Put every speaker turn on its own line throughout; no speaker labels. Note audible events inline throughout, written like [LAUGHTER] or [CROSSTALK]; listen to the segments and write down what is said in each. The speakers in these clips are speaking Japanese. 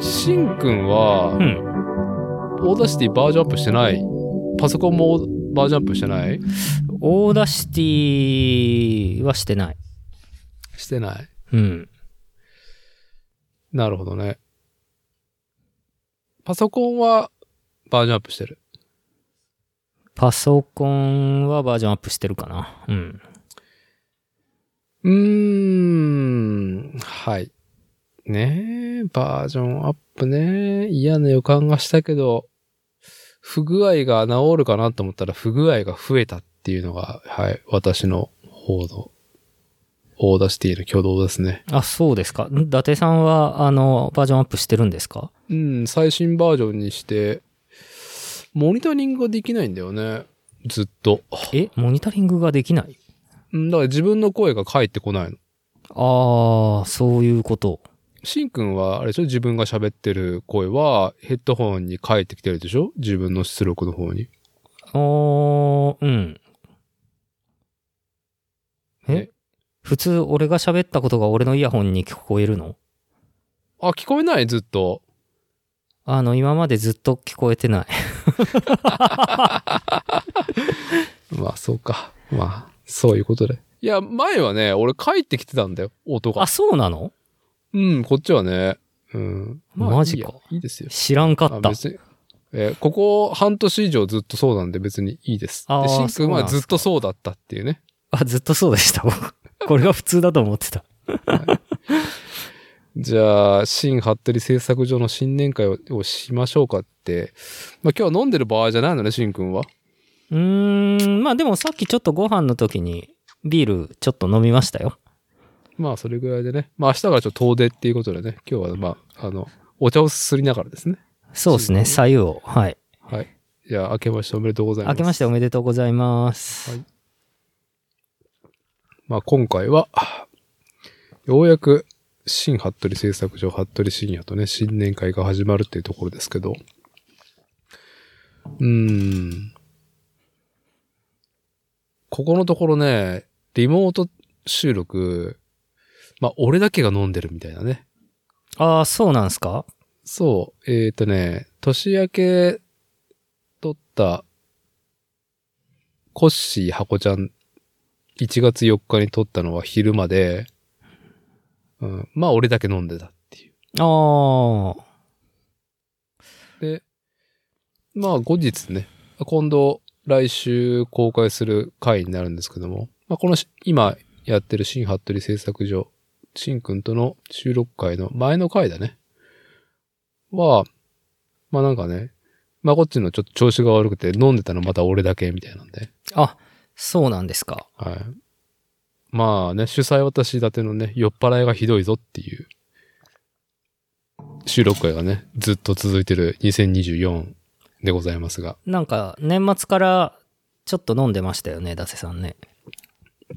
しんくんは
う、ん。
オーダーシティバージョンアップしてない。パソコンもバージョンアップしてない
オーダーシティはしてない。
してない。
うん。
なるほどね。パソコンはバージョンアップしてる。
パソコンはバージョンアップしてるかな。うん。
うーん、はい。ねえ、バージョンアップね。嫌な予感がしたけど、不具合が治るかなと思ったら不具合が増えたっていうのが、はい、私の方の、オーダーシティの挙動ですね。
あ、そうですか。ん伊達さんは、あの、バージョンアップしてるんですか
うん、最新バージョンにして、モニタリングができないんだよね。ずっと。
え、モニタリングができない
うん、だから自分の声が返ってこないの。
ああ、そういうこと。
しんくんは、あれでしょ自分が喋ってる声は、ヘッドホンに返ってきてるでしょ自分の出力の方に。
あー、うん。え
え
普通、俺が喋ったことが俺のイヤホンに聞こえるの
あ、聞こえないずっと。
あの、今までずっと聞こえてない。
まあ、そうか。まあ、そういうことで。いや、前はね、俺帰ってきてたんだよ、音が
あ、。そうなの
うん、こっちはね。うん。まあ
マジか
いいやいいですよ。
知らんかった
あ。別に。えーここ半年以上ずっとそうなんで別にいいです。
あー
で、しんくん
そうな
は
んすか
ずっとそうだったっていうね。
あ、ずっとそうでした、僕。これが普通だと思ってた。
じゃあ、新服部製作所の新年会ををしましょうかって。まあ今日は飲んでる場合じゃないのね、しんくんは。
うーん、まあでもさっきちょっとご飯の時にビールちょっと飲みましたよ。
まあそれぐらいでね。まあ明日からちょっと遠出っていうことでね、今日はまあ、あの、お茶をすすりながらですね。
そうですね、左右を。はい。
はい。いや、明けましておめでとうございま
明
す。
けましておめでとうございます。
はいまあ今回は、ようやく、新服部製作所、服部深夜とね、新年会が始まるっていうところですけど、うーん。ここのところね、リモート収録、まあ俺だけが飲んでるみたいなね。
ああ、そうなんすか
そう、えっ、ー、とね、年明け撮った、コッシー箱ちゃん、1月4日に撮ったのは昼まで、うん、まあ俺だけ飲んでたっていう。
ああ、
で、まあ後日ね、今度来週公開する回になるんですけども、まあこのし今やってる新服部製作所、しんくんとの収録会の前の回だね。は、まあなんかね、まあこっちのちょっと調子が悪くて飲んでたのまた俺だけみたいなんで、
あ、そうなんですか。
はい。まあね、主催私立てのね、酔っ払いがひどいぞっていう収録会がね、ずっと続いてる2024でございますが。
なんか、年末からちょっと飲んでましたよね、伊達さんね。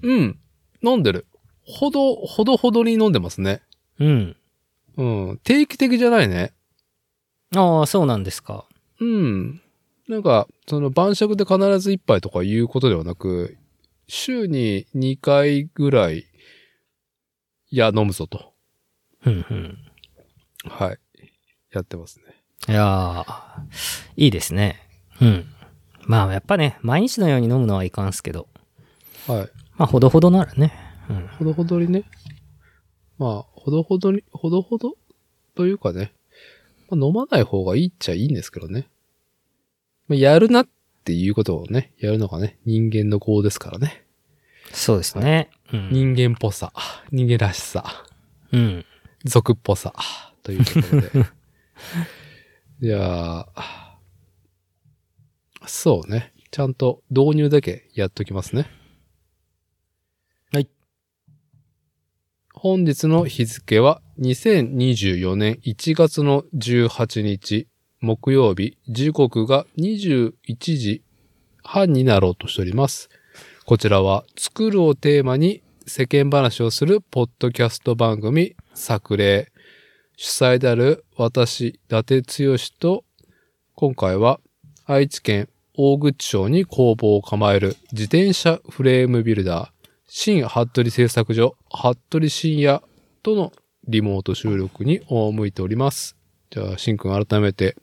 うん。飲んでる。ほど、ほどほどに飲んでますね。
うん。
うん。定期的じゃないね。
ああ、そうなんですか。
うん。なんか、その晩酌で必ず一杯とかいうことではなく、週に2回ぐらい、いや、飲むぞと。
うんうん。
はい。やってますね。
いやーいいですね。うん。まあ、やっぱね、毎日のように飲むのはいかんすけど、
はい。
まあ、ほどほどならね。うん。
ほどほどにね。まあ、ほどほどに、ほどほどというかね。まあ、飲まない方がいいっちゃいいんですけどね。まあ、やるなっていうことをね、やるのがね、人間の業ですからね。
そうですね。うん。
人間っぽさ、人間らしさ、
うん。
俗っぽさ、ということ
[LAUGHS]
で。じゃあ、そうね。ちゃんと導入だけやっときますね。
はい。
本日の日付は2024年1月の18日木曜日時刻が21時半になろうとしております。こちらは作るをテーマに世間話をするポッドキャスト番組作例主催である私、伊達剛と今回は愛知県大口町に工房を構える自転車フレームビルダー新服部製作所、服部深夜とのリモート収録に赴いております。じゃあ、しんくん改めて、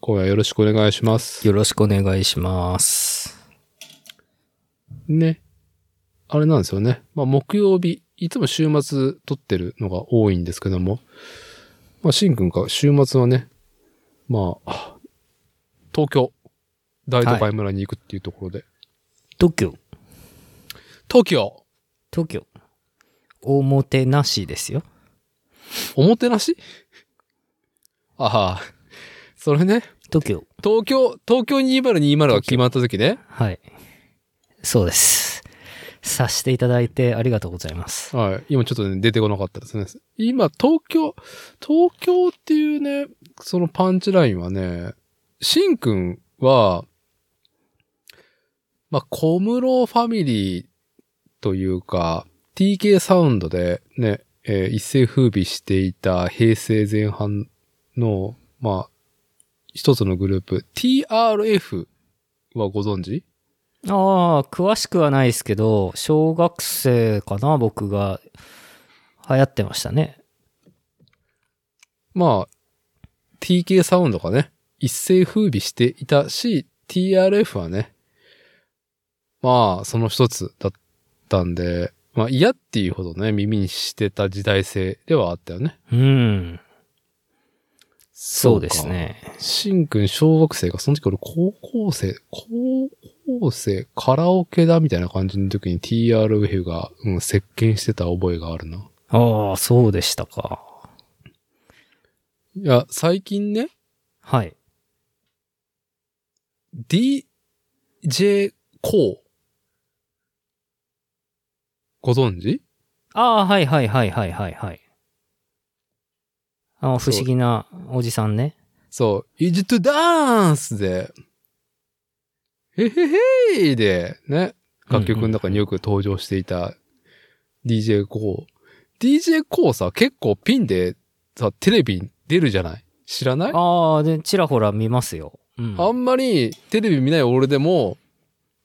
今夜よろしくお願いします。
よろしくお願いします。
ね。あれなんですよね。まあ、木曜日、いつも週末撮ってるのが多いんですけども、まあ、しんくんが週末はね、まあ、東京、大都会村に行くっていうところで、
東京。
東京
東京。おもてなしですよ。
おもてなしああ、それね、
東京。
東京、東京2020が決まった時ね。
はい。そうです。さしていただいてありがとうございます。
はい。今ちょっとね、出てこなかったですね。今、東京、東京っていうね、そのパンチラインはね、しんくんは、まあ、小室ファミリーというか、TK サウンドでね、えー一世風靡していた平成前半の、まあ、一つのグループ、TRF はご存知
ああ、詳しくはないですけど、小学生かな、僕が。流行ってましたね。
まあ、TK サウンドがね、一世風靡していたし、TRF はね、まあ、その一つだったんで、まあ嫌っていうほどね、耳にしてた時代性ではあったよね。
うん。そうです
そうか。
ね。
しんくん小学生が、その時俺高校生、高校生、カラオケだみたいな感じの時に TRF が、うん、席巻してた覚えがあるな。
ああ、そうでしたか。
いや、最近ね、
はい。
DJ コー。ご存知
ああ、はいはいはいはいはいはい。あの、不
そう
思議なおじさんね。
そう。Is to dance で、へへへいで、ね、楽曲の中によく登場していた DJ コー。DJ コーさ、結構ピンでさ、テレビに出るじゃない知らない
ああ、で、ちらほら見ますよ。うん。
あんまりテレビ見ない俺でも、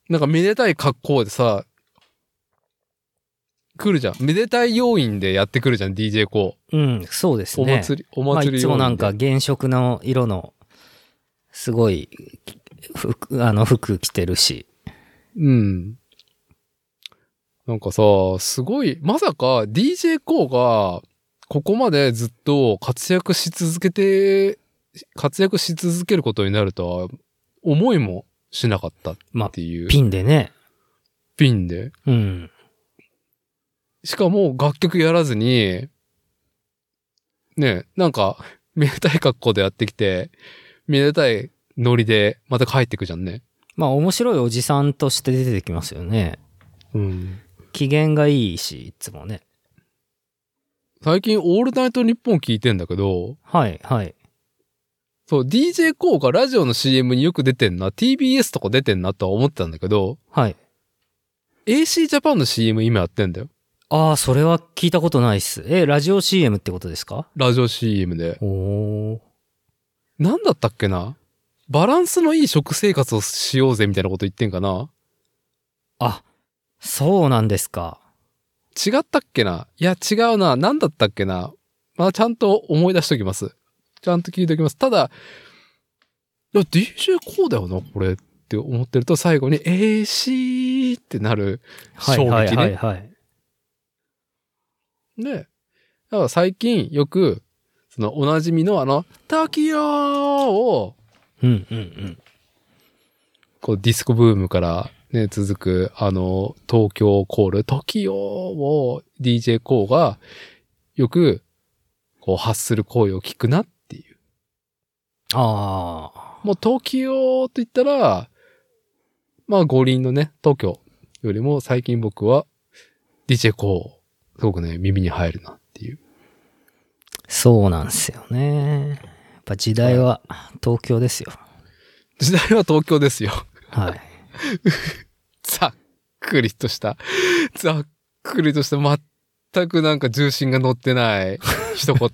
なんかめでたい格好でさ、来るじゃん。めでたい要員でやってくるじゃん、DJ コ
うん、そうです
ー。
ね。
お祭り、お
まあ、
祭
い
り
つ
要員で。
もなんか原色の色の、すごい、服、あの、服着てるし。
うん。なんかさ、すごい、まさか DJ コーが、ここまでずっと活躍し続けて、活躍し続けることになるとは、思いもしなかったっ
まあ、
ていう、
ピンでね。
ピンで。
うん。
しかも楽曲やらずに、ね、なんか、めでたい格好でやってきて、めでたいノリでまた帰ってくじゃんね。
まあ、面白いおじさんとして出てきますよね。
うん。
機嫌がいいし、いつもね。
最近、オールナイトニッポン聞いてんだけど、
はい、はい。
そう、DJ コーがラジオの CM によく出てんな、TBS とか出てんなとは思ってたんだけど、
はい。
AC ジャパンの CM 今やってんだよ。
ああ、それは聞いたことないっす。え、ラジオ CM ってことですか
ラジオ CM で。
おお。
なんだったっけなバランスのいい食生活をしようぜみたいなこと言ってんかな
あ、そうなんですか。
違ったっけないや、違うな。なんだったっけなまあ、ちゃんと思い出しときます。ちゃんと聞いておきます。ただ、いや、DJ こうだよな、これって思ってると最後に AC ってなる。
はい、
衝撃ね
はい、はい、はい。
で、だから最近よく、そのおなじみのあの、タキオを、
うん、うん、うん。
こうディスコブームからね、続くあの、東京コール、トキオを DJ コーが、よく、こう発する声を聞くなっていう。
ああ。
もう東京って言ったら、まあ五輪のね、東京よりも最近僕は DJ コー、すごくね、耳に入るなっていう。
そうなんですよね。やっぱ時代は東京ですよ。
時代は東京ですよ。
はい。 [LAUGHS]
ざっくりとした、ざっくりとした、全くなんか重心が乗ってない一言。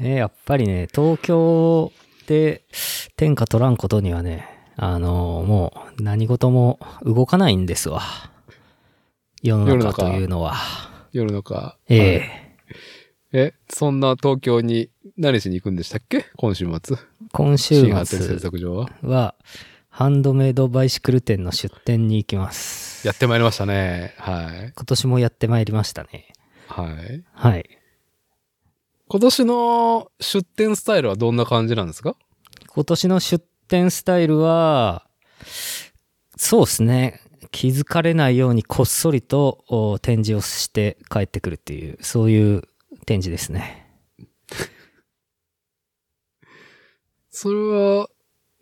えーやっぱりね、東京で天下取らんことにはね、あのーもう何事も動かないんですわ。世の
世の
中
中
というのは。
世の中。
え
はい
え
え、そんな東京に何しに行くんでしたっけ今週末。
今週
新発展製
末
作所は。
は、ハンドメイドバイシクル店の出店に行きます。
やってまいりましたね。はい。
今年もやってまいりましたね。
はい。
はい。
今年の出店スタイルはどんな感じなんですか
今年の出店スタイルは、そうですね。気づかれないようにこっそりとお展示をして帰ってくるっていう、そういう展示ですね。
それは、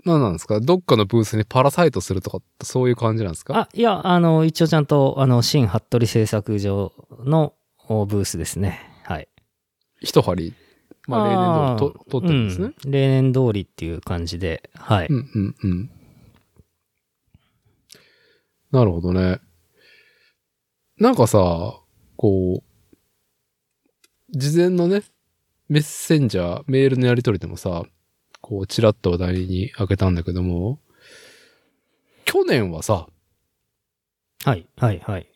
何なんですかどっかのブースにパラサイトするとか、そういう感じなんですか
あ、いや、あの、一応ちゃんと、あの、新服部製作所のおブースですね。はい。
一針、まあ、例年通りと取ってるんですね。
うん例年通りっていう感じで、はい。
うんうんうん。なるほどね。なんかさ、こう、事前のね、メッセンジャー、メールのやり取りでもさ、こう、ちらっと話題に開けたんだけども、去年はさ、
はい、はい、はい。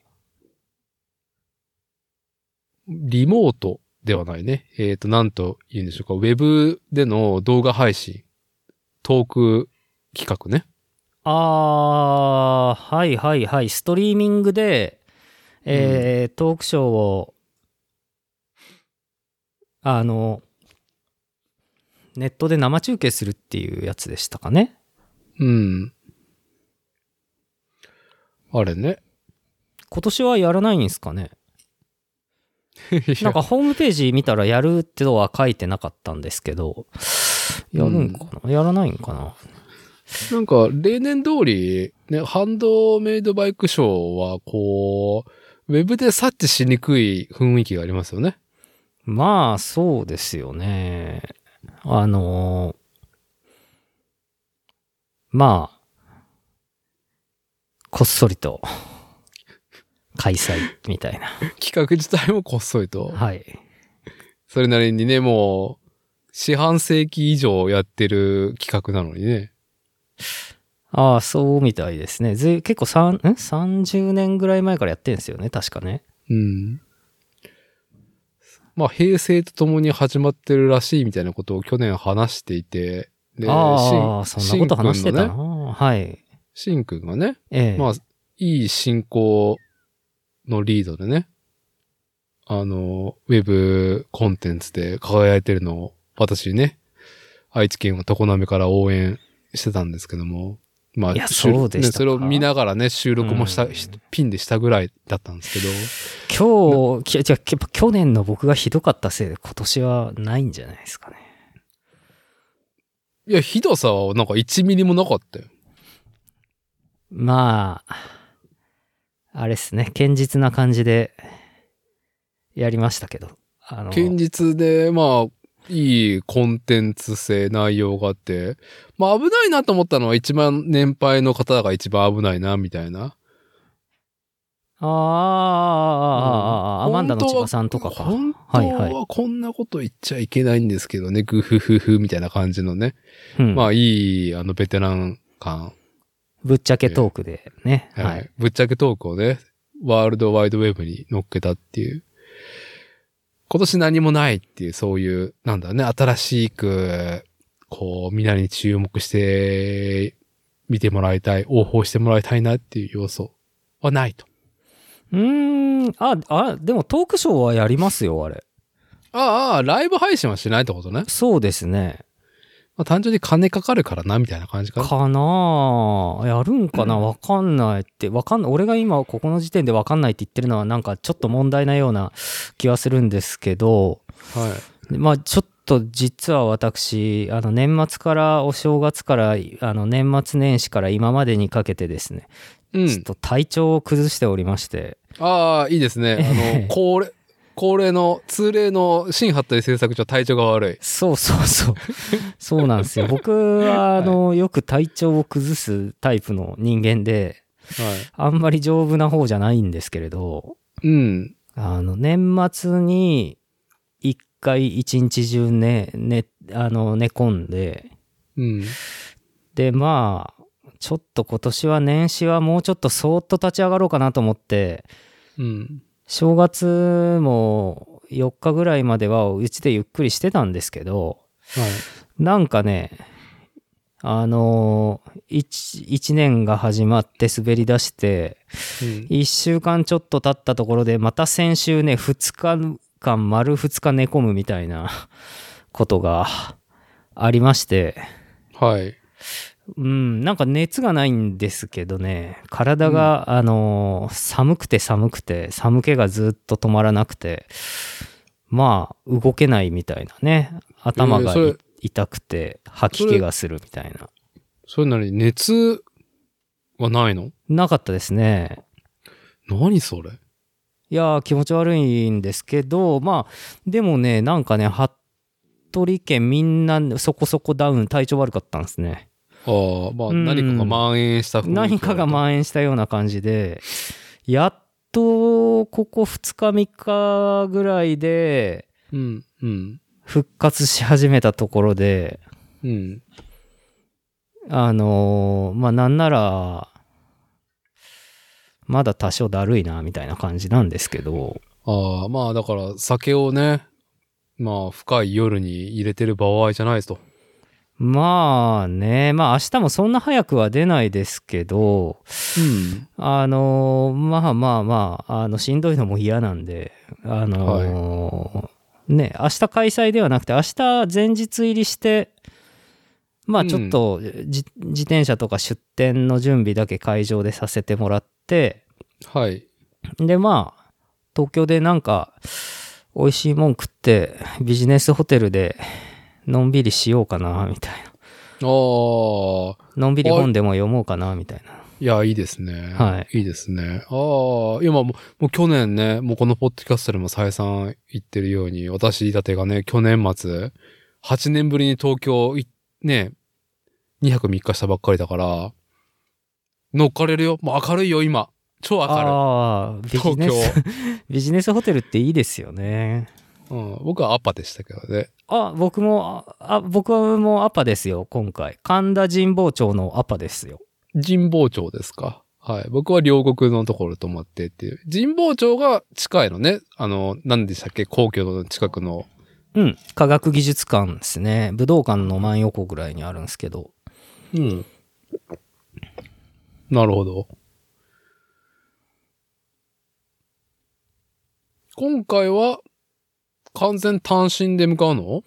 リモートではないね。えっ、と、なんと言うんでしょうか。ウェブでの動画配信、トーク企画ね。
あー、はいはいはい。ストリーミングで、えートークショーを、あの、ネットで生中継するっていうやつでしたかね。
うん。あれね。
今年はやらないんですかね。
[LAUGHS]
なんかホームページ見たらやるってのは書いてなかったんですけど、やるんかな、やらないんかな
なんか、例年通り、ね、ハンドメイドバイクショーは、こう、ウェブで察知しにくい雰囲気がありますよね。 [LAUGHS]
まあ、そうですよね。あのまあ、こっそりと、開催みたい
[LAUGHS]
な。
企画自体もこっそりと。
はい。
それなりにね、もう、四半世紀以上やってる企画なのにね。
ああ、そうみたいですね。ずい結構三ん30年ぐらい前からやってんですよね、確かね。
うん。まあ、平成とともに始まってるらしいみたいなことを去年話していて、で
ああ、そ
し
んなこと話して
し
た
んくんのね
な。はい。
しんくんがね、
ええ。
まあ、いい進行のリードでね、あの、ウェブコンテンツで輝いてるのを、私ね、愛知県を常滑から応援してたんですけども、ま
いや
あ、収録
そうでし
ね、
たか
それを見ながらね、収録もした、
うん
ひピンでしたぐらいだったんですけど、
今日、きじゃあやっぱ去年の僕がひどかったせいで今年はないんじゃないですかね。
いや、ひどさはなんか1ミリもなかったよ。
まあ、あれですね、堅実な感じでやりましたけど。あの
堅実で、まあ、いいコンテンツ性、内容があって、まあ危ないなと思ったのは一番年配の方が一番危ないな、みたいな。
あーあー、あーあー、あーアマンダの千葉さんとかか。
本当
はいはい。
はこんなこと言っちゃいけないんですけどね、グフフフみたいな感じのね。
うん
まあいい、あの、ベテラン感。
ぶっちゃけトークでね。
はい。
はい。
ぶっちゃけトークをね、ワールドワイドウェブに乗っけたっていう。今年何もないっていう、そういう、なんだろうね、新しく、こう、みんなに注目して、見てもらいたい、応報してもらいたいなっていう要素はないと。
うーん、あ、あ、でもトークショーはやりますよ、あれ。
ああああ、ライブ配信はしないってことね。
そうですね。
まあ、単純に金かかるからな、みたいな感じかな。
かなあやるんかなわかんないって。わかんない。俺が今ここの時点でわかんないって言ってるのはなんかちょっと問題なような気はするんですけど、
[LAUGHS] はい。
でまあちょっと実は私あの年末からお正月からあの年末年始から今までにかけてですね、
う
ちょっ
ん。
と体調を崩しておりまして
ああ、いいです [LAUGHS] ね。あの、恒例、恒例の、通例の新発売製作所体調が悪い。
そうそうそう [LAUGHS] そうなんですよ僕はあの、よく体調を崩すタイプの人間で
は
あんまり丈夫な方じゃないんですけれど
い。うん。
あの年末に一回一日中ねねあの寝込んで
うん。
でまあちょっと今年は年始はもうちょっとそーっと立ち上がろうかなと思って
うん。
正月も4日ぐらいまではうちでゆっくりしてたんですけど、
はい。
なんかね、あのー、1, 1年が始まって滑り出して、
うん
1週間ちょっと経ったところで、また先週ね、2日間、丸2日寝込むみたいなことがありまして、
はい。
うん、なんか熱がないんですけどね、体が、あのー寒くて寒くて、寒気がずっと止まらなくて、まあ、動けないみたいなね、頭がい
えーそれ
痛くて、吐き気がするみたいな。
それなのに熱はないの
なかったですね。
何それ
いやー、気持ち悪いんですけど、まあ、でもね、なんかね、服部家みんなそこそこダウン、体調悪かったんですね。
ああ、まあ
うん
何かが蔓延した雰囲気
何かが蔓延したような感じで、やっとここ2日3日ぐらいで
うん、うん、
復活し始めたところで、
うん。
あのーまあなんなら、まだ多少だるいな、みたいな感じなんですけど、
ああ、まあだから酒をね、まあ深い夜に入れてる場合じゃないですと。
まあね、まあ明日もそんな早くは出ないですけど、
うん。
あのーまあまあまあ、あの、しんどいのも嫌なんで、あのーね、明日開催ではなくて、明日前日入りして、まあ
うん
ちょっと、じ自転車とか出店の準備だけ会場でさせてもらって、
はい。
でまあ、東京でなんか、美味しいもん食って、ビジネスホテルで、のんびりしようかな、みたいな。
ああ、
のんびり本でも読もうかな、みたいな。
いや、いいですね。。
はい
いいですね。ああ、今もう、もう去年ね、もうこのポッドキャストでも再三言ってるように、私、伊達がね、去年末、8年ぶりに東京い、ね、2泊3日したばっかりだから、乗っかれるよ。もう明るいよ、今。超明
ああ、
る
ビ
い。
ジ
東
ネ
京。
ス、 [LAUGHS] ビジネスホテルっていいですよね。
うん、僕はアッパでしたけどね。
あ、僕も、あ、あ僕はもうアパですよ、今回。神田神保町のアパですよ。
神保町ですか。はい。僕は両国のところ泊まってっていう。神保町が近いのね。あの、何でしたっけ皇居の近くの。
うん。科学技術館ですね。武道館の真横ぐらいにあるんですけど。
うん。なるほど。今回は、完全単身で向かうの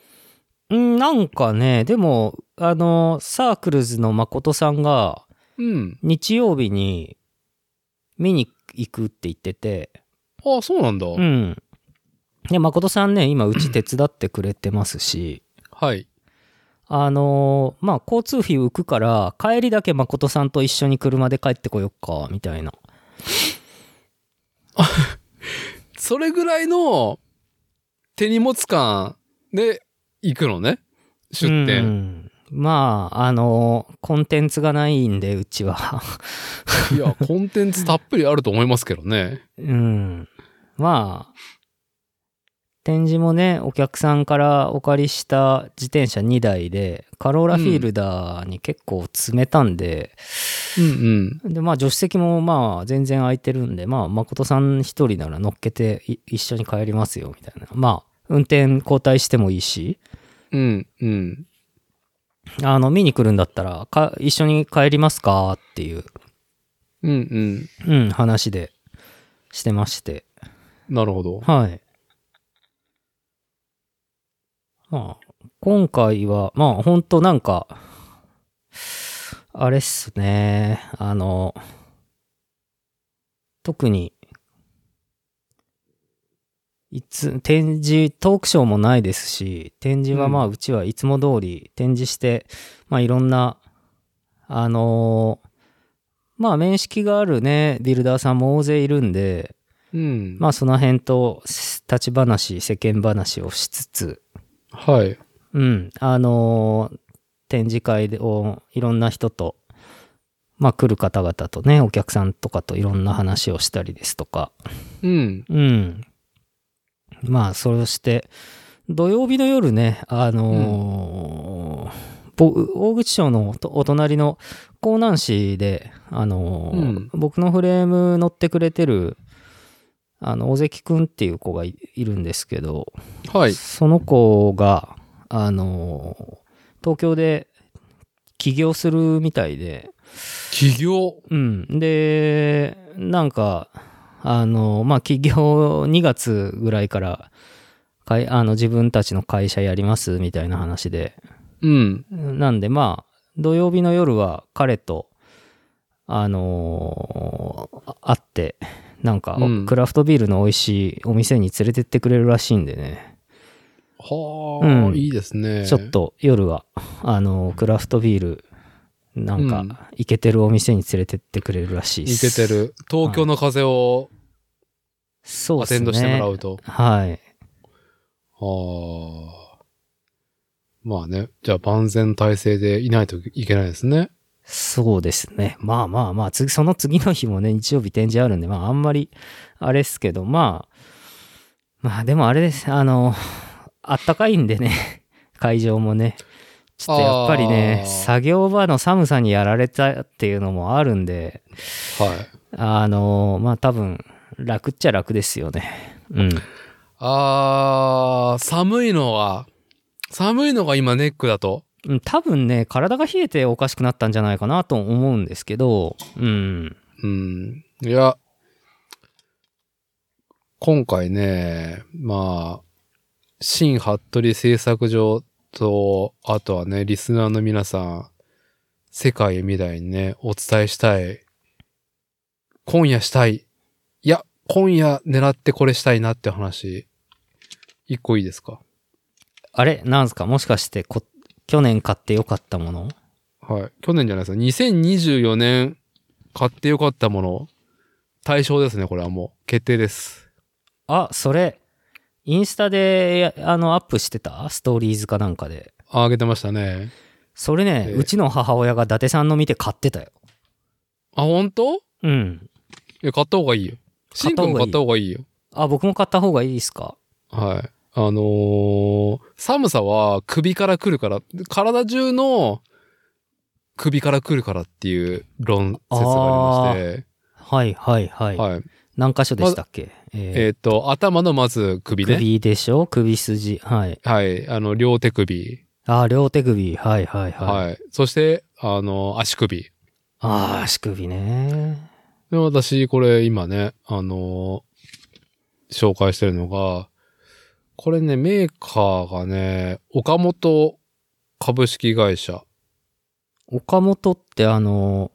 うん、なんかね、でも、あの、サークルズの誠さんが、
うん。
日曜日に見に行くって言ってて、
ああ、そうなんだ。
うん。で、誠さんね、今、うち手伝ってくれてますし、
はい。
あのーまあ、交通費浮くから、帰りだけ誠さんと一緒に車で帰ってこよっか、みたいな。
それぐらいの手荷物感で行くのね。出
う
店。
んまあ、あのーコンテンツがないんで、うちは。 [LAUGHS]
いや、コンテンツたっぷりあると思いますけどね。
うん。まあ、展示もね、お客さんからお借りした自転車2台で、カローラフィールダーに結構詰めたんで、
うんうん。
で、まあ、助手席もまあ、全然空いてるんで、まあ、誠さん一人なら乗っけてい一緒に帰りますよ、みたいな。まあ、運転交代してもいいし、
うんうん。
あの、見に来るんだったら、か一緒に帰りますかっていう、
うんうん。
うん、話で、してまして。
なるほど。
はい。まあ、今回は、まあ、ほんとなんか、あれっすね。あの、特に、いつ、展示、トークショーもないですし、展示はまあ、
う
うちはいつも通り展示して、まあ、いろんな、あのまあ、面識があるね、ビルダーさんも大勢いるんで、
うん。
まあその辺と立ち話、世間話をしつつ、
はい。
うん、あのー展示会をいろんな人と、まあ来る方々とね、お客さんとかといろんな話をしたりですとか、
うん。
うん。まあそして、土曜日の夜ね、あのーぼ大口町のおお隣の江南市で、あのー
うん
僕のフレーム乗ってくれてる、あの、尾関くんっていう子がいいるんですけど、
はい。
その子が、あの、東京で起業するみたいで、
起業。
うん。で、なんか、あの、まあ、起業2月ぐらいから、かいあの自分たちの会社やりますみたいな話で、
うん。
なんでまあ、土曜日の夜は彼と、あのーあ会って、なんか、
うん
クラフトビールの美味しいお店に連れてってくれるらしいんでね、
はあ、
うん
いいですね。
ちょっ。と夜は、あのークラフトビール、なん
うん
か、イケてるお店に連れてってくれるらしいっ
似
す
てて。る。東京の風を
そう
ア
で
テ
す
ンドしても
ね
ら。うと。
はい。
はあ。まあね。じゃあ万全体制でいないといけないですね。
そうですね。まあまあまあ、次、その次の日もね、日曜日展示あるんで、まああんまり、あれですけど、まあ、まあでもあれです、あの、あったかいんでね、 [LAUGHS] 会場もね、ちょっとやっぱりね
あ、ー
作業場の寒さにやられたっていうのもあるんで、
はい。
あの、まあ多分、楽っちゃ楽ですよね。うん。
あー、寒いのは、寒いのが今ネックだと。
うん多分ね、体が冷えておかしくなったんじゃないかなと思うんですけど、うん。
うん。いや、今回ね、まあ、新服部製作所と、あとはね、リスナーの皆さん、世界未来にね、お伝えしたい。今夜したい。いや、今夜狙ってこれしたいなって話、一個いいですか
あれなんすかもしかしてこ、去年買ってよかったもの
はい。去年じゃないですか。2024年買ってよかったもの、対象ですね、これはもう。決定です。
あ、それ、インスタで、やあの、アップしてたストーリーズかなんかで。
あげてましたね。
それね、
ええ
うちの母親が伊達さんの見て買ってたよ。
あ、本当？
うん。
え、買った方がいいよ。シンくんも買
買
っ
ったた
方がいいよ。
あ、僕も買った方がいいですか
はい。あのー寒さは首から来るから、体中の首から来るからっていう論説がありまして、
はいはいはい。
はい。
何箇所でしたっけ、
え
ええ
っ、と、頭のまず首ね。
首でしょ首筋。はい。
はい。あの、両手首。
あ、両手首。はいはいはい。
はい。そして、あの、足首。
あー、足首ね。
で、私、これ今ね、あのー紹介してるのが、これね、メーカーがね、岡本株式会社。
岡本ってあの、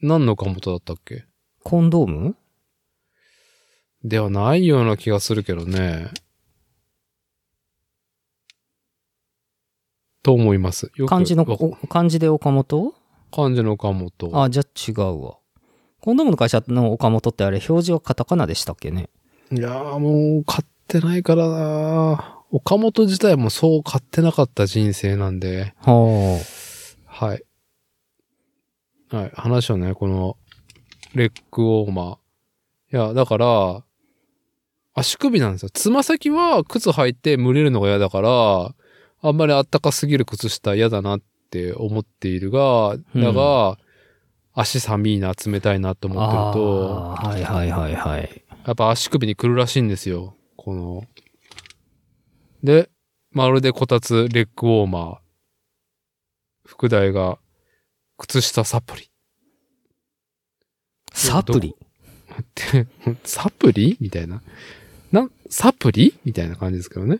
何の岡本だったっけ
コンドーム
ではないような気がするけどね。と思います。よく
漢字の、
わ
お漢字で岡本
漢字の岡本。
あ、じゃあ違うわ。コンドームの会社の岡本ってあれ、表示はカタカナでしたっけね
いやーもう買ってないからなー岡本自体もそう買ってなかった人生なんで。
は
はい。はい。話をね、この、レッグウォーマー。いや、だから、足首なんですよ。つま先は靴履いて蒸れるのが嫌だから、あんまりあったかすぎる靴下嫌だなって思っているが、だが、足寒いな、冷たいなって
あ。
思ってると、
ああ、はいはいはいはい。
やっぱ足首に来るらしいんですよ。この。で、まるでこたつレッグウォーマー。副題が、靴下サプリ。
サプリ。
って、サプリみたいな。な、サプリみたいな感じですけどね。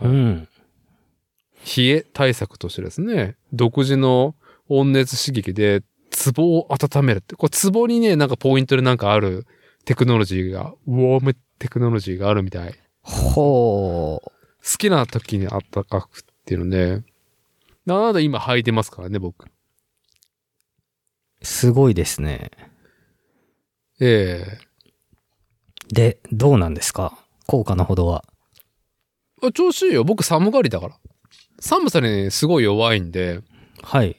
う
ど
ん。
冷え対策としてですね、独自の温熱刺激で、ツボを温めるって。これ、ツボにね、なんかポイントでなんかあるテクノロジーが、ウォームテクノロジーがあるみたい。
ほう。
好きな時にあったかくっていうので、なんだ今履いてますからね、僕。
すごいですね。
え
で、どうなんですか効果のほどは。
えあ調子いいよ。僕寒がりだから。寒さにね、すごい弱いんで、
はい。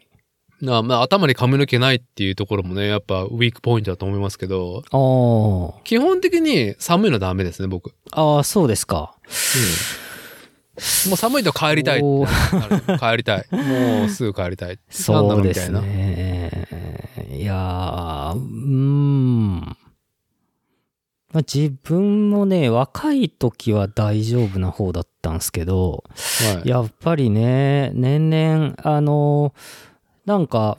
なあまあ、頭に髪の毛ないっていうところもね、やっぱウィークポイントだと思いますけど、
あー
基本的に寒いのはダメですね、僕。うん
あー、そうですか。
もう寒いと帰りたいって
[LAUGHS]
なる。帰りたい。もうすぐ帰りたい。
そうです
なんだろみたいな
ね。いいやー、うーん。まあ、自分もね、若い時は大丈夫な方だったんですけど、
はい。
やっぱりね、年々、あの、なんか、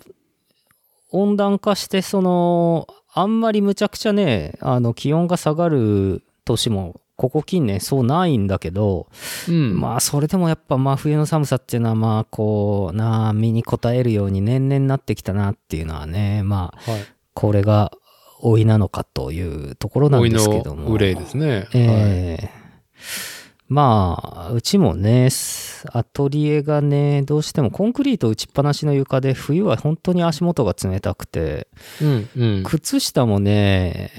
温暖化して、その、あんまりむちゃくちゃね、あの、気温が下がる年も、ここ近年そうないんだけど、
うん。
まあ、それでもやっぱ真冬の寒さっていうのは、まあ、こう、なあ、身に応えるように年々なってきたなっていうのはね、まあ、
はい。
これが老いなのかというところなん
老い
ですけ
の
ども。
憂いですね。はい。
ええまあ、うちもね、すアトリエがね、どうしてもコンクリート打ちっぱなしの床で、冬は本当に足元が冷たくて、
うん、うん。
靴下もね、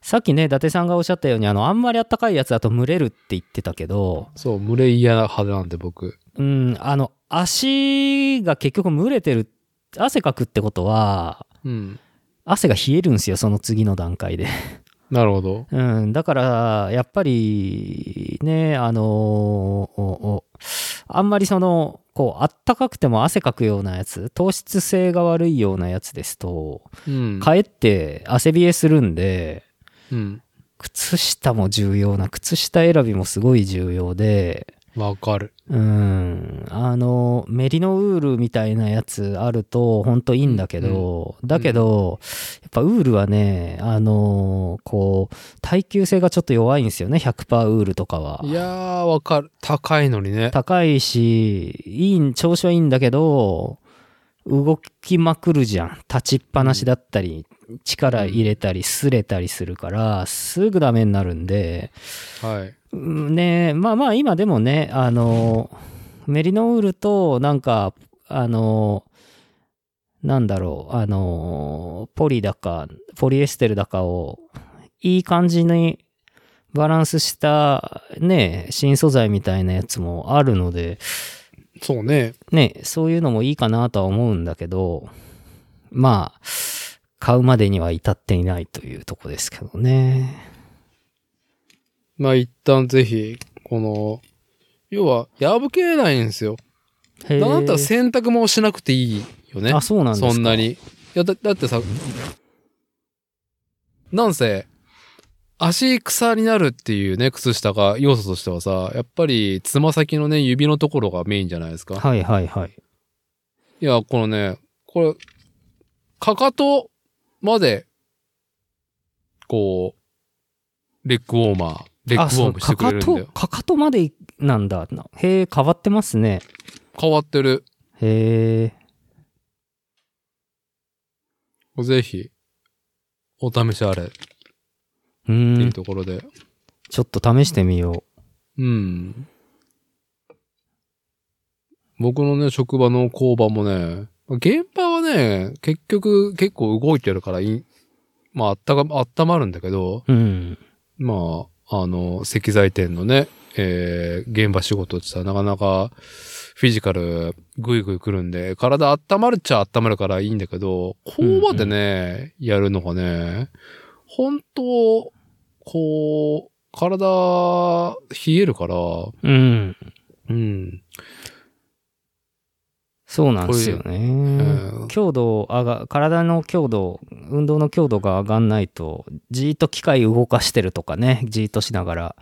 さっきね、伊達さんがおっしゃったように、あの、あんまりあったかいやつだと蒸れるって言ってたけど、
そう、群れ嫌な派なんで僕。
うん、あの、足が結局蒸れてる、汗かくってことは、
うん。
汗が冷えるんですよ、その次の段階で。
なるほど。
うん、だから、やっぱり、ね、あのおおあんまりその、こう、あったかくても汗かくようなやつ、糖質性が悪いようなやつですと、
うん。
かえって汗冷えするんで、
うん。
靴下も重要な、靴下選びもすごい重要で、
わかる。
うん、あの、メリノウールみたいなやつあると、ほんといいんだけど、だけど、やっぱウールはね、あの、こう、耐久性がちょっと弱いんですよね、100%ウールとかは。
いやー、わかる。高いのにね。
高いし、いい、調子はいいんだけど、動きまくるじゃん。立ちっぱなしだったり、力入れたり、擦れたりするから、すぐダメになるんで、
はい。
うんねえまあまあ今でもねあのメリノウールとなんかあのなんだろうあのポリだかポリエステルだかをいい感じにバランスしたね新素材みたいなやつもあるので
そうね。
ねそういうのもいいかなとは思うんだけどまあ買うまでには至っていないというとこですけどね。
まあ一旦ぜひ、この、要は、破けないんですよ。
へえ
なんだったら洗濯もしなくていいよね
あ。そうなんですか
そんなに。いや、だだってさ、なんせ、足草になるっていうね、靴下が要素としてはさ、やっぱりつま先のね、指のところがメインじゃないですか。
はいはいはい。
いや、このね、これ、かかとまで、こう、レッグウォーマー、レッグウ
あ
ォ
そう
ームしてくれるんだよ
か。かとかかとまでなんだなへえ変わってますね
変わってる。
へえ
ぜひ、お試しあれって
う
い
ー
うんところで。
ちょっと試してみよ
うん。僕のね、職場の工場もね、現場はね、結局結構動いてるからいい、まあ、あったか、あったまるんだけど、
ううん
まあ、あの、石材店のね、えー、現場仕事ってさ、なかなかフィジカルグイグイ来るんで、体温まるっちゃ温まるからいいんだけど、工場でね、やるのがね、本当こう、体、冷えるから、
うん
うん。
そうなんですよね
うん
強度上が体の強度運動の強度が上がんないとじーっと機械動かしてるとかねじーっとしながら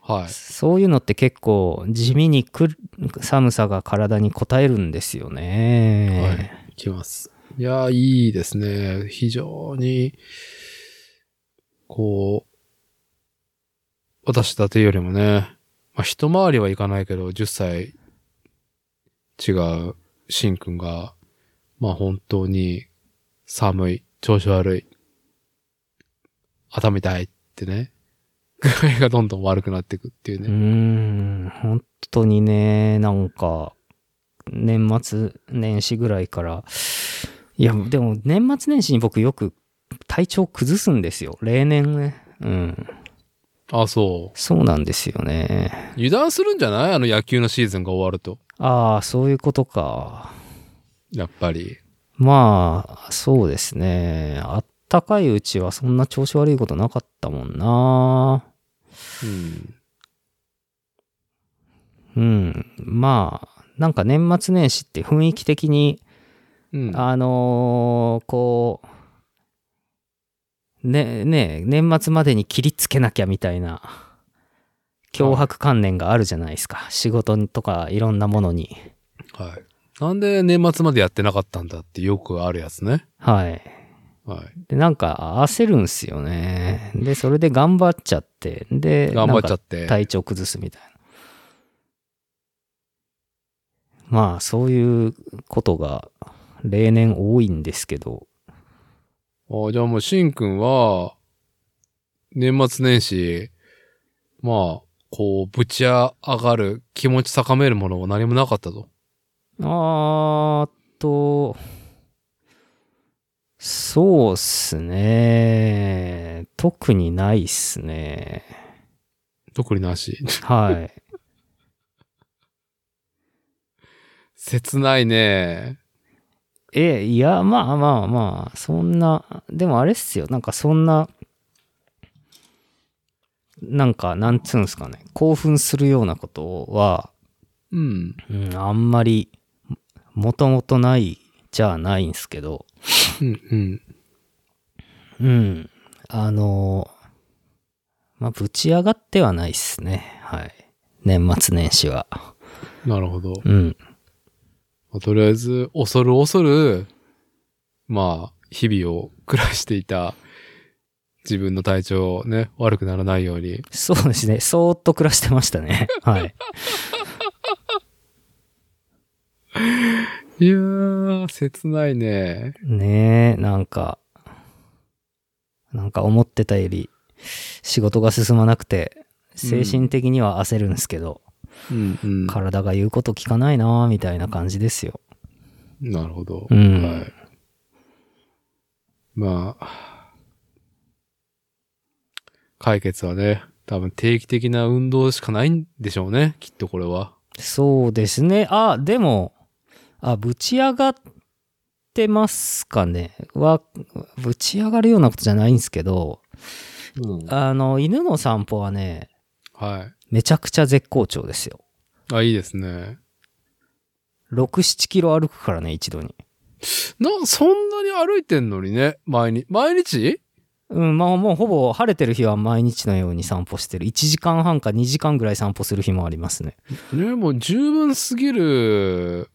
はい。
そういうのって結構地味にくる寒さが体に応えるんですよね、
いきます。いやー、いいですね。非常に、こう、私だてよりもね、まあ、一回りはいかないけど、10歳違うしんくんが、まあ本当に寒い、調子悪い、頭痛いってね、具合がどんどん悪くなっていくっていう
うー
ね。
ん、本当にね、なんか、年末年始ぐらいから、いや、でも年末年始に僕よく体調崩すんですよ。例年ね。うん。
あ、そ
そうなんですよね
う。。油断するんじゃないあの野球のシーズンが終わると。
ああ、そういうことか。
やっぱり。
まあ、そうですね。あったかいうちはそんな調子悪いことなかったもんな。
うん。
うん。まあ、なんか年末年始って雰囲気的に
うん。
あのーこう、ね、ね、年末までに切りつけなきゃみたいな、脅迫観念があるじゃないですか。仕事とかいろんなものに。
はい。なんで年末までやってなかったんだってよくあるやつね。
はい。
はい。
で、なんか焦るんすよね。で、それで頑張っちゃって、で、
頑張っちゃっ
なん
て
か。体調崩すみたいな。まあ、そういうことが例年多いんですけど、
あじゃあもう、しんくんは、年末年始、まあ、こう、ぶち上がる、気持ち高めるものが何もなかったと。
あーっと、そうっすね。特にないっすね。
特になし。 [LAUGHS]
はい。 [LAUGHS]
切ないね。
え、いや、まあまあまあ、そんな、でもあれっすよ。なんかそんな、なんか、なんつうんすかね。興奮するようなことは、
うん。
うん、あんまり、もともとないじゃないんすけど、
うん、うん。
うん。あのーまあ、ぶち上がってはないっすね。はい。年末年始は。
なるほど。
うん。
まあとりあえず、恐る恐る、まあ、日々を暮らしていた、自分の体調をね、悪くならないように。
そうですね。そーっと暮らしてました [LAUGHS] ね。はい。
いやー、切ないね。
ねえ、なんか、なんか思ってたより仕事が進まなくて、精神的には焦るんですけど、
うん、うん。
体が言うこと聞かないなーみたいな感じですよ。
なるほど。
うん
はい。まあ、解決はね、多分定期的な運動しかないんでしょうね、きっとこれは。
そうですね。あ、でも、あ、ぶち上がってますかね。は、ぶち上がるようなことじゃないんですけど、あの、犬の散歩はね、
はい。
めちゃくちゃ絶好調ですよ。
あ、いいですね。
6、7キロ歩くからね、一度に。
な、そんなに歩いてんのにね、毎日。毎日
うん、まあもうほぼ晴れてる日は毎日のように散歩してる。1時間半か2時間ぐらい散歩する日もありますね。
ね、もう十分すぎる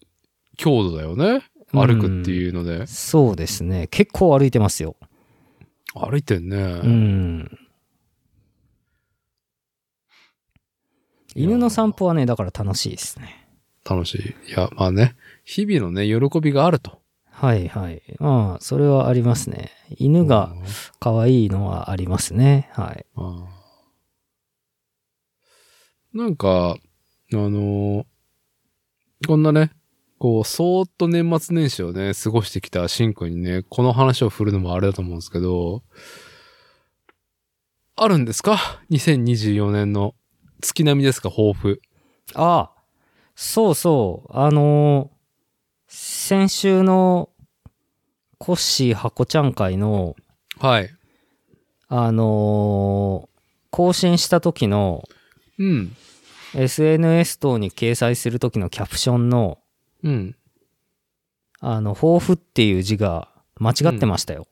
強度だよね。歩くっていうので。
そうですね。結構歩いてますよ。
歩いてんね。
うん。犬の散歩はね、だから楽しいですね。
楽しい。いや、まあね、日々のね、喜びがあると。
はいはい。まあ、それはありますね。犬が
うん
可愛いのはありますね。はい。
ああなんか、あのーこんなね、こう、そーっと年末年始をね、過ごしてきたシンくんにね、この話を振るのもあれだと思うんですけど、あるんですか ?2024 年の月並みですか抱負。
ああ、そうそう。あのー先週のコッシーハコちゃん会の、
はい。
あのー更新した時の
うん。
SNS 等に掲載する時のキャプションの、
うん。
あの、抱負っていう字が間違ってましたよ。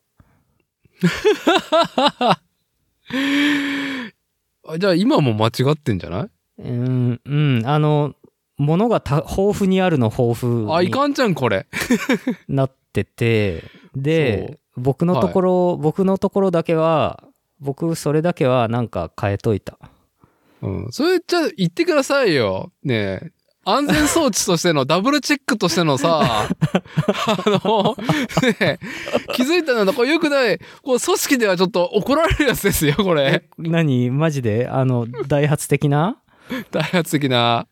あじゃあ今も間違ってんじゃない、
うん、うん、あの、物がた [LAUGHS] 豊富にあるの豊富
あ、い
に
かんじゃん、これ。
なってて、で、僕の
はい
ところ、僕のところだけは、僕それだけはなんか変えといた。
うん。それじゃあ言ってくださいよ。ねえ。安全装置と [LAUGHS] してのダブルチェックとしてのさ、あの、ねえ、気づいたのだ、これ良くない、こう組織ではちょっと怒られるやつですよ、これ。
何マジであの、大発的な
[LAUGHS] 大発的な。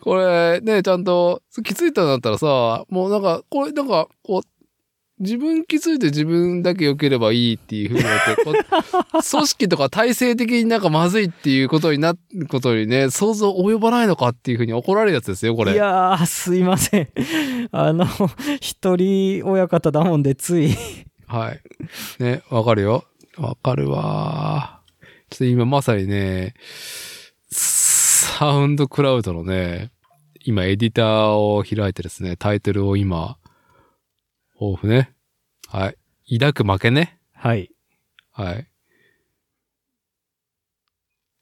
これ、ねえ、ちゃんと気づいたんだったらさ、もうなんか、これ、なんか、こう、自分気づいて自分だけ良ければいいっていう風になって、こう組織とか体制的になんかまずいっていうことになることにね、想像及ばないのかっていう風に怒られるやつですよ、これ。
いやー、すいません。 [LAUGHS] あの、一人親方だもんで、つい。
はい。ね、わかるよ。わかるわー。ちょっと今まさにね、サウンドクラウドのね、今エディターを開いてですね、タイトルを今、抱負ね。はい。抱く負けね。
はい。
はい。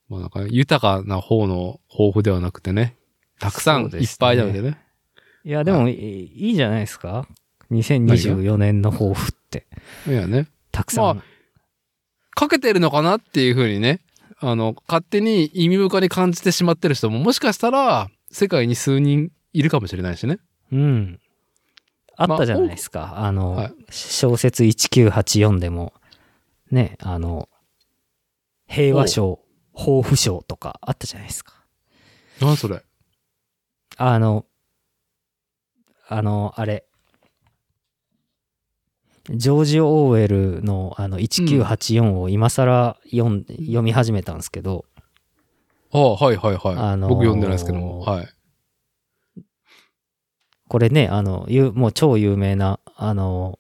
まあなんか、豊かな方の抱負ではなくてね。たくさん
そうです
い
ね
っぱいなのでね。
いや、でも、いいいじゃないですか ?2024 年の抱負って。
いやね。
たくさん。
まかけてるのかなっていうふうにね。あの、勝手に意味深に感じてしまってる人ももしかしたら、世界に数人いるかもしれないしね。
うん。あ
あ
ったじゃないですか。あ、の、
はい
小説1984でも、ね、あの、平和賞、抱負賞とかあったじゃないですか。
何それ。
あの、あの、あれ。ジョージ・オーウェルのあの1984を今更読ん、読み始めたんですけど、
ああ、はいはいはい。
あのー
僕読んでないですけども。はい。
これね、あの、ゆもう超有名な、あの、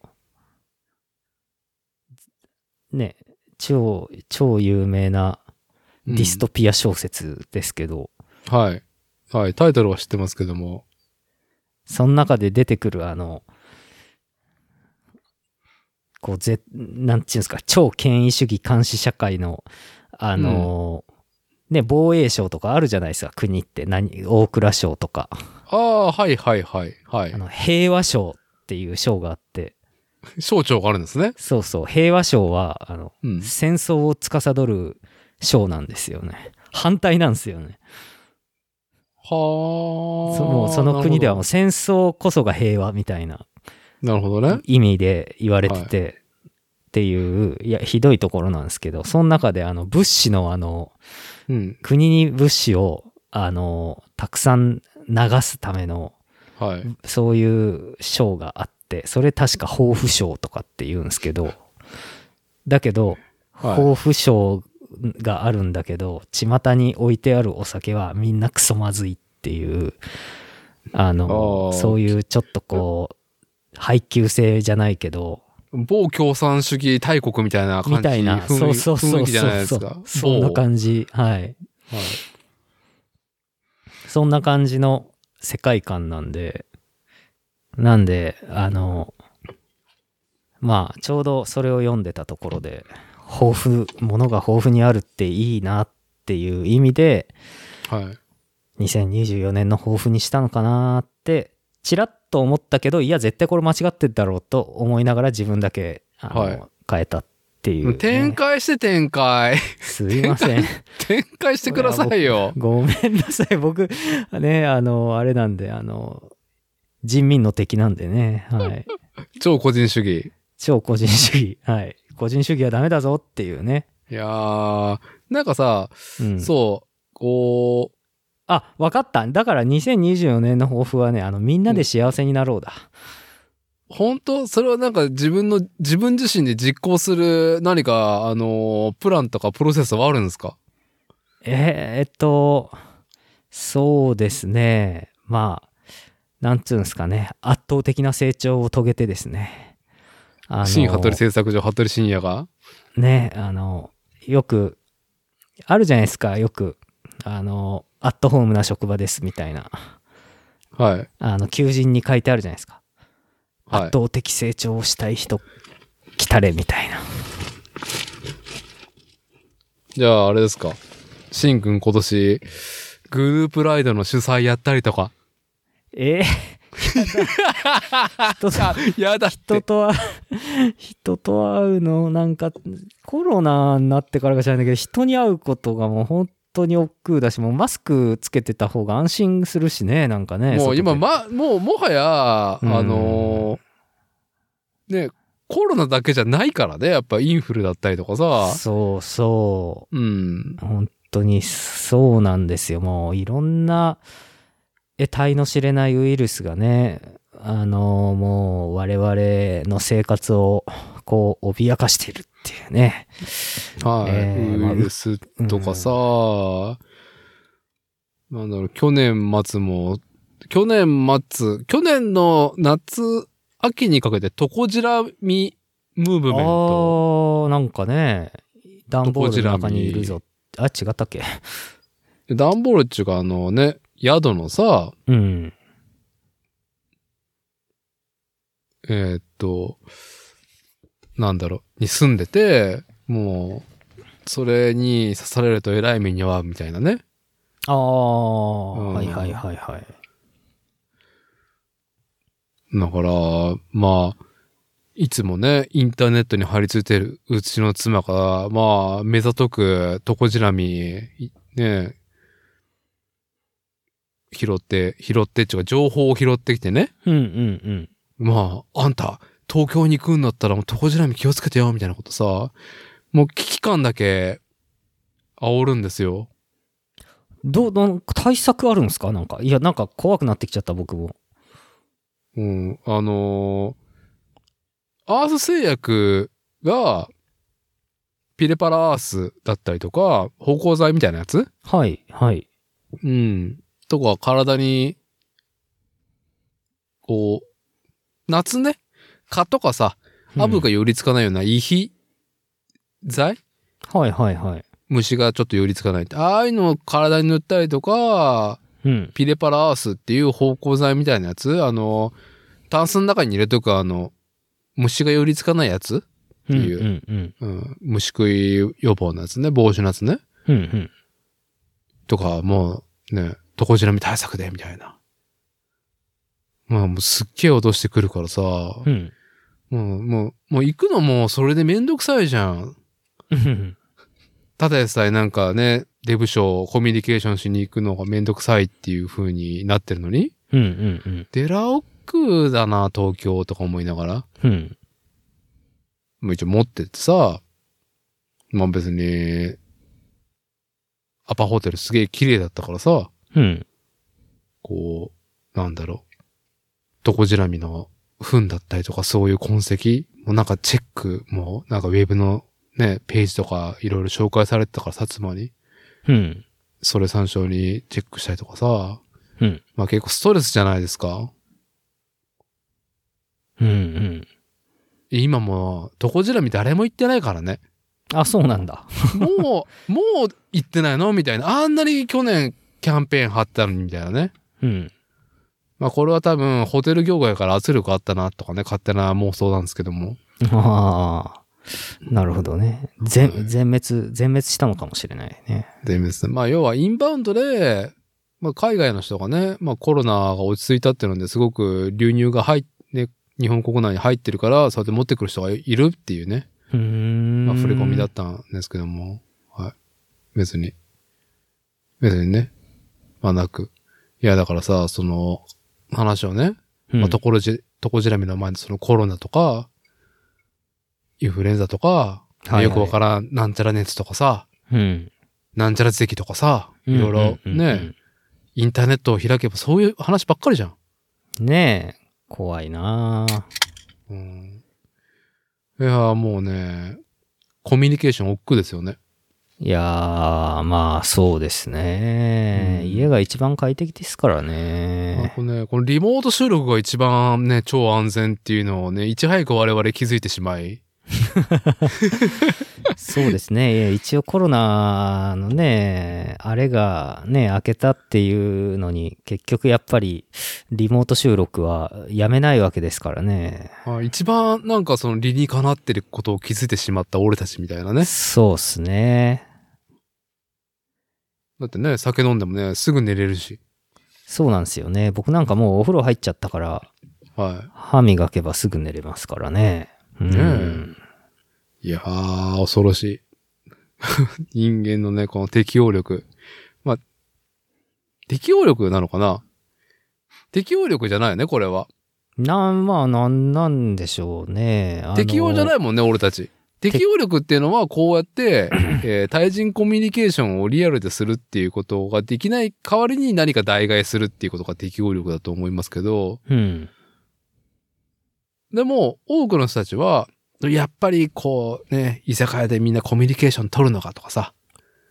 ね、超、超有名な
うん
ディストピア小説ですけど、
はい。はい。タイトルは知ってますけども。
その中で出てくるあの、こう、ぜ、なんていうんですか、超権威主義監視社会の、あの、ね、防衛省とかあるじゃないですか、国って。何、大蔵省とか。
ああ、はいはいはい。は
あ
い。
の、平和省っていう省があって、
省庁があるんですね。
そうそう、平和省は、あの、
うん。
戦争を司る賞なんですよね。反対なんですよね。
はあ。
そのその国ではも
な
う
る
戦争こそが平和みたいな
ほどなるほどね。
意味で言われてて、っていう、いや、ひどいところなんですけど、その中であの物資のあの、
うん。
国に物資をあの、たくさん流すための、
はい。
そういう賞があって、それ確か抱負賞とかって言うんですけど、だけど、
は
抱負賞があるんだけど、巷に置いてあるお酒はみんなクソまずいっていう、あの、
あー
そういうちょっとこう、配給制じゃないけど、
い。某共産主義大国みたいな感じ
みたいな、
雰囲
そうそうそう
雰囲気じゃないです
そ
か
う、。そんな
じ。
感じ、はい。
はい
そんな感じの世界観なんで、なんで、あの、まあ、ちょうどそれを読んでたところで、豊富、ものが豊富にあるっていいなっていう意味で、
はい。
2024年の抱負にしたのかなーって、ちらっと思ったけど、いや、絶対これ間違ってるだろうと思いながら自分だけ、あの、
はい
変えたっていう、
展開して展開。 [LAUGHS]
すいません。
展開してくださいよ。
ごめんなさい。僕、ね、あの、あれなんで、あの、人民の敵なんでね、はい。
超個人主義。
超個人主義、はい。個人主義はダメだぞっていうね。
いやー、なんかさ、
うん、
そう、こう、
あ、わかった。だから2024年の抱負はね、あの、みんなで幸せになろうだ。
本当それはなんか自分の、自分自身で実行する何か、あのープランとかプロセスはあるんですか
えーえっと、そうですね。まあ、なんつうんですかね。圧倒的な成長を遂げてですね。あ
新服部製作所、服部深也が。
ね、あの、よく、あるじゃないですか、よく。あの、アットホームな職場ですみたいな。
はい。
あの、求人に書いてあるじゃないですか。圧
はい。
倒的成長をしたい人、来たれみたいな。
じゃあ、あれですか。シンくん今年、グループライドの主催やったりとか。
えー [LAUGHS] やだ人
[LAUGHS] やだって。
と人とは人と会うのなんかコロナになってからか知らないけど人に会うことがもう本当に億劫だしもうマスクつけてた方が安心するしねなんかね
も
外
う
で
今、ま、もう、もはや、あ
うん
のーね、コロナだけじゃないからね。やっぱインフルだったりとかさ。
そうそ
うん。
う本当にそうなんですよもういろんな得体の知れないウイルスがねあのもう我々の生活をこう脅かしているっていうね
はい。
えーまあ
ウイルスとかさ、なんだろう、去年末も、去年末、去年の夏、秋にかけて、トコジラミムーブメン
あ
ト。
ーなんかね段ボールの中にいるぞあ違ったっけ
ダンボールっていうか、あのね、宿のさ、
うん
えーっと、なんだろう、に住んでて、もう、それに刺されると偉い目に遭うみたいなね。
ああ、
うん
はいはいはいはい。
だから、まあ、いつもね、インターネットに張り付いてるうちの妻が、まあ、目ざとく、とこじらみ、いね、拾って、拾ってっていうか、情報を拾ってきてね、
うんうんうん。
まあ、あんた、東京に行くんだったら、もう、とこじらみ気をつけてよ、みたいなことさ、もう危機感だけ、煽るんですよ。
どう、なんか対策あるんですかなんか。いや、なんか怖くなってきちゃった僕も。
うん、あのーアース製薬が、ピレパラアースだったりとか、芳香剤みたいなやつ
はいはい。
うん。とか、体に、こう、夏ね、蚊とかさ、アブが寄りつかないような胃肥剤
うんはいはいはい。
虫がちょっと寄りつかないって。ああいうのを体に塗ったりとか、
うん。
ピレパラアースっていう芳香剤みたいなやつあの、タンスの中に入れとくあの、虫が寄りつかないやつ
って
いう
うんうん
うん。虫食い予防のやつね。防止のやつね。
うん。うんうん。
とか、もうね、どこじらみ対策で、みたいな。まあもうすっげえ脅してくるからさ、
うん
もう、もう、もう行くのもそれでめんどくさいじゃん。
うん。
ただでさえなんかね、デブ賞コミュニケーションしに行くのがめんどくさいっていう風になってるのに、
うんうんうん。
デラオックだな、東京とか思いながら。
うん。
もう一応持ってってさ、まあ別に、アパホテルすげえ綺麗だったからさ、
うん。
こう、なんだろう、トコジラミの糞だったりとかそういう痕跡もうなんかチェックも、なんかウェブのね、ページとかいろいろ紹介されてたから、薩摩に、
うん。
それ参照にチェックしたりとかさ、
うん
まあ結構ストレスじゃないですか。
うんうん。
今も、トコジラミ誰も行ってないからね。
[LAUGHS] あ、そうなんだ。
もう、もう行ってないのみたいな。あんなに去年キャンペーン貼ったのにみたいなね。
うん。
まあこれは多分ホテル業界から圧力あったなとかね、勝手な妄想なんですけども。
ああ。なるほどね。全
はい
全滅、全滅したのかもしれないね。
で、別にまあ要はインバウンドで、まあ海外の人がね、まあコロナが落ち着いたっていうのですごく流入が入っね、日本国内に入ってるから、そうやって持ってくる人がいるっていうね、
うーん。
まあ振り込みだったんですけども。はい。別に。別にね。まあなく。いやだからさ、その話をね、
うん。
まあ、ところじ、とこじらみの前にそのコロナとか、インフルエンザとか、
はいはい
よくわからん、なんちゃら熱とかさ、
うん。
なんちゃら咳とかさ、
うん
いろいろ
うんうんう
ね、インターネットを開けばそういう話ばっかりじゃん。
んねえ。怖いなあ
うん、いやー、もうね、コミュニケーション億劫ですよね。
いやー、まあそうですね、
うん
家が一番快適ですから
まあ [LAUGHS]
ね。
このね、このリモート収録が一番ね、超安全っていうのをね、いち早く我々気づいてしまい、
そうですね。いや一応コロナのね、あれがね、明けたっていうのに、結局やっぱりリモート収録はやめないわけですからね。
まあ一番なんかその理にかなってることを気づいてしまった俺たちみたいなね。
そうっすね。
だってね、酒飲んでもね、すぐ寝れるし。
そうなんですよね。僕なんかもうお風呂入っちゃったから、
は
歯磨けばすぐ寝れますからね。うん。
ねい。いやー、恐ろしい。 [LAUGHS] 人間のね、この適応力。まあ、適応力なのかな適応力じゃないよね、これは。
なん、まあなんなんでしょうね。あの
適応じゃないもんね、俺たち。適応力っていうのは、こうや
[CLEARS THROAT]
って、えー対人コミュニケーションをリアルでするっていうことができない代わりに何か代替えするっていうことが適応力だと思いますけど、
うん。
でも、多くの人たちは、やっぱりこうね、居酒屋でみんなコミュニケーション取るのかとかさ、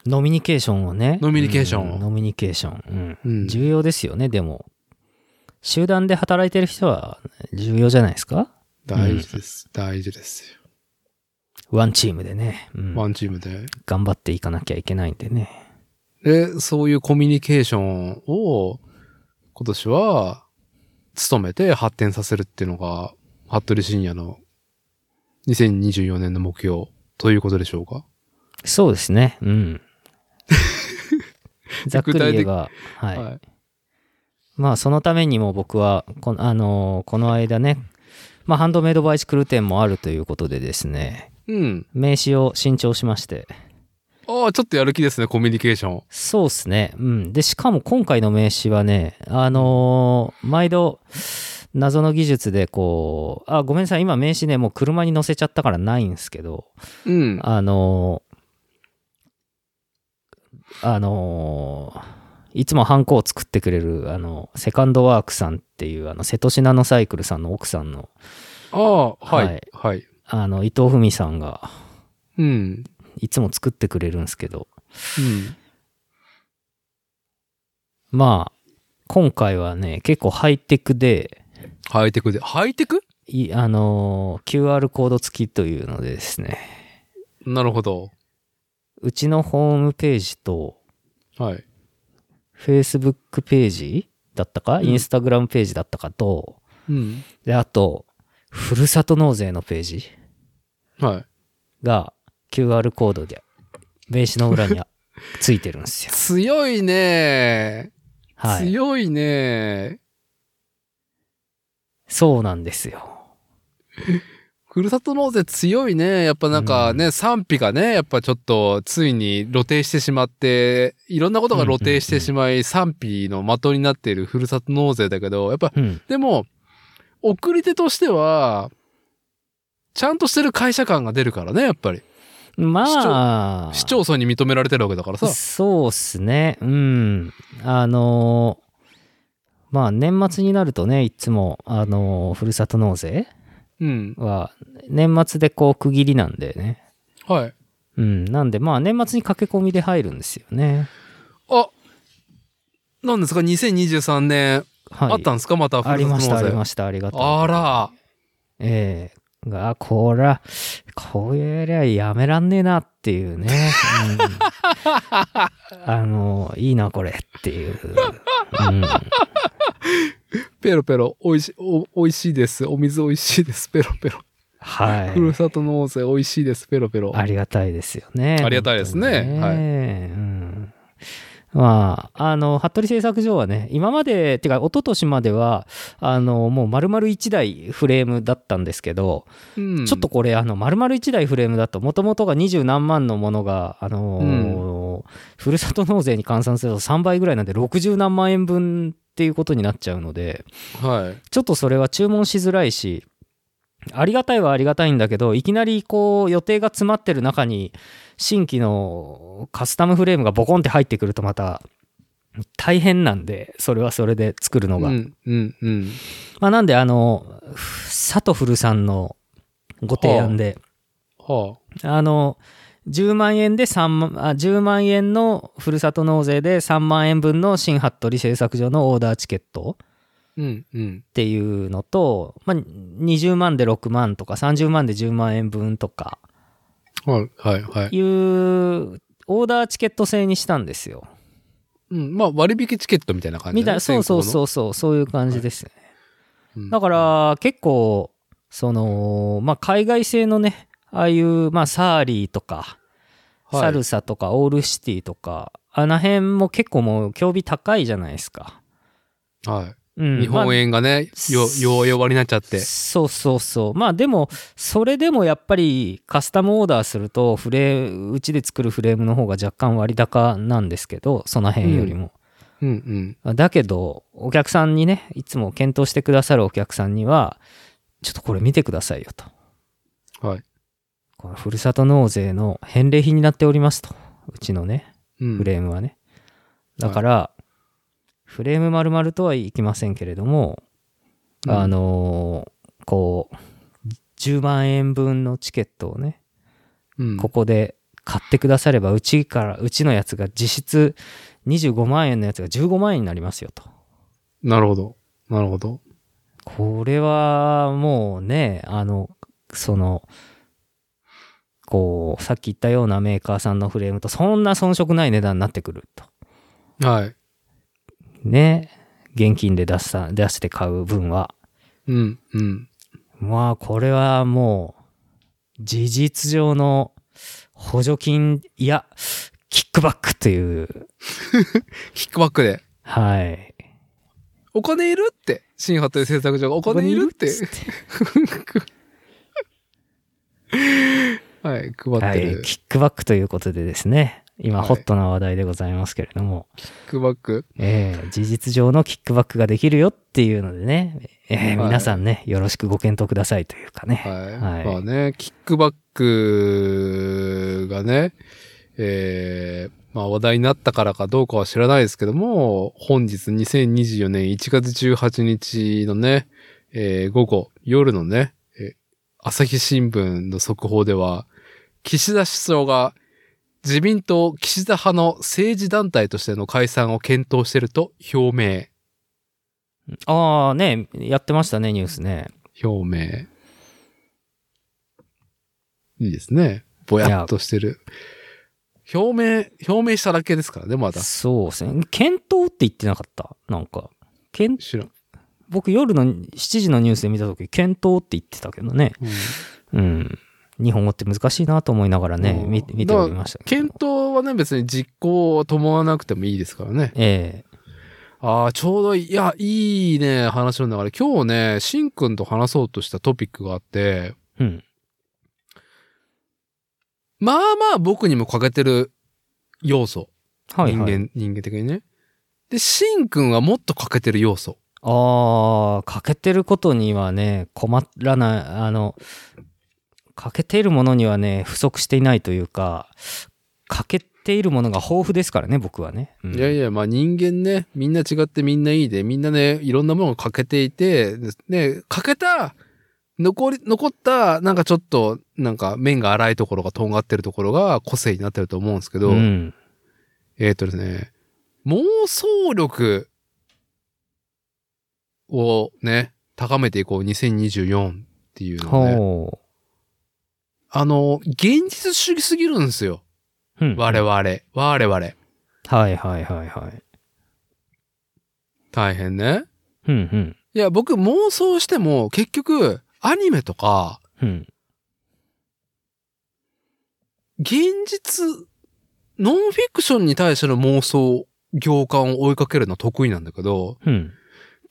ノミニケーションをね。
ノミニケーションを
うんノミニケーション。
う
うんん。重要ですよね、でも。集団で働いてる人は重要じゃないですか
大事です。大事ですよ。
ワンチームでね。うん
ワンチームで。
頑張っていかなきゃいけないんでね。
で、そういうコミュニケーションを今年は努めて発展させるっていうのが服部深也の2024年の目標ということでしょうか
そうですね。
[LAUGHS]
うん。ざっくり言えば、はい。
はい。
まあ、そのためにも僕は、この、あのーこの間ね、まあ、ハンドメイドバイシクル店もあるということでですね、
うん。
名刺を新調しまして。
ああ、ちょっとやる気ですね、コミュニケーション。
そうですね。うん。で、しかも今回の名刺はね、あのー毎度、謎の技術でこう、あ、ごめんなさい、今名刺ね、もう車に乗せちゃったからないんですけど、
うん。
あのーあのーいつもハンコを作ってくれる、あの、セカンドワークさんっていう、あの、瀬戸シナノサイクルさんの奥さんの、
ああ、はい、
はい
はい。
あの、伊藤文さんが、
うん。
いつも作ってくれるんですけど、
うん。
まあ、今回はね、結構ハイテクで、
ハイテクで。ハイテク
いあのー QR コード付きというのでですね、
なるほど。
うちのホームページと、
はい。
Facebook ページだったか、
ん
Instagram ページだったかと、
うん。
で、あと、ふるさと納税のページ
はい。
が QR コードで、名刺の裏
[LAUGHS]
についてるんですよ。
強いね、
はい。
強いね
そうなんですよ。
ふるさと納税強いね。やっぱなんかね、賛否がね、やっぱちょっとついに露呈してしまって、いろんなことが露呈してしまい、賛否の的になっているふるさと納税だけど、やっぱ、
うん。
でも、送り手としては、ちゃんとしてる会社感が出るからね、やっぱり。
まあ、
市町村に認められてるわけだからさ。
そうっすね。うん。あのーまあ年末になるとね、いつも、あのーふるさと納税
うん。
は、年末でこう区切りなんでね。
はい。
うん。なんで、まあ年末に駆け込みで入るんですよね。
あ、なんですか ?2023 年、
はい。
あったんですかまたふ
あ
る
り
さと納
ま
税。
した、ありました、ありがとう。
あら。
ええが、こら、こうやりゃやめらんねえなっていうね。うんあの、いいな、これっていう。うん、
ペロペロ、おいし、お、おいしいです。お水おいしいです。ペロペロ。
は
ふる
い。
さと納税おいしいです。ペロペロ。
ありがたいですよね。
ありがたいですね
本当に
はい
うんまあ、あの、服部製作所はね、今まで、てか、一昨年までは、あの、もう丸々1台フレームだったんですけど、
うん
ちょっと、これあの丸々1台フレームだともともとが20何万のものが、あのーふるさと納税に換算すると3倍ぐらいなんで60何万円分っていうことになっちゃうので
はい。
ちょっとそれは注文しづらいしありがたいはありがたいんだけどいきなりこう予定が詰まってる中に新規のカスタムフレームがボコンって入ってくるとまた大変なんでそれはそれで作るのが。
うん、うん、うん。
まあ、なんであのふ佐藤古さんのご提案で、
は
あの、10万円で3万、あ、10万円のふるさと納税で3万円分の新服部製作所のオーダーチケットっ
あ。うん、うん。
ていうのと、まあ、20万で6万とか30万で10万円分とか
はい、はい、はい。
いうオーダーチケット制にしたんですよ。
うん。まあ、割引チケットみたいな感じ
み
だ
た
ね
いな、そうそう
先
そうそう、そういう感じですね。
行のうん。
だから結構、その、まあ、海外製のね、ああいう、まあ、サーリーとか、
はい
サルサとかオールシティとか、あの辺も結構もう競技高いじゃないですか。
は
う
い。
ん、
日本
ま
円がね、よ、よ、弱になっちゃっ
あ
て。
そうそうそう。まあでも、それでもやっぱりカスタムオーダーすると、フレーうちで作るフレームの方が若干割高なんですけど、その辺よりも。
うん、うん。
だけど、お客さんにね、いつも検討してくださるお客さんには、ちょっとこれ見てくださいよと。
はい。
このふるさと納税の返礼品になっておりますと。うちのね、
うん
フ。レームはね。だから、フレーム丸々とはいきませんけれども、
うん
あのーこう、10万円分のチケットをね、
うん
ここで買ってくだされば、うちから、うちのやつが実質25万円のやつが15万円になりますよと。
なるほど。なるほど。
これはもうね、あの、その、こう、さっき言ったようなメーカーさんのフレームとそんな遜色ない値段になってくると。
はい。
ね。現金で出した、出して買う分は。
うん、うん。
まあ、これはもう、事実上の補助金、いや、キックバックという、
キックバックで。
はい。
お金いるって、新波という制作所がお金いるって、
つって
はい、配
は
[LAUGHS] ってる。
い、キックバックということでですね、今、
はい
ホットな話題でございますけれども、
キックバック。
えー事実上のキックバックができるよっていうのでね、えー
はい
皆さんね、よろしくご検討くださいというかね。
はい。
はい
まあね、キックバックがね、えー、まあ話題になったからかどうかは知らないですけども、本日2024年1月18日のね、えー午後、夜のね、えー朝日新聞の速報では、岸田首相が自民党岸田派の政治団体としての解散を検討していると表明。
ああ、ね、やってましたね、ニュースね。
表明。いいですね。ぼやっとしてる。表明、表明しただけですからね、まだ。
そうですね。検討って言ってなかった。なんか。検
知らん。
僕、夜の7時のニュースで見たとき、検討って言ってたけどね。
うん
うん。日本語って難しいなと思いながらね、
うん
見見ておりましたけど
検。討はね、別に実行を伴わなくてもいいですからね。
え
ああ、ちょうどいい、いや、いいね、話の流れ。今日ね、しんくんと話そうとしたトピックがあって、
えうん。
まあまあ僕にも欠けてる要素。
はい、はい。
人間、人間的にね。で、しんくんはもっと欠けてる要素。
ああ、欠けてることにはね、困らない、あの、欠けているものにはね、不足していないというか、欠けているものが豊富ですからね、僕はね。うん
いやいや、まあ人間ね、みんな違ってみんないいで、みんなね、いろんなものが欠けていて、ね、欠けた、残り、残った、なんかちょっと、なんか面が荒いところがとんがってるところが個性になってると思うんですけど、
うん。
えっ、とですね、妄想力をね、高めていこう2024っていうのをね、
ほ
あの、現実主義すぎるんですよ。
う。うん
我々、我々。
はいはいはいはい。
大変ね。
うんうん。
いや、僕妄想しても結局アニメとか
うん。
現実、ノンフィクションに対しての妄想、行間を追いかけるのは得意なんだけど、
うん。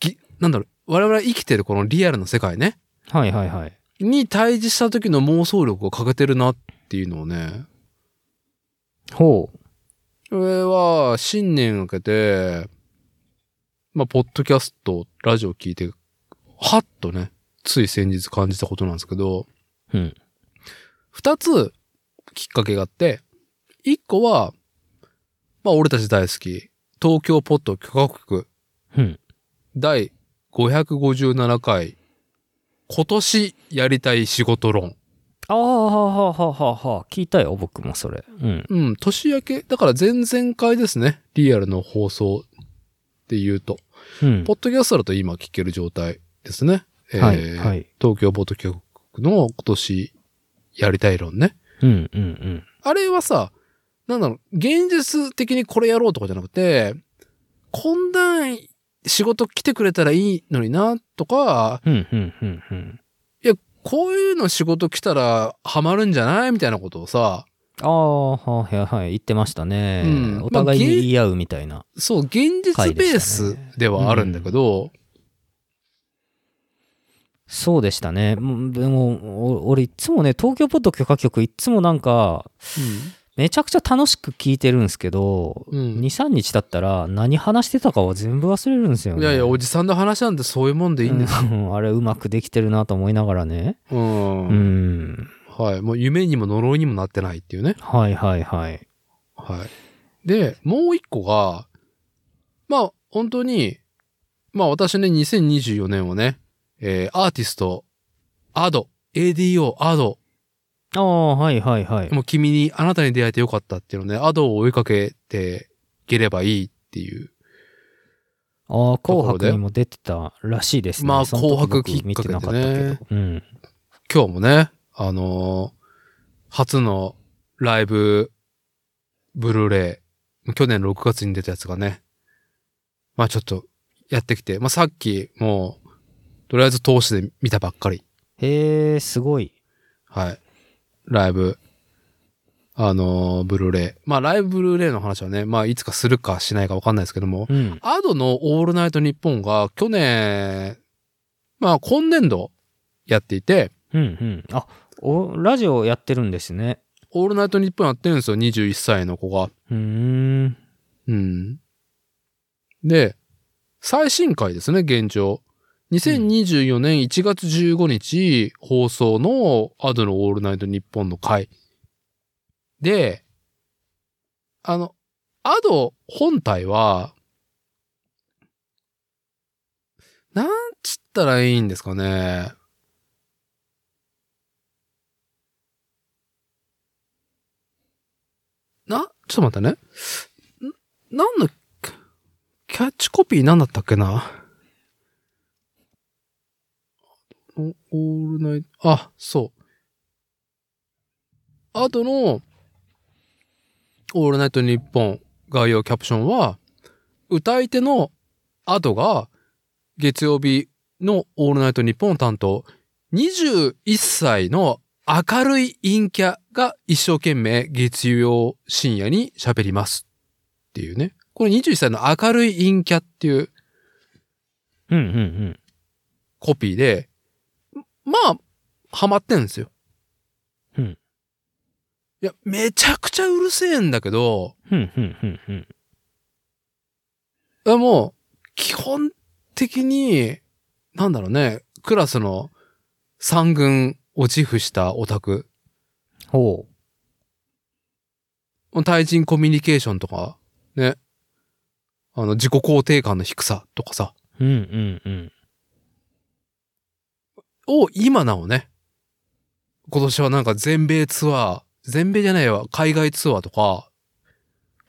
ぎなんだろう、我々生きてるこのリアルの世界ね、
はいはいはい。
に対峙した時の妄想力を欠けてるなっていうのをね、
ほう。
これは新年明けて、まあ、ポッドキャスト、ラジオ聞いて、はっとね、つい先日感じたことなんですけど、
うん。
二つきっかけがあって、一個は、まあ俺たち大好き、東京ポッド許可局
うん。
第557回、今年やりたい仕事論。
ああ、ははははは。聞いたよ、僕もそれ。うん。
うん、年明け、だから前々回ですね、リアルの放送で言うと。
うん
ポ。ッドキャストだと今聞ける状態ですね。えー
はいはい。
東京ポッド許可局の今年やりたい論ね。
うんうんうん。
あれはさ、なんだろう、現実的にこれやろうとかじゃなくて、こんなん仕事来てくれたらいいのになとか、
うんうんうんうん。
いや、こういうの仕事来たらハマるんじゃないみたいなことをさ、
ああ、はいはいはい。言ってましたね。
うん
お互いに言い合うみたいな。
そう、現実ベースではあるんだけど、
そうでしたね。もうでも、お俺いつもね、東京ポッド許可局いつもなんか、めちゃくちゃ楽しく聞いてるんですけど、
うん
2、3日経ったら何話してたかは全部忘れるんですよ
うん
ね。
いやいや、おじさんの話なんてそういうもんでいいんです。
うんあれうまくできてるなと思いながらね。
うん。
うん。
はい。もう夢にも呪いにもなってないっていうね。
はいはいはい。
はい。で、もう一個が、まあ、本当に、まあ私ね、2024年をね、えーアーティスト、アド、ADO、アド、
ああ、はいはいはい。
もう君に、あなたに出会えてよかったっていうのね、アドを追いかけていければいいっていう。
ああ、
ころ
紅
で
白にも出てたらしいですね。
まあ
その時
紅白
僕見てなかった
きっかけで
け
ね
ど。うん。
今日もね、あのー初のライブ、ブルーレイ、去年6月に出たやつがね、まあちょっとやってきて、まあさっきもう、とりあえず通して見たばっかり
へえー、すごい。
はい。ライブ、あのーブルーレイ。まあ、ライブブルーレイの話はね、まあ、いつかするかしないかわかんないですけども、
うん。
アドのオールナイトニッポンが去年、まあ、今年度やっていて、
うんうん。あ、お、ラジオやってるんですね。
オールナイトニッポンやってるんですよ、21歳の子が。
うーん。
うん。で、最新回ですね、現状。2024年1月15日放送のアドのオールナイトニッポンの回。で、あの、アド本体は、なんつったらいいんですかね。な、ちょっと待ってね。なんの、キャッチコピーなんだったっけなおオールナイト、あ、そう。あとの、オールナイトニッポン概要キャプションは、歌い手のアドが、月曜日のオールナイトニッポンを担当、21歳の明るい陰キャが一生懸命月曜深夜に喋ります。っていうね。これ21歳の明るい陰キャっていう
うんうんうん。
コピーで、まあ、ハマってんですよ。
うん。
いや、めちゃくちゃうるせえんだけど、
うんうんうんうん。
いやもう、基本的に、なんだろうね、クラスの三軍を自負したオタク、
ほう。
対人コミュニケーションとか、ね、あの、自己肯定感の低さとかさ、
うんうんうん。
を今なおね、今年はなんか全米ツアー、全米じゃないわ、海外ツアーとか、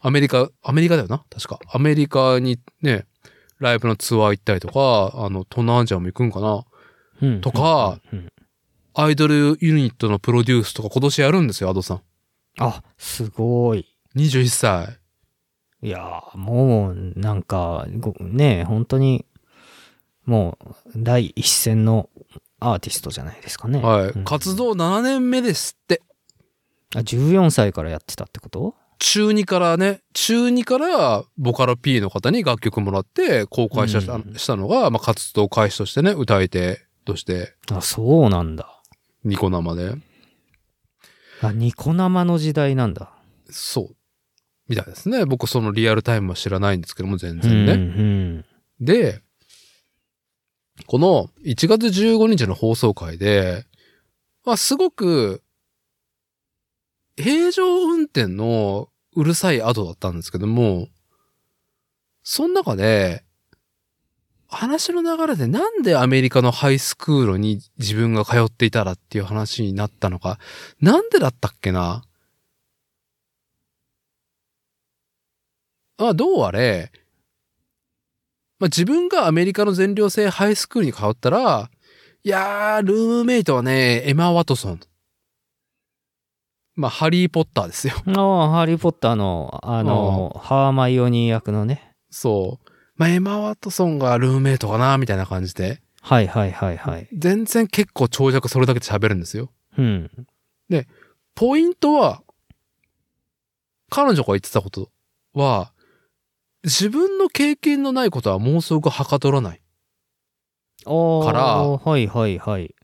アメリカ、アメリカだよな確か。アメリカにね、ライブのツアー行ったりとか、あの、東南アジアも行くんかな
うんうんうん
とか、
うん
アイドルユニットのプロデュースとか今年やるんですよ、アドさ
あ、すごい。
ん。21歳。
いやー、もう、なんか、ごねえ本当に、もう、第一線のアーティストじゃないですかね。
はい。
うん
活動7年目ですって。
あ14歳からやってたってこと
中2からね、中2からボカロ P の方に楽曲もらって公開した,、
うん
したのが、まあ、活動開始としてね、歌い手として
あ、そうなんだ。
ニコ生で。
あ、ニコ生の時代なんだ。
そう。みたいですね。僕そのリアルタイムは知らないんですけども、全
うん
然
う
ね。
ん。
で、この1月15日の放送回で、まあすごく、平常運転のうるさい後だったんですけども、その中で、話の流れでなんでアメリカのハイスクールに自分が通っていたらっていう話になったのか、なんでだったっけなあ、どうあれ、まあ、自分がアメリカの全寮制ハイスクールに通ったら、いやー、ルームメイトはね、エマ・ワトソン。まあ、ハリー・ポッターですよ。
ああ、ハリー・ポッターの、あの、ハーマイオニー役のね。
そう。まあ、エマ・ワトソンがルームメイトかな、みたいな感じで。
はいはいはいはい。
全然結構長尺それだけで喋るんですよ。
うん。
ポイントは、彼女が言ってたことは、自分の経験のないことは妄想がはかどらない。
ああ。
から
はいはいはい。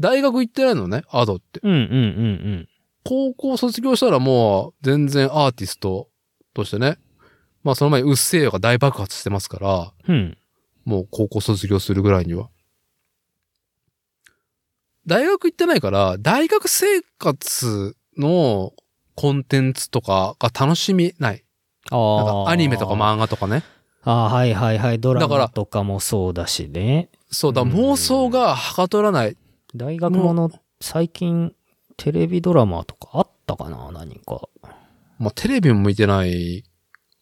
大学行ってないのね、アドって。
うんうんうん
高校卒業したらもう全然アーティストとしてね。まあその前にうっせぇよが大爆発してますから、
うん。うん。
もう高校卒業するぐらいには。大学行ってないから、大学生活のコンテンツとかが楽しみない。なん
あ
か
あ。
アニメとか漫画とかね。
あーはいはいはい。ドラ
だから
マとかもそうだしね。
そうだ、妄想がはかどらない。
大学もの、最近、テレビドラマとかあったかな何か。
まあテレビも見てない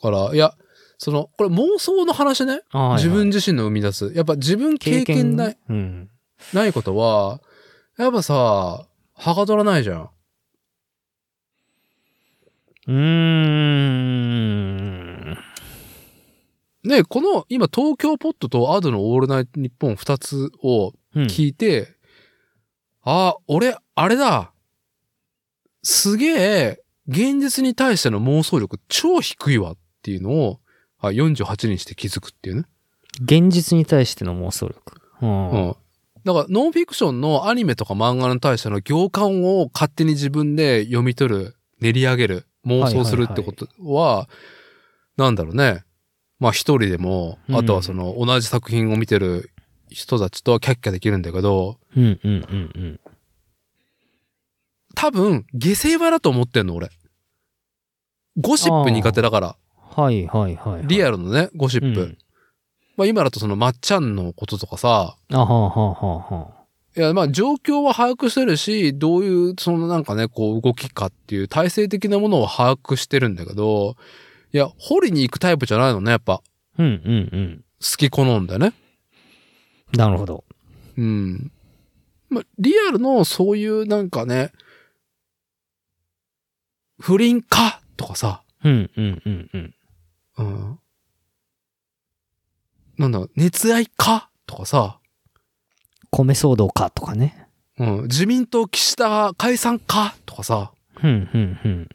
から、いや、その、これ妄想の話ね。
あーはいはい
自分自身の生み出す。やっぱ自分経験ない。。
うん。
ないことは、やっぱさ、はかどらないじゃん。
うーん。
ねこの、今、東京ポットとアドのオールナイトニッポン2つを
うん
聞いて、あ、俺、あれだ。すげえ、現実に対しての妄想力超低いわっていうのを、あ48にして気づくっていうね。
現実に対しての妄想力。うん
うん。だから、ノンフィクションのアニメとか漫画に対しての行間を勝手に自分で読み取る、練り上げる、妄想するってことは、なんだろうね。まあ一人でも、
うん
あとはその同じ作品を見てる人たちとキャッキャできるんだけど、
うんうんうんうん。
多分、下世話だと思ってんの、俺。ゴシップ苦手だから、
はいはいはい、はい。
リ
ア
アルのね、ゴシップ。
うん
まあ今だとそのまっちゃんのこととかさ、
あはあはあはあはい
や、まあ、状況は把握してるし、どういう、そのなんかね、こう、動きかっていう、体制的なものを把握してるんだけど、いや、掘りに行くタイプじゃないのね、やっぱ。好
あ。うんうんうん。
き好んだよね。
なるほど。
うん。まあ、リアルのそういうなんかね、不倫かとかさ、
うんうんうんうん。
うん。なんだ、熱愛かとかさ、
米騒動かとかね。
うん、自民党岸田解散かとかさ、
うんうんうん。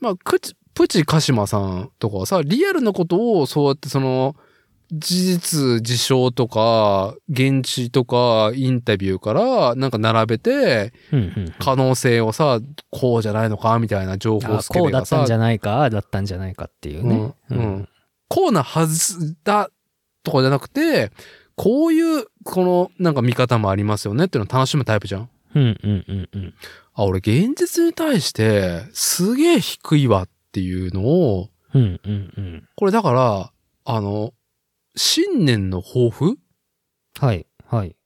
まあ、プチ、プチカシマさんとかはさ、リアルなことをそうやってその、事実、事象とか、現地とか、インタビューから、なんか並べて、
うんうん
可能性をさ、こうじゃないのか、みたいな情報を
あ
つけ
こう
て
だ
が
っ
さ、
たんじゃないか、ああだったんじゃないかっていうね。
うんうんこうなはずだ、とかじゃなくて、こういう、この、なんか見方もありますよねっていうのを楽しむタイプじゃん。
うんうんうんうん。
あ、俺、現実に対して、すげえ低いわっていうのを、
うんうんうん。
これだから、あの、新年の抱負
はいはい。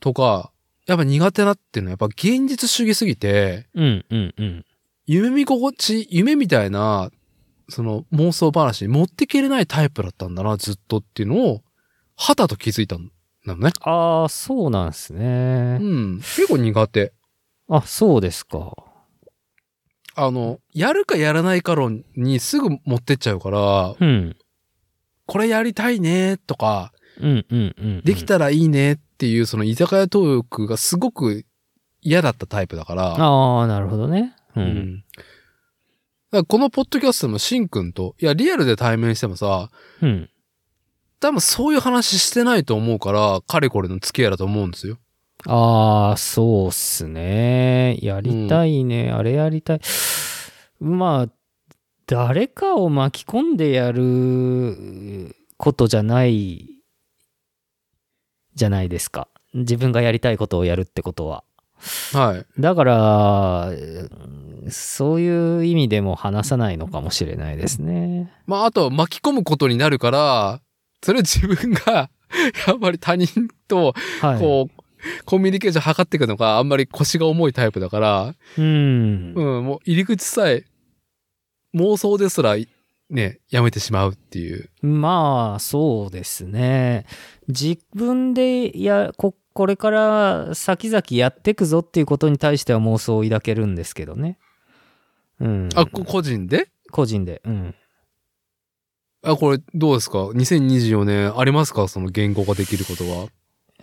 とか、やっぱ苦手なっていうのはやっぱ現実主義すぎて、
うんうんうん。
夢見心地、夢みたいな、その妄想話に持ってけれないタイプだったんだな、ずっとっていうのを、はたと気づいたんだね。
ああ、そうなんです
う
ね。
ん。結構苦手。
あ、そうですか。
あの、やるかやらないか論にすぐ持ってっちゃうから、
うん。
これやりたいねとか、
うんうんうん。
でき。たらいいねっていうその居酒屋トークがすごく嫌だったタイプだから、
ああ、なるほどね。う。
うんん。だからこのポッドキャストでもしんくんと、いや、リアルで対面してもさ、
うん。
多分そういう話してないと思うから、かれこれの付き合いだと思うんですよ。
ああ、そうっすね。やりたいね。あれやりたい。まあ、誰かを巻き込んでやることじゃない、じゃないですか。自分がやりたいことをやるってことは。
はい。
だから、うんそういう意味でも話さないのかもしれないですね。
まあ、あと巻き込むことになるから、それは自分が、 [LAUGHS] やっぱり他人と、
はい。
こう、コミュニケーション測っていくのがあんまり腰が重いタイプだから、
うん。
うん、もう入り口さえ、妄想ですら、ね、やめてしまうっていう。
まあそうですね自分でやここれから先々やってくぞっていうことに対しては妄想を抱けるんですけどねうん
あ、こ個人で
個人でうん
あ、これどうですか ?2024 年ありますかその言語化できることは。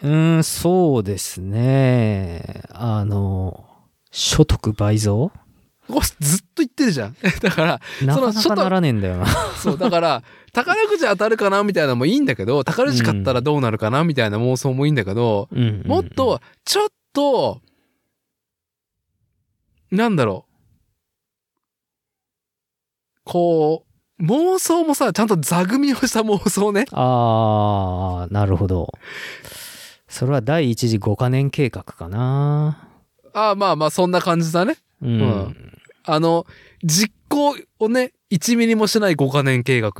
うーんそうですねあの所得倍増
これずっと言ってるじゃん。 [LAUGHS] だから、
なかな
所
か
得
ならねえんだよな
そう、だから、宝くじ当たるかなみたいなのもいいんだけど、宝くじ買ったらどうなるかなみたいな妄想もいいんだけど、
うんうんうん
もっと、ちょっと、なんだろう。こう、妄想もさ、ちゃんと座組みをした妄想ね。
ああなるほどそれは第一次5カ年計画かな
ああ、まあまあ、そんな感じだね。
うん、
うんあの、実行をね、1ミリもしない5カ年計画。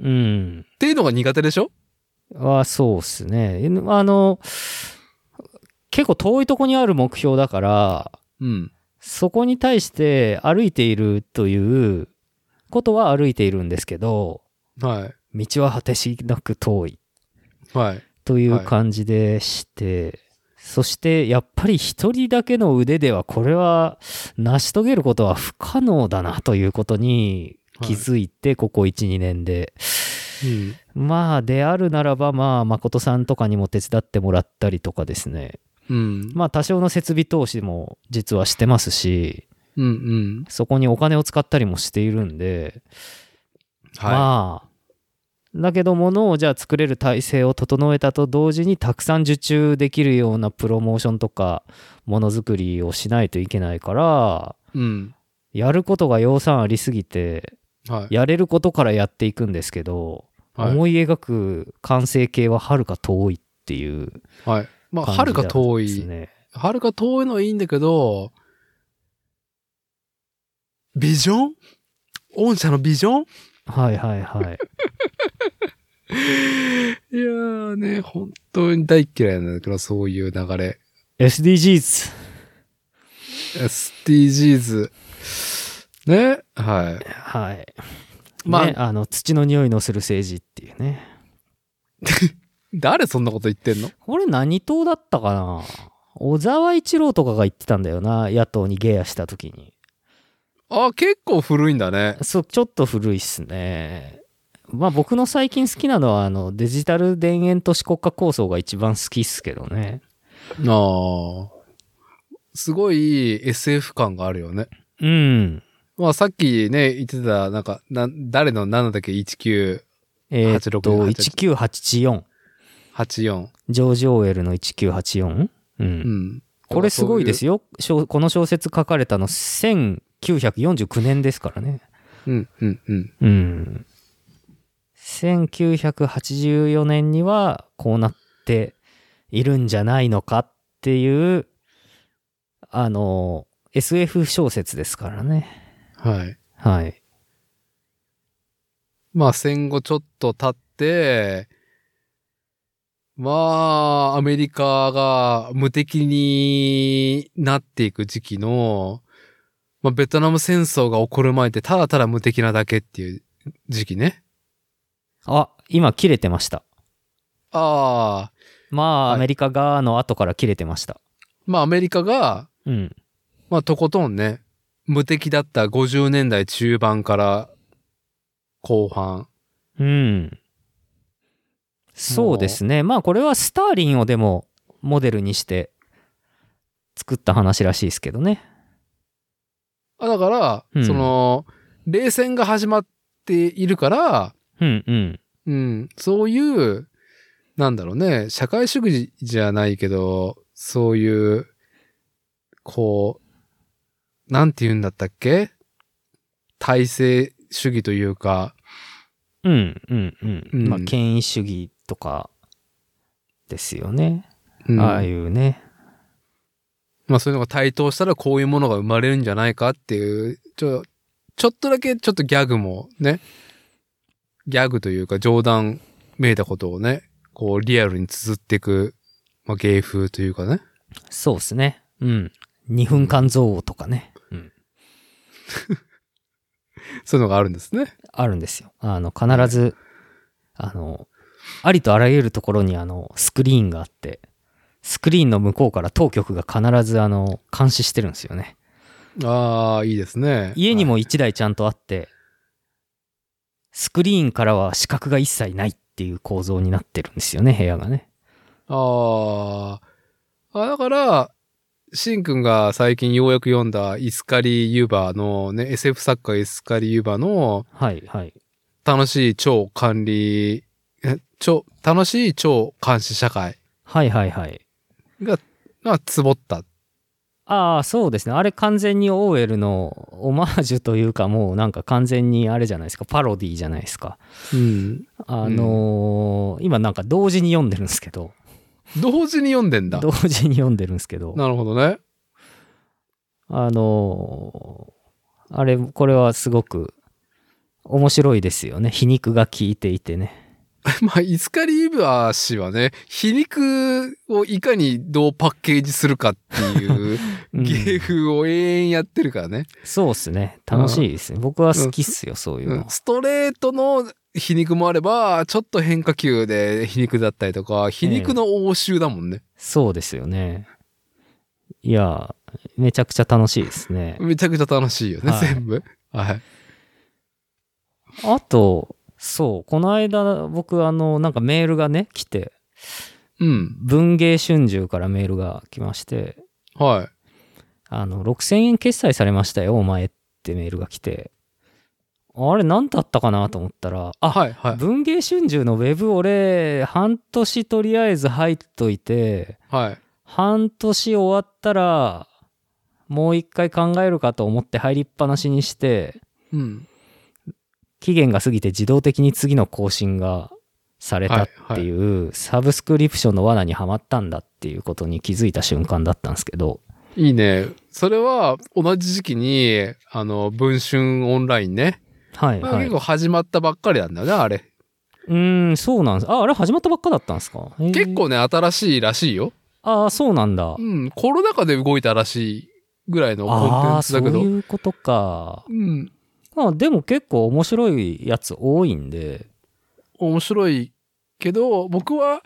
うん
っていうのが苦手でしょ
はそうっすね。えあの、結構遠いとこにある目標だから、
うん。
そこに対して歩いているということは歩いているんですけど、
は
道は果てしなく遠い
い。はい。
という感じでして、そしてやっぱり一人だけの腕ではこれは成し遂げることは不可能だなということに気づいて、ここ1、2年で。
うん。
まあであるならばまあ誠さんとかにも手伝ってもらったりとかですね
うん。
まあ多少の設備投資も実はしてますし、
うんうん。
そこにお金を使ったりもしているんで、
は
まあ、だけどものをじゃあ作れる体制を整えたと同時にたくさん受注できるようなプロモーションとかものづくりをしないといけないから
い。うん。
やることが要算ありすぎて
はい。
やれることからやっていくんですけど、
はい。
思い描く完成形ははるか遠いっていう
はい。まあ、
感じ
はるか遠
なんです
い。
ね。
はるか遠いのはいいんだけど、ビジョン御社のビジョン
はいはい [LAUGHS] はい。
いやーね、本当に大嫌いなんだけど、そういう流れ。
SDGs。
SDGs。ねはい。
はい。
まあ
ね、あの、土の匂いのする政治っていうね。
誰そんなこと言ってんの
これ何党だったかな小沢一郎とかが言ってたんだよな、野党にゲアした時に。
あ、結構古いんだね。
そう、ちょっと古いっすね。まあ僕の最近好きなのは、あの、デジタル田園都市国家構想が一番好きっすけどね。
ああ。すごい SF 感があるよね。
うん。
まあさっきね、言ってた、なんか、な誰の7だっけ
えーっと、
86
1984。
1984。
ジョージ・オーウェルの1984。う。
うんん。
これすごいです
よ。
よ。小この小説書かれたの1949年ですからね。
うん、うん、うん。
うん。1984年にはこうなっているんじゃないのかっていう、あの、SF 小説ですからね。
はい。
はい。
まあ戦後ちょっと経って、まあ、アメリカが無敵になっていく時期の、まあ、ベトナム戦争が起こる前ってただただ無敵なだけっていう時期ね。
あ、今切れてました。
ああ、
まあ、
はい
アメリカがの後から切れてました。
まあアメリカが、
うん。
まあとことんね、無敵だった50年代中盤から後半。
うん。そうですね。まあ、これはスターリンをでもモデルにして作った話らしいですけどね。
あだから、
うん
その、冷戦が始まっているから、
うんうん。
うん、そういう、なんだろうね、社会主義じゃないけど、そういう、こう、なんて言うんだったっけ体制主義というか、
うんうんうん。
うん
まあ、権威主義とかですよね。
うん
ああいうね。
まあそういうのが対等したらこういうものが生まれるんじゃないかっていう、ちょ、ちょっとだけちょっとギャグもね、ギャグというか冗談めいたことをね、こうリアルに綴っていく、まあ芸風というかね。
そうですね。うん。2分間憎悪とかね。うん。
そういうのがあるんですね。
あるんですよ。あの、必ず、あの、ありとあらゆるところにあの、スクリーンがあって、スクリーンの向こうから当局が必ずあの、監視してるんですよね。
ああ、いいですね。
家にも1台ちゃんとあって、スクリーンからは視覚が一切ないっていう構造になってるんですよね、部屋がね。
ああ。あ、だから、しんくんが最近ようやく読んだイスカリ・ユーバーのね、SF 作家イスカリ・ユーバーの
はい、はい。
楽しい超管理、え超、楽しい超監視社会
はいはいはい。
が、がつぼった。
ああ、そうですね。あれ完全にオーエルのオマージュというか、もうなんか完全にあれじゃないですか、パロディじゃないですか。
うん。
あのー今なんか同時に読んでるんですけど、
同時に読んでんだ。
同時に読んでるんですけど、
なるほどね。 [LAUGHS]
あのーあれ、これはすごく面白いですよね。皮肉が効いていてね。
まあ、イスカリ・ユーバー氏はね、皮肉をいかにどうパッケージするかっていう
う
[LAUGHS]
ん
芸風を永遠やってるからね。
そうですね。楽しいですね。僕は好きっすよ、そういう
う
の
ん。ストレートの皮肉もあれば、ちょっと変化球で皮肉だったりとか、皮肉の応酬だもんね。
そうですよね。いやー、めちゃくちゃ楽しいですね。
めちゃくちゃ楽しいよね、
はい
全部。はい。
あと、そう、この間僕あの、なんかメールがね、来て、
うん。
文芸春秋からメールが来まして、
は
あの、6000円決済されましたよ、お前ってメールが来て、あれ何だったかなと思ったら、
い。
あ、
はい、はい。
文芸春秋のウェブ俺、半年とりあえず入っといて、
はい。
半年終わったら、もう一回考えるかと思って入りっぱなしにして、
うん。
期限が過ぎて自動的に次の更新がされたっていう、サブスクリプションの罠にはまったんだっていうことに気づいた瞬間だったんですけど、
いいね。それは、同じ時期に、あの、文春オンラインね。
はい
まあ
はい
結。構始まったばっかりなんだよね、あれ。
うーん、そうなんです。あ、あれ始まったばっかだったんですかへー
結構ね、新しいらしいよ。
ああ、そうなんだ。
うん、コロナ禍で動いたらしいぐらいのコンテ
あ
ン
あ、
ツ
そ
だ
う
けど。
いうことか。
うん、
まあ、でも結構面白いやつ多いんで、
面白いけど、僕は、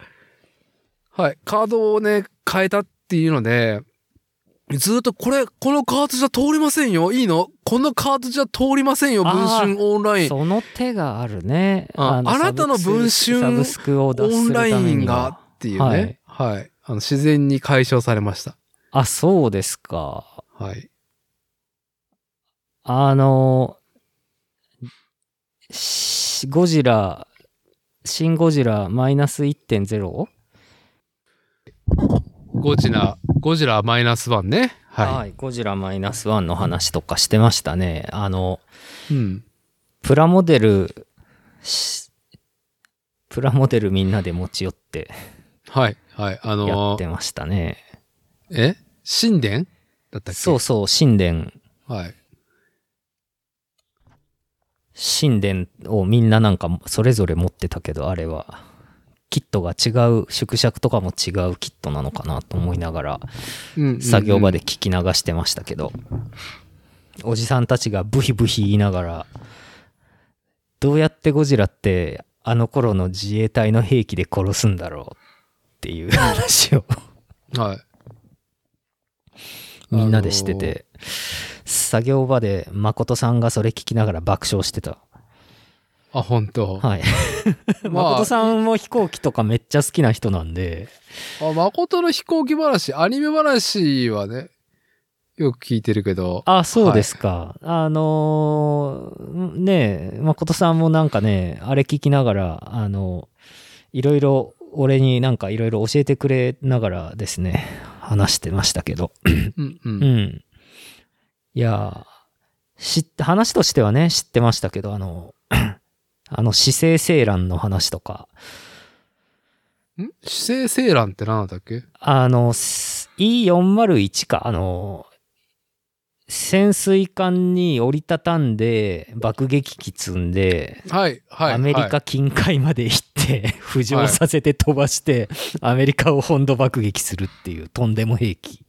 はい、カードをね、変えたっていうので、ずっとこれ、このカードじゃ通りませんよ。いいのこのカードじゃ通りませんよ。文
あー
春オンライン。
その手があるね。
ああなたの
サブスク
文春
サブスクを脱
オ
す
ン
るた
ラ
めには
インがっていうね。はい、あの、自然に解消されました。
あ、そうですか。
はい。
あの、しゴジラ、シン・ゴジラマイナス 1.0? はい、
ゴジラ、ゴジラマイナスワンね。は
ゴジラマイナス1の話とかしてましたね。あの、
い。うん。
プラモデル、しプラモデルみんなで持ち寄って
はい。はい。あ
や
の
って
ー、
ましたね。
え神殿だったっけ
そうそう、神殿、
はい。
神殿をみんななんかそれぞれ持ってたけど、あれは。キットが違う、縮尺とかも違うキットなのかなと思いながら、作業場
で。
で聞き流してましたけど、おじさんたちがブヒブヒ言いながら、どうやってゴジラってあの頃の自衛隊の兵器で殺すんだろうっていう話を
はい。
みんなでしてて、作業場で誠さんがそれ聞きながら爆笑してた。
あ、本当。
はい。
[LAUGHS] まあ
誠さんも飛行機とかめっちゃ好きな人なんで、
あ、誠の飛行機話、アニメ話はね、よく聞いてるけど。
あ、そうですか。あのーねえ、誠さんもなんかね、あれ聞きながら、あの、いろいろ、俺になんかいろいろ教えてくれながらですね、話してましたけど。
うんう。
うんん。いやー、知っ話としてはね、知ってましたけど、あの、 [CLEARS THROAT] あの、姿勢精卵の話とか、
ん姿勢精卵って何だっけ
あの、す E401 か、あの、潜水艦に折りたたんで、爆撃機積んで、
はい、はい。
アメリ
はい
カ近海まで行って、 [LAUGHS] 浮上させて飛ばして、アメリカを本土爆撃するっていう、とんでも兵器。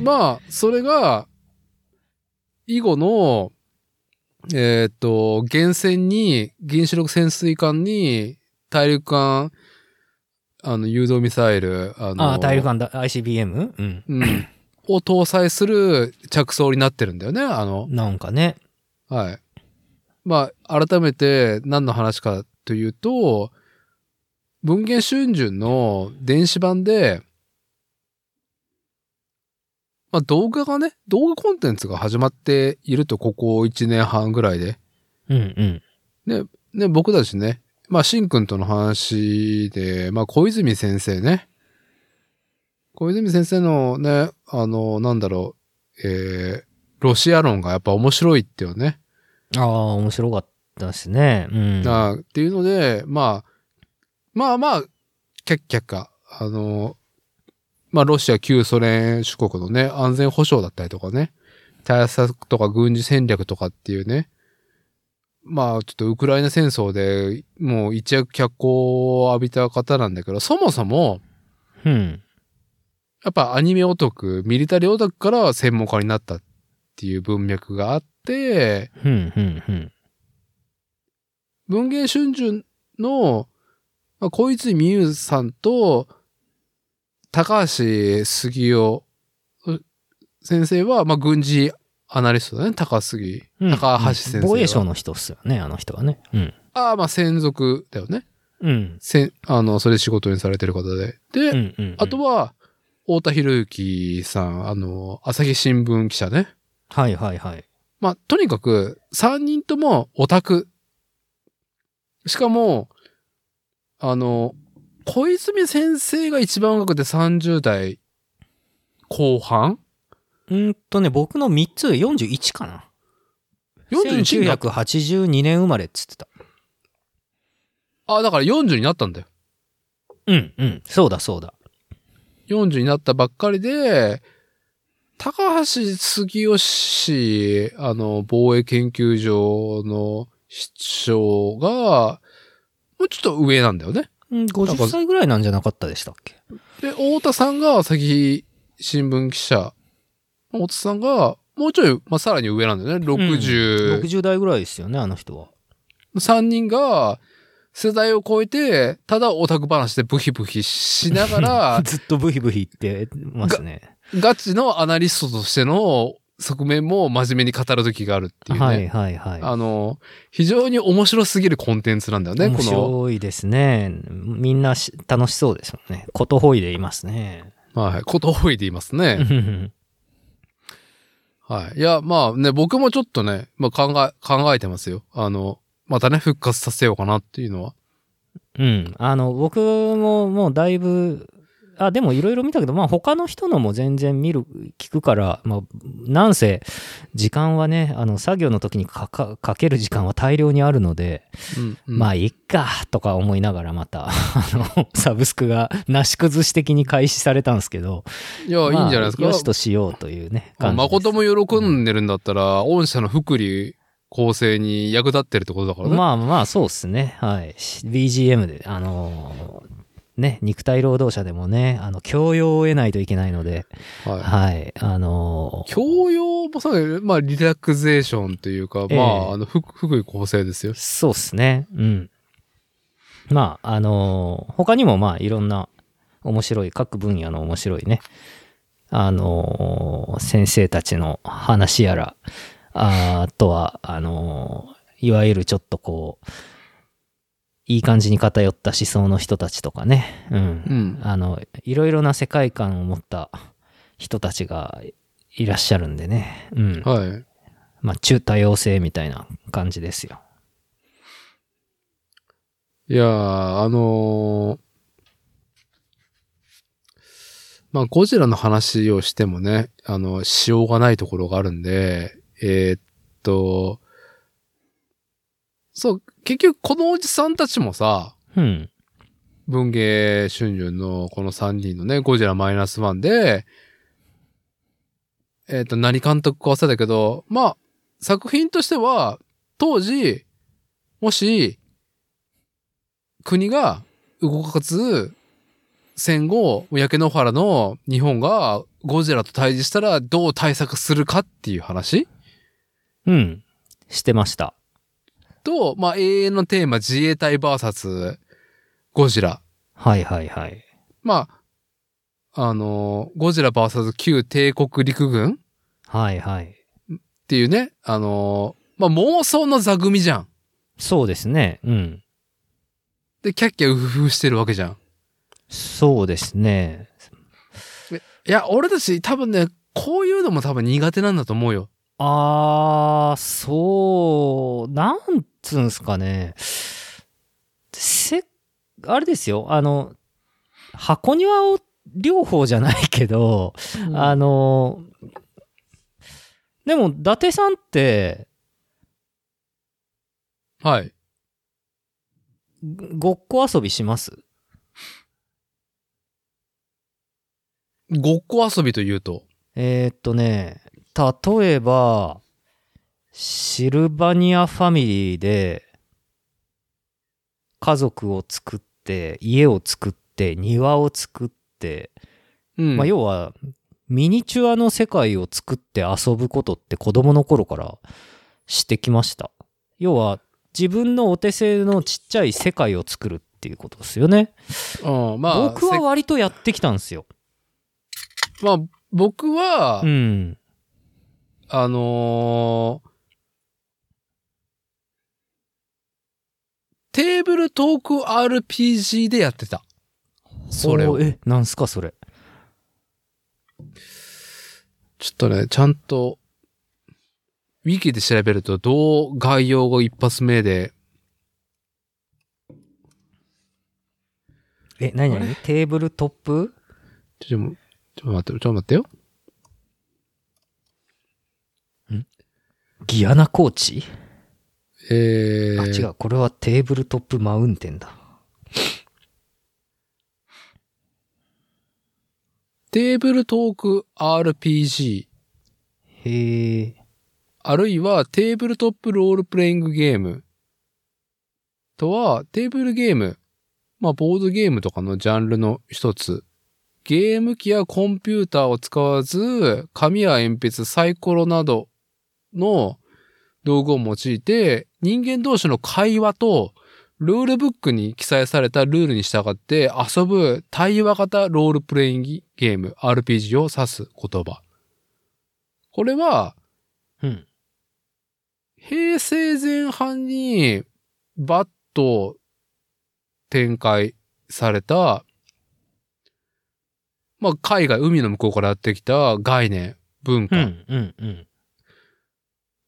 まあ、それが、以後の、えーっと、源泉に、原子力潜水艦に、大陸間、あの、誘導ミサイル、あの、
ああ、大陸間だ、ICBM? うん。
うん。を搭載する着想になってるんだよね、あの。
なんかね。
はい。まあ、改めて何の話かというと、文言春秋の電子版で、まあ動画がね、動画コンテンツが始まっていると、ここ1年半ぐらいで。
うんうん。
ね、僕たちね、まあ、しんくんとの話で、まあ、小泉先生ね。小泉先生のね、あの、なんだろう、えー、ロシア論がやっぱ面白いっていうね。
ああ、面白かったですね。うん。
なあっていうので、まあ、まあまあ、キャッキャッか、あの、まあ、ロシア旧ソ連諸国のね、安全保障だったりとかね、対策とか軍事戦略とかっていうね、まあ、ちょっとウクライナ戦争でもう一躍脚光を浴びた方なんだけど、そもそも、
うん。
やっぱアニメオタク、ミリタリーオタクから専門家になったっていう文脈があって、
うん、うん、うん。
文芸春秋の、まあ、小泉美優さんと、高橋杉雄先生は、まあ、軍事アナリストだね、高杉。
うん
高橋先生は。
防衛省の人っすよね、あの人はね。うん。
ああ、まあ、専属だよね。
うん。
せん、あの、それ仕事にされてる方で。で、
うんうんうん
あとは、太田博之さん、あの、朝日新聞記者ね。
はいはいはい。
まあ、とにかく、3人ともオタク。しかも、あの、小泉先生が一番若くて30代後半
うーんとね、僕の3つ41かな。
?41 になっ
1982年生まれっつってた。
あ、だから40になったんだよ。
うんうん。そうだそうだ。
40になったばっかりで、高橋杉雄氏、あの、防衛研究所の市長が、もうちょっと上なんだよね。
うん、50歳ぐらいなんじゃなかったでしたっけ
で、太田さんが朝日新聞記者。太田さんが、もうちょい、まあ、さらに上なんだよね。60。
60代ぐらいですよね、あの人は。、
3人が、世代を超えて、ただオタク話でブヒブヒしながら
[LAUGHS] ずっとブヒブヒ言ってますね。
ガチのアナリストとしての側面も真面目に語る時があるっていうね。
はいはいは
あの、非常に面白すぎるコンテンツなんだよ
い。
ね、
面
この。
白いですね。みんなし楽しそうですよね。ことほいでいますね。
はい。ことほいでいますね。
うん
はい。いや、まあね、僕もちょっとね、まあ考え、考えてますよ。あの、またね、復活させようかなっていうのは。
[LAUGHS] うん。あの、僕ももうだいぶ、あ、でもいろいろ見たけど、まあ他の人のも全然見る、聞くから、まあ、なんせ、時間はね、あの、作業の時にかかかける時間は大量にあるので、
うん、うん
まあ、いっか、とか思いながらまた、あ [LAUGHS] の、サブスクがなし崩し的に開始されたんですけど、
いや、いいんじゃないですか。
まあよしとしようというね。
まあ
感じです
誠も喜んでるんだったら、御社の福利構成に役立ってるってことだからね。
まあまあ、そうですね。はい。し BGM で、あのーね、肉体労働者でもね、あの、教養を得ないといけないので、
はい。
はい。あのー
教養もさ、まあ、リラクゼーションというか、
ええ
まあ、あの、福福利構成ですよ。
そうですね。うん。まあ、あのー他にもまあ、いろんな面白い、各分野の面白いね、あのー先生たちの話やら、あーあとは、あのーいわゆるちょっとこう、いい感じに偏った思想の人たちとかね、うん
う。ん。
あの、いろいろな世界観を持った人たちがいらっしゃるんでね。うん。
はい。
まあ、中多様性みたいな感じですよ。
いやー、あのーまあ、ゴジラの話をしてもね、あの、しようがないところがあるんで、えーっと、そう、結局このおじさんたちもさ、
うん。
文芸春秋のこの3人のね、ゴジラマイナスワンで、えーっと、何監督か忘れたけど、まあ、作品としては、当時、もし、国が動かず、戦後、焼け野原の日本がゴジラと対峙したらどう対策するかっていう話
うん。してました。
と、まあ、永遠のテーマ自衛隊バーサスゴジラ。
はいはいはい。
まあ、あの、ゴジラバーサス旧帝国陸軍っ
はいはい。
ていうね、あの、まあ、妄想の座組じゃん。
そうですね。うん。
で、キャッキャウフフしてるわけじゃん。
そうですね。
いや、俺たち多分ね、こういうのも多分苦手なんだと思うよ。
あー、そう、なんつうんすかね。せ、あれですよ。あの、箱庭を両方じゃないけど、あのでも、伊達さんって、
はい。
ごっこ遊びします
ごっこ遊びというと。
えーっとね、例えば、シルバニアファミリーで、家族を作って、家を作って、庭を作って、
うん
まあ、要は、ミニチュアの世界を作って遊ぶことって子供の頃からしてきました。要は、自分のお手製のちっちゃい世界を作るっていうことですよね。
うん、まあ、
僕は割とやってきたんですよ。
せまあ、僕は、
うん。
あのーテーブルトーク RPG でやってた。それ
お
を。
ーえ、なんすかそれ。
ちょっとね、ちゃんと、ウィキで調べると、どう概要を一発目で、
え、何
あ
何テーブルトップ
ちょ、ちょちょっと待ってよ、ちょっと待ってよ。
ギアナコーチ、
えー、
あ、違う。これはテーブルトップマウンテンだ。
テーブルトーク RPG、
へえ。
あるいはテーブルトップロールプレイングゲーム、とは、テーブルゲーム、まあ、ボードゲームとかのジャンルの一つ。ゲーム機やコンピューターを使わず、紙や鉛筆、サイコロなどの道具を用いて、人間同士の会話と、ルールブックに記載されたルールに従って遊ぶ対話型ロールプレイングゲーム、RPG を指す言葉。これは、
うん。
平成前半にバッと展開された、まあ、海外、海の向こうからやってきた概念、文
う
化。
ん、うん、うん。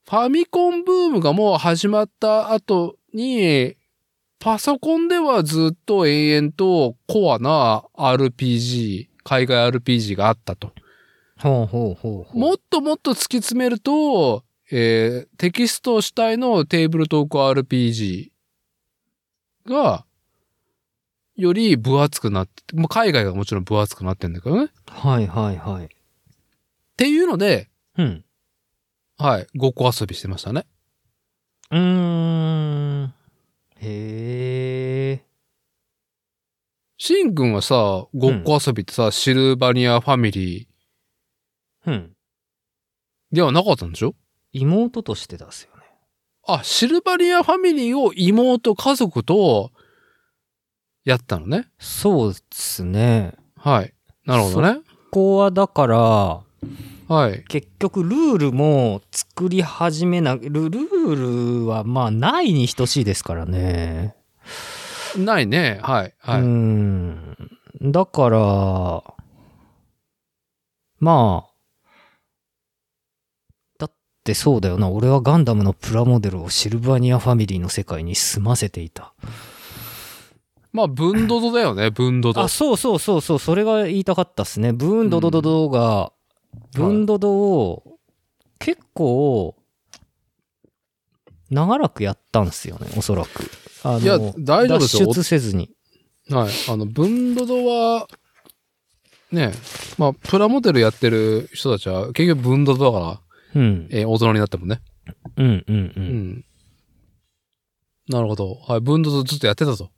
ファミコンブームがもう始まった後に、パソコンではずっと延々とコアな RPG、海外 RPG があったと。
ほうほうほうほう。
もっともっと突き詰めると、えーテキスト主体のテーブルトーク RPG が、より分厚くなって、もう海外がもちろん分厚くなってんだけどね。っ
はいはいはい。
ていうので、
うん。
はい、ごっこ遊びしてましたね。
うーん。へえ。
シン君はさ、ごっこ遊びってさ、シルバニアファミリ
うん。
ーではなかったんでしょ
妹として出すよね。
あ、シルバニアファミリーを妹、家族と、やったのね。
そうっすね。
はい。なるほどね。
ここはだから、
はい。
結局ルールも作り始めな、ルルールはまあないに等しいですからね。
ないね。はい。はい。
うーん。だから、まあ、だってそうだよな。俺はガンダムのプラモデルをシルバニアファミリーの世界に住ませていた。
まあ、分度度だ
[LAUGHS]
よね、分度度
あ、。そうそうそうそう、それが言いたかったっすね。ブーンドドドド
う
が、
ん
ブーンドドを結構、長らくやったんすよね、おそらく。あの
いや大丈夫ですよ
脱出せずに。
はい。あの、分度度は、ねまあ、プラモデルやってる人たちは、結局分度度だから、
うん。
えー大人になってもね。
うんうんう。
うんん。なるほど。はい。分度度ずっとやってたと。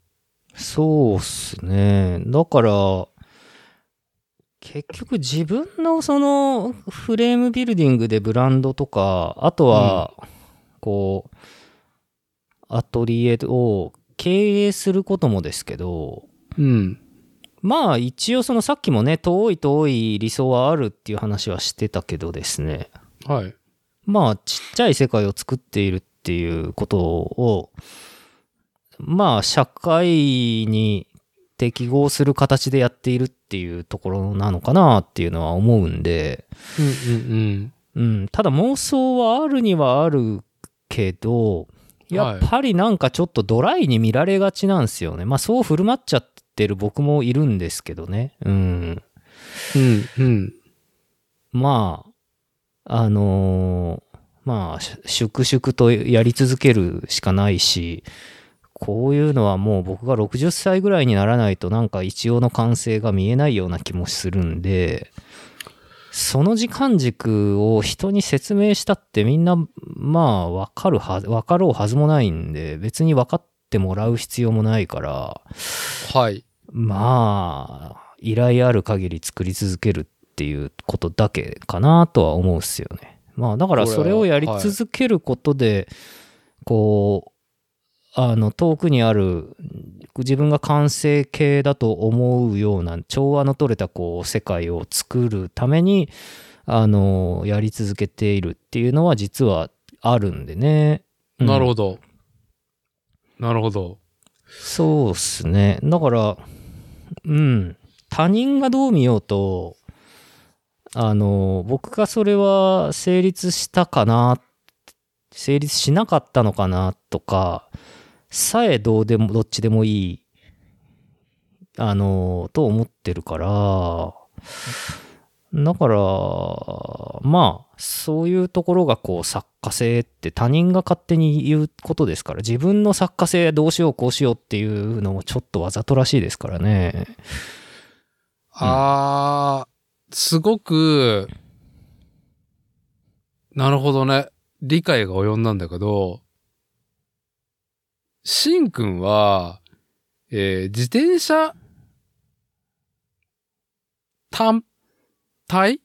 そうっすね。だから、結局自分のそのフレームビルディングでブランドとか、あとは、こう、アトリエを経営することもですけど、
うん。
まあ一応そのさっきもね、遠い遠い理想はあるっていう話はしてたけどですね。
はい。
まあちっちゃい世界を作っているっていうことを、まあ社会に適合する形でやっているっていうところなのかなっていうのは思うんで、
うんうんうん。
うん、ただ妄想はあるにはあるけど、やっぱりなんかちょっとドライに見られがちなんですよね。まあそう振る舞っちゃってる僕もいるんですけどね。うん。
うんうん。
まあ、あのーまあ、し粛々とやり続けるしかないし、こういうのはもう僕が60歳ぐらいにならないとなんか一応の完成が見えないような気もするんで、その時間軸を人に説明したってみんな、まあ、わかるはず、わかろうはずもないんで、別に分かってもらう必要もないから、
はい。
まあ、依頼ある限り作り続けるっていうことだけかなとは思うっすよね。まあ、だから
これは
それをやり続けることで、こう、あの、遠くにある、自分が完成形だと思うような、調和の取れた、こう、世界を作るために、あの、やり続けているっていうのは実はあるんでね。
なる
ど。
ほど。なるほど。
そうっすね。だから、うん。他人がどう見ようと、あの、僕がそれは成立したかな、成立しなかったのかなとか、さえどうでも、どっちでもいい、あの、と思ってるから、だから、まあ、そういうところがこう作家性って他人が勝手に言うことですから、自分の作家性どうしようこうしようっていうのもちょっとわざとらしいですからね。
あー、すごく、なるほどね。理解が及んだんだけど、しんくんは、えー自転車単体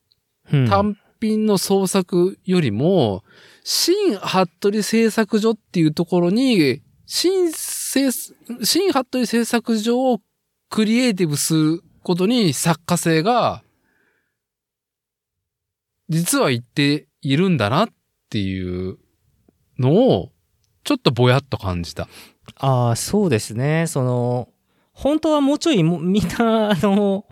うん、
単品の創作よりも、新服部製作所っていうところに、新製、新服部製作所をクリエイティブすることに作家性が、実は言っているんだなっていうのを、ちょっとぼやっと感じた。
ああ、そうですね。その、本当はもうちょいもみんな、あの、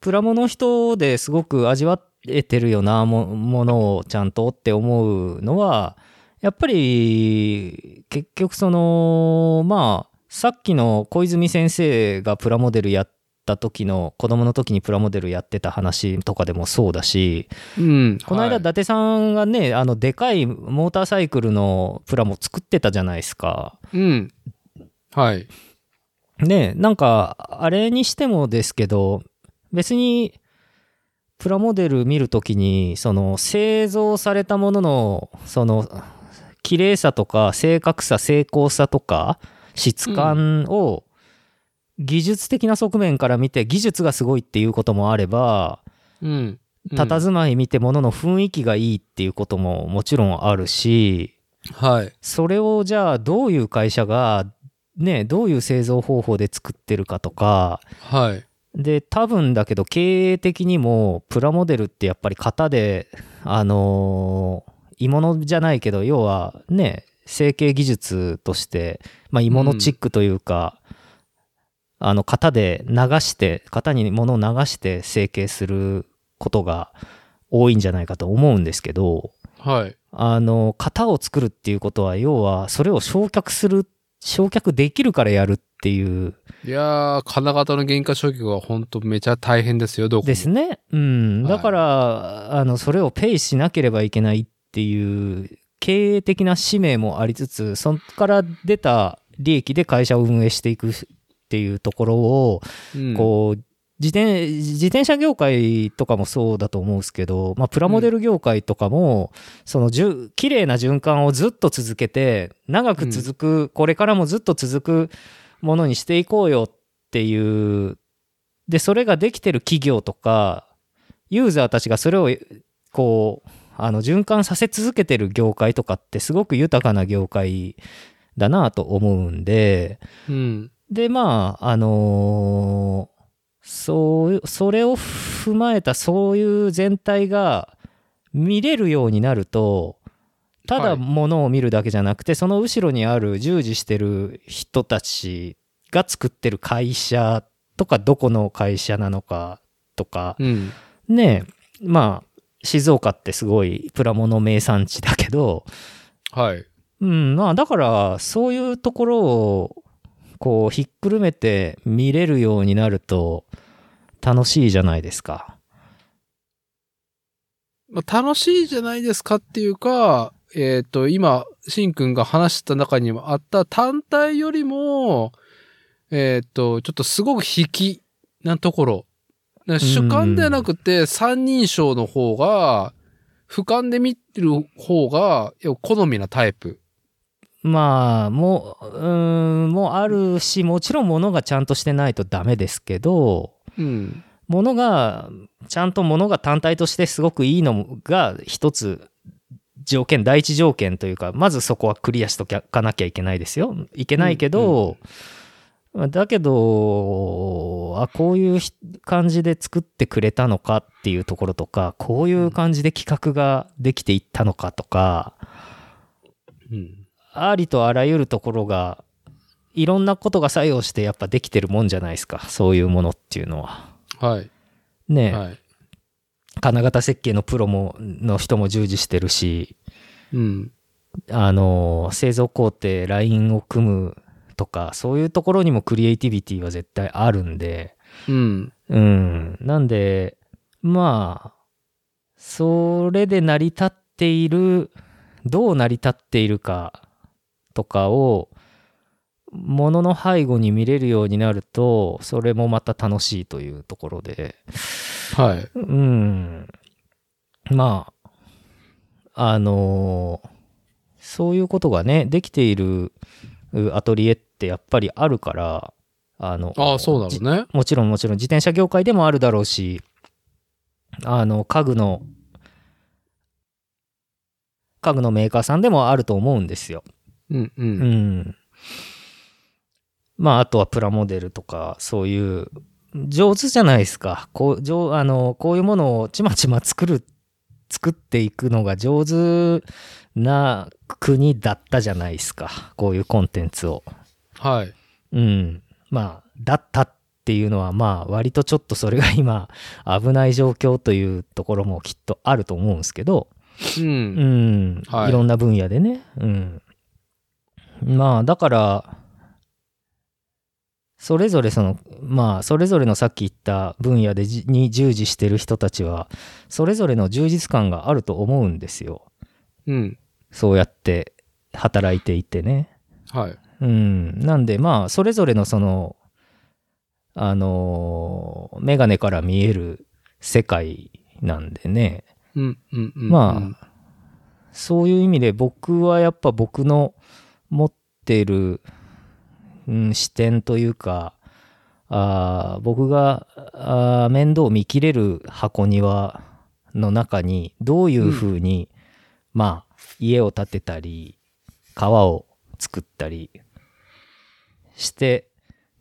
プラモの人ですごく味わえてるよなも、ものをちゃんとって思うのは、やっぱり、結局その、まあ、さっきの小泉先生がプラモデルやった時の、子供の時にプラモデルやってた話とかでもそうだし、
うん。
この間、
は
伊
い
達さんがね、あの、でかいモーターサイクルのプラモ作ってたじゃないですか。
うん。はい。
ねえなんかあれにしてもですけど別にプラモデル見るときにその製造されたもののその綺麗さとか正確さ精巧さとか質感を技術的な側面から見て技術がすごいっていうこともあれば
うん。うん
佇まい見てものの雰囲気がいいっていうことももちろんあるし
はい。
それをじゃあどういう会社がねどういう製造方法で作ってるかとか
はい。
で多分だけど経営的にもプラモデルってやっぱり型であのー鋳物じゃないけど要はね成形技術として、まあ、鋳物チックというか、あの型で流して型に物を流して成形することが多いんじゃないかと思うんですけど、
はい。
あの、型を作るっていうことは、要は、それを焼却する、焼却できるからやるっていう、
いやー、金型の原価消去は本当めちゃ大変ですよ、どこも
ですね。うん。
はい
だから、あの、それをペイしなければいけないっていう、経営的な使命もありつつ、そこから出た利益で会社を運営していくっていうところを、
うん
こう、自転自転車業界とかもそうだと思うんですけど、まあ、プラモデル業界とかも、そのじゅ綺麗な循環をずっと続けて長く続く、これからもずっと続くものにしていこうよっていうでそれができてる企業とかユーザーたちがそれをこうあの循環させ続けてる業界とかってすごく豊かな業界だなと思うんで。
うん。
で、まあ、あのーそう、それを踏まえた、そういう全体が見れるようになると、た
は
だ
い
ものを見るだけじゃなくて、その後ろにある従事してる人たちが作ってる会社とか、どこの会社なのかとか、
うん。
ねえ、まあ、静岡ってすごいプラモの名産地だけど、
はい。
うん、まあだからそういうところをこうひっくるめて見れるようになると楽しいじゃないですか。
まあ、楽しいじゃないですかっていうか、えっ、と、今、しんくんが話した中にもあった単体よりも、えっ、と、ちょっとすごく引きなところ。な主観ではなくて、三人称の方が、俯瞰で見てる方が、いや好みなタイプ。
まあもう、うん、もうあるしもちろん物がちゃんとしてないとダメですけど
うん。
物がちゃんと物が単体としてすごくいいのが一つ条件第一条件というかまずそこはクリアしとかなきゃいけないですよいけないけど、だけどあこういうひ感じで作ってくれたのかっていうところとかこういう感じで企画ができていったのかとか、
うん。
ありとあらゆるところがいろんなことが作用してやっぱできてるもんじゃないですか。そういうものっていうのは。
はい。
ねえ、
はい。
金型設計のプロも、の人も従事してるし、
うん。
あの、製造工程、ラインを組むとか、そういうところにもクリエイティビティは絶対あるんで、
うん。
うん。なんで、まあ、それで成り立っている、どう成り立っているかとかを、ものの背後に見れるようになると、それもまた楽しいというところで、
はい。
うん。まあ、あのーそういうことがね、できているうアトリエってやっぱりあるから、あの、
ああ、そうだろ
じ
うね。
もちろんもちろん自転車業界でもあるだろうし、あの、家具の、家具のメーカーさんでもあると思うんですよ。
うんう。
うんん。まあ、あとはプラモデルとか、そういう、上手じゃないですか。こう、上、あの、こういうものをちまちま作る、作っていくのが上手な国だったじゃないですか。こういうコンテンツを。
はい。
うん。まあ、だったっていうのは、まあ、割とちょっとそれが今、危ない状況というところもきっとあると思うんですけど、
う。
うんん。
はい
いろんな分野でね。うん。まあ、だから、それぞれその、まあ、それぞれのさっき言った分野でじに従事してる人たちは、それぞれの充実感があると思うんですよ。
うん。
そうやって働いていてね。
はい。
うん、なんでまあそれぞれのそのあのー眼鏡から見える世界なんでね
うんうんうん。
まあそういう意味で僕はやっぱ僕の持ってる、うん、視点というかあー僕があー面倒見切れる箱庭の中にどういうふうに、まあ家を建てたり川を作ったりして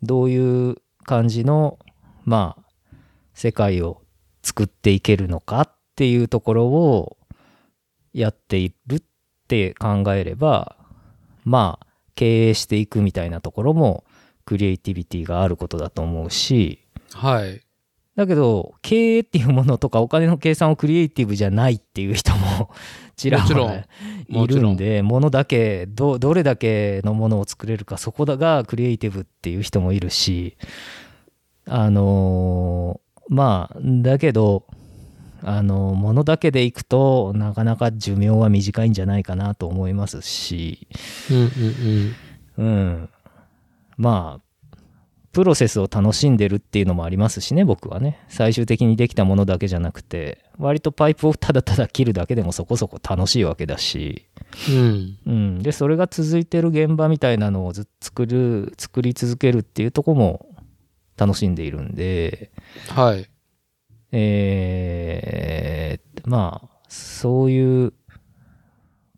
どういう感じのまあ世界を作っていけるのかっていうところをやっているって考えればまあ経営していくみたいなところもクリエイティビティがあることだと思うし
はい。
だけど経営っていうものとかお金の計算をクリエイティブじゃないっていう人
[LAUGHS]
もちら
も
ほ
ちろん
らい
もち
る
ろん
んでものだけどどれだけのものを作れるかそこだがクリエイティブっていう人もいるしあのーまあだけどあのものだけでいくとなかなか寿命は短いんじゃないかなと思いますし
うんうん
うんまあプロセスを楽しんでるっていうのもありますしね僕はね最終的にできたものだけじゃなくて割とパイプをただただ切るだけでもそこそこ楽しいわけだし
うん。うん。
うん、でそれが続いてる現場みたいなのをずっと作る作り続けるっていうとこも楽しんでいるんで、
はい。
えーまあそういう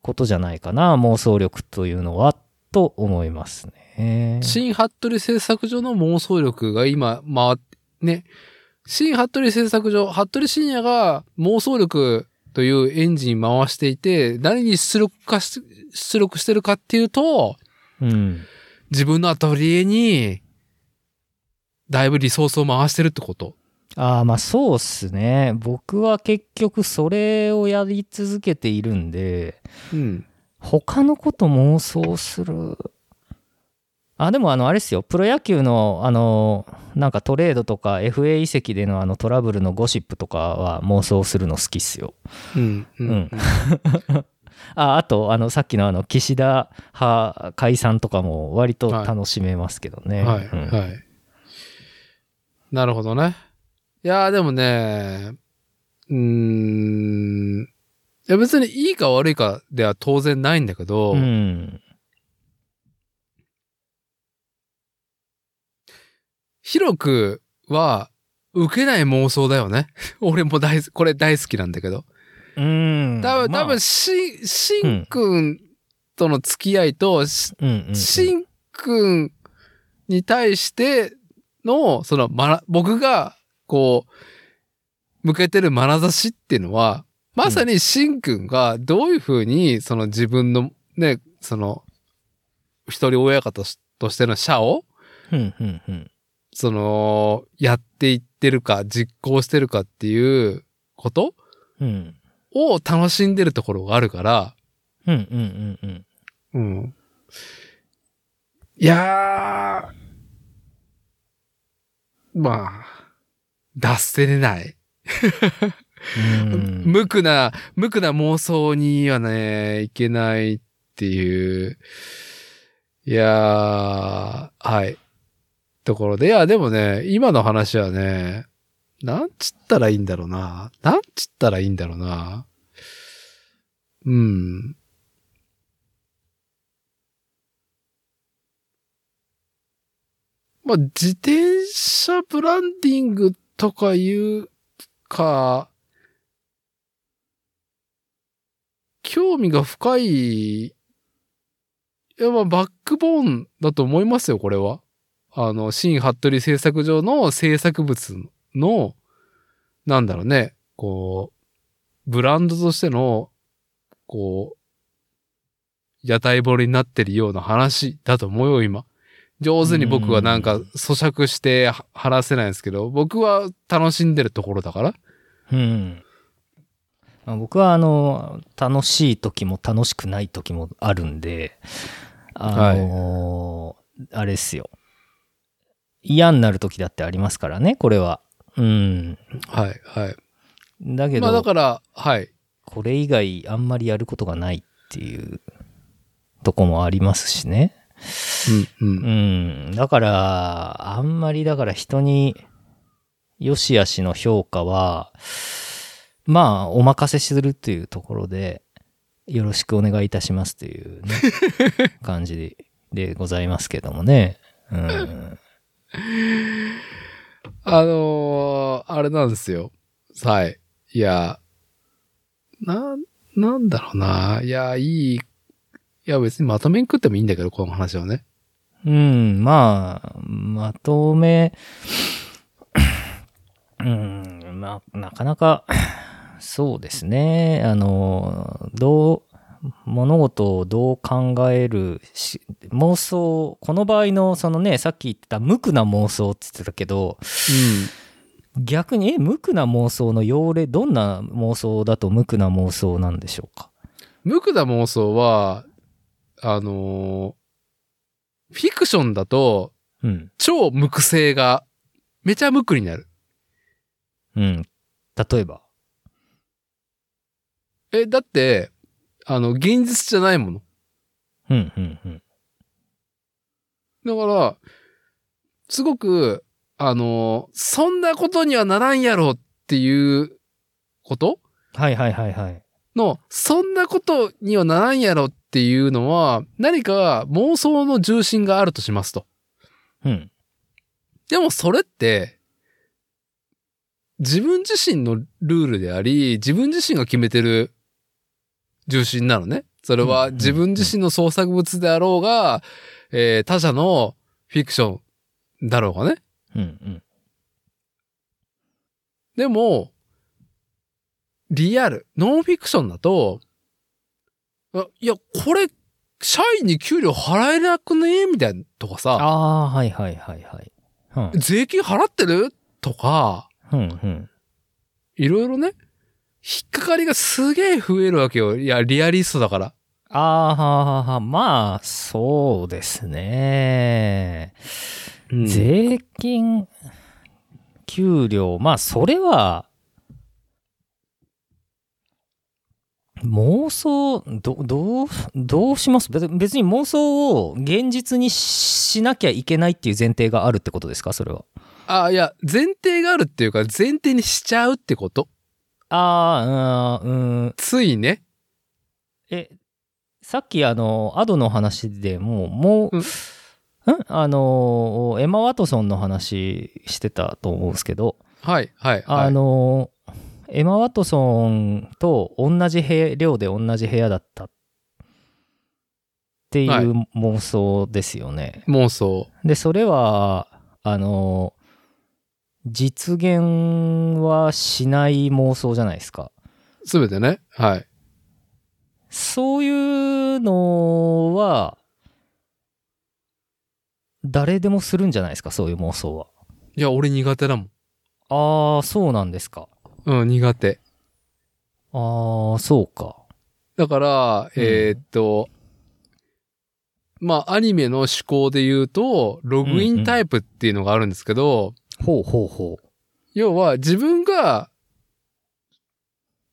ことじゃないかな妄想力というのはと思いますね。
新服部製作所の妄想力が今回って、ね。新服部製作所、服部深也が妄想力というエンジン回していて、何に出力かし、出力してるかっていうと、
うん、
自分のアトリエに、だいぶリソースを回してるってこと。
ああまあそうっすね僕は結局それをやり続けているんで。
うん。
他のこと妄想する。あ、でもあの、あれですよ。プロ野球の、あの、なんかトレードとか FA 移籍でのあのトラブルのゴシップとかは妄想するの好きっすよ。
うん。う
うんん。あ、あと、あの、さっきのあの、岸田派解散とかも割と楽しめますけどね。
はい。
うん
はい。なるほどね。いやーでもね、うーん。いや別にいいか悪いかでは当然ないんだけど、
うん。
広くは受けない妄想だよね。 [LAUGHS] 俺も大好、これ大好きなんだけど。
うん。
多分、
まあ
多分、し、しんくんとの付き合いと、し
うんうんうん
しんくんに対しての、その、まな、僕が、こう、向けてる眼差しっていうのは、まさにしんくんがどういうふうに、その自分の、ね、その、一人親方としての社を、
うん、うん、うん。
その、やっていってるか、実行してるかっていうこと
うん、
を楽しんでるところがあるから、
うん、うん、うん、うん。
うん。いやー、まあ、脱せれない。
うん
無垢な、無垢な妄想にはね、いけないっていう、いやー、はい。ところで、いや、でもね、今の話はね、なんつったらいいんだろうな。なんつったらいいんだろうな。うん。まあ、自転車ブランディングとかいうか、興味が深い、いや、まあ、バックボーンだと思いますよ、これは。あの、新服部製作所の制作物の、なんだろうね、こう、ブランドとしての、こう、屋台掘りになってるような話だと思うよ、今。上手に僕はなんか咀嚼しては話せないんですけど、僕は楽しんでるところだから。
うん。まあ僕は、あの、楽しい時も楽しくない時もあるんで、あのあれですよ。嫌になる時だってありますからね、これは。うん。
はい、はい。
だけ
ま
ど、
あだから、はい。
これ以外あんまりやることがないっていうとこもありますしね。
うん、うん
う。ん。だから、あんまりだから人に、よしあしの評価は、まあ、お任せするというところで、よろしくお願いいたしますという、ね、感じでございますけどもね。うん。
あのーあれなんですよ。はい。いや、な、なんだろうな。いや、いい。いや、別にまとめに食ってもいいんだけど、この話はね。
うん、まあ、まとめ、 [CLEARS THROAT] うん、まあ、なかなか、そうですね。あの、どう、物事をどう考えるし、妄想、この場合の、そのね、さっき言ってた無垢な妄想って言ってたけど、逆に、え、無垢な妄想の要例、どんな妄想だと無垢な妄想なんでしょうか
うん。無垢な妄想は、あのーフィクションだと、
うん。
超無垢性が、めちゃ無垢になる。
うん。例えば。
え、だって、あの、現実じゃないもの。
うん、うん、うん。
だから、すごく、あの、そんなことにはならんやろっていうこと
はいはいはいはい。
の、そんなことにはならんやろっていうのは、何か妄想の重心があるとしますと。
うん。
でもそれって、自分自身のルールであり、自分自身が決めてる重心なのね。それ
うんうんう
は
ん
自分自身の創作物であろうが、えー他者のフィクションだろうがね。
うん
でも、リアル、ノンフィクションだと、あいや、これ、社員に給料払えなくねみたいな、とか
あ
さ、
あ、はいはいはいはい。うん
税金払ってるとか、
うんうん。
いろいろね、引っかかりがすげえ増えるわけよ。いや、リアリストだから。
ああ、はははまあ、そうですね。
うん
税金、給料、まあ、それは、妄想、ど、どう、どうします別別に妄想を現実にしなきゃいけないっていう前提があるってことですかそれは。
あ、いや、前提があるっていうか、前提にしちゃうってこと。
ああ、うん、うん、
ついね。
え、さっきあの、アドの話でもう、もう、
うん
んあの、エマ・ワトソンの話してたと思うんですけど、
はい、はい、はい。
あの、エマ・ワトソンと同じ部屋、寮で同じ部屋だったってい
はいう
妄想ですよね。
妄想。
で、それは、あの、実現はしない妄想じゃないですか。
すべてね。はい。
そういうのは、誰でもするんじゃないですか、そういう妄想は。
いや、俺苦手だもん。
ああ、そうなんですか。
うん、苦手。
ああ、そうか。
だから、
うん
えーっと、まあ、アニメの思考で言うと、ログインタイプっていうのがあるんですけど、
ほうほうほう。
要は自分が、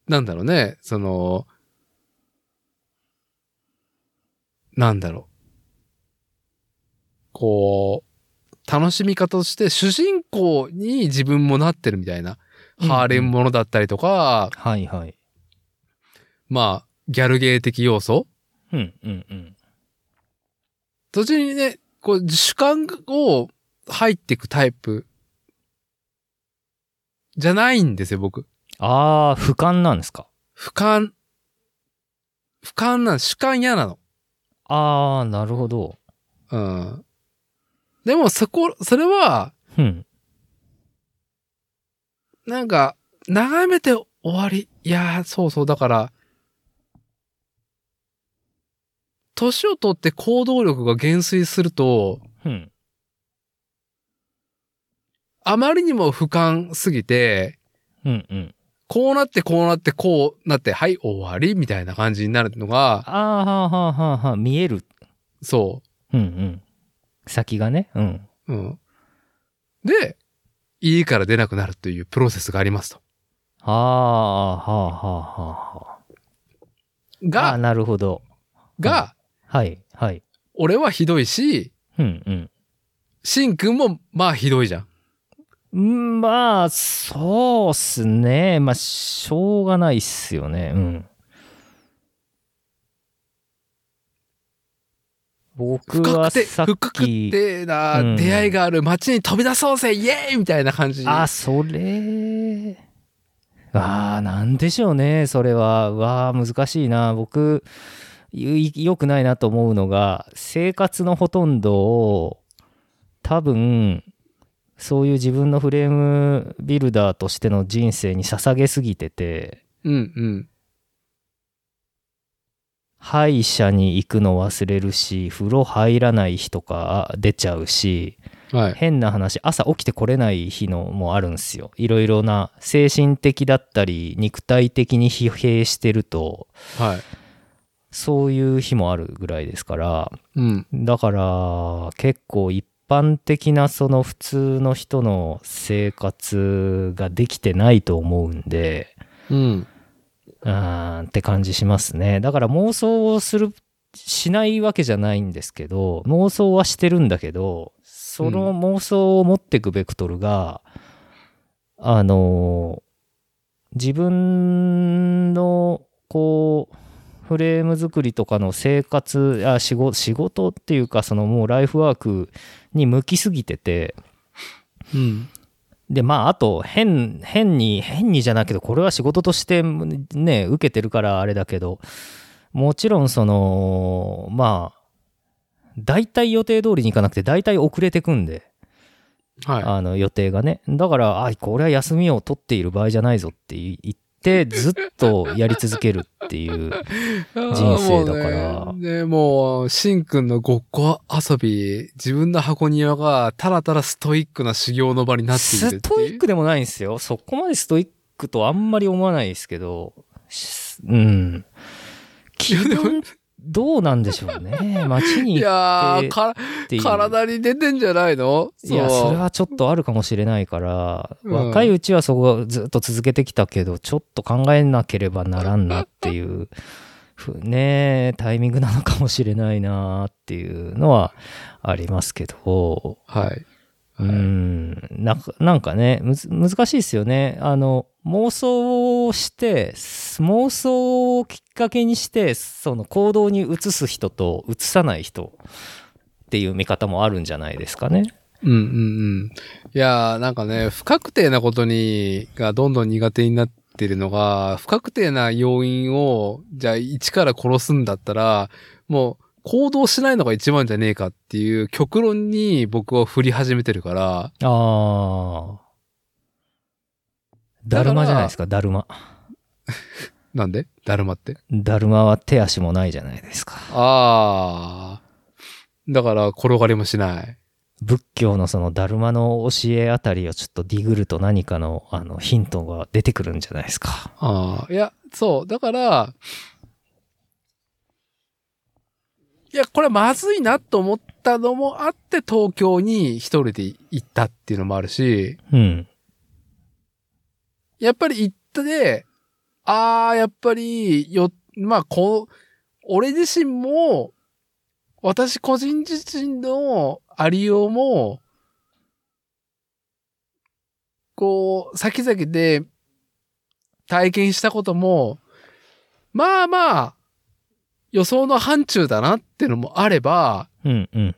なんだろうね、その、なんだろう。こう、楽しみ方として主人公に自分もなってるみたいな。
うん
ハーレムものだったりとか、
はいはい。
まあ、ギャルゲー的要素
うんうんうん。
途中にね、こう、主観を入っていくタイプじゃないんですよ、僕。
ああ、俯瞰なんですか。
俯瞰、俯瞰なん、主観嫌なの。
ああ、なるほど。
うん。でもそこ、それは、
うん。
なんか、眺めて終わり。いやー、そうそう、だから、年をとって行動力が減衰すると、
うん。
あまりにも俯瞰すぎて、
うんうん。
こうなってこうなってこうなって、はい、終わり、みたいな感じになるのが、
ああ、はあはあはあはあ、見える。
そう、
うんうん。先がね。うん。
うん。で、家から出なくなるというプロセスがありますと。
ああ、はあはあはあはあ。ああ、
が、
なるほど。
が、
はいはい。
俺はひどいし、
うんうん。
しんくんもまあひどいじゃん。
うんまあ、そうっすね。まあ、しょうがないっすよね。うん。僕
深
は
くて、
さっ
深く
き、
てな、
うん
出会いがある街に飛び出そうぜ、イエーイみたいな感じ。
あ、それ、ああ、なんでしょうね、それは。うわあ、難しいな。僕、い良くないなと思うのが、生活のほとんどを、多分、そういう自分のフレームビルダーとしての人生に捧げすぎてて、
うんうん。
歯医者に行くの忘れるし、風呂入らない日とか出ちゃうし、
はい。
変な話朝起きてこれない日のもあるんですよいろいろな精神的だったり肉体的に疲弊してると
はい。
そういう日もあるぐらいですから
うん。
だから結構一般的なその普通の人の生活ができてないと思うんで
うん。
うーんって感じしますねだから妄想をするしないわけじゃないんですけど妄想はしてるんだけどその妄想を持っていくベクトルが、あの自分のこうフレーム作りとかの生活あ仕事仕事っていうかそのもうライフワークに向きすぎてて
うん。
で、まあ、あと、変、変に、変にじゃないけど、これは仕事としてね、受けてるからあれだけど、もちろん、その、まあ、大体予定通りに行かなくて、大体遅れてくんで、
は
あの、予定がね。だから、あ、これは休みを取っている場合じゃないぞって言って、ずっとやり続けるっていう。
い。
人生だから
あーもうねで、もう、しんくんのごっこ遊び、自分の箱庭が、たらたらストイックな修行の場になっている
ス
って
トイ
いう。
ックでもないんですよ。そこまでストイックとあんまり思わないですけど、しうん。気分、どうなんでしょうね。
[LAUGHS]
街に
い
行
やー、か
っていう。
体に出てんじゃないの
いや、それ
は。
はちょっとあるかもしれないから、
うん
若いうちはそこをずっと続けてきたけど、ちょっと考えなければならんなっていう、ふねえタイミングなのかもしれないなっていうのはありますけど、
はい。
うーんなんかなんかねむず難しいですよねあの妄想をして妄想をきっかけにしてその行動に移す人と移さない人っていう見方もあるんじゃないですかね。
うんうんうん。いやー、なんかね、不確定なことに、がどんどん苦手になってるのが、不確定な要因を、じゃあ一から殺すんだったら、もう行動しないのが一番じゃねえかっていう極論に僕は振り始めてるから、
ああ。だるまじゃないですかだるま。
なんでだるまって。
だるまは手足もないじゃないですか。
あー。だから転がりもしない。
仏教のそのダルマの教えあたりをちょっとディグると何かのあのヒントが出てくるんじゃないですか。
ああ、いや、そう。だから、いや、これはまずいなと思ったのもあって、東京に一人で行ったっていうのもあるし、
うん。
やっぱり行ってで、ああ、やっぱり、よ、まあ、こう、俺自身も、私個人自身のありようも、こう、先々で体験したことも、まあまあ、予想の範疇だなっていうのもあれば、
うんうん。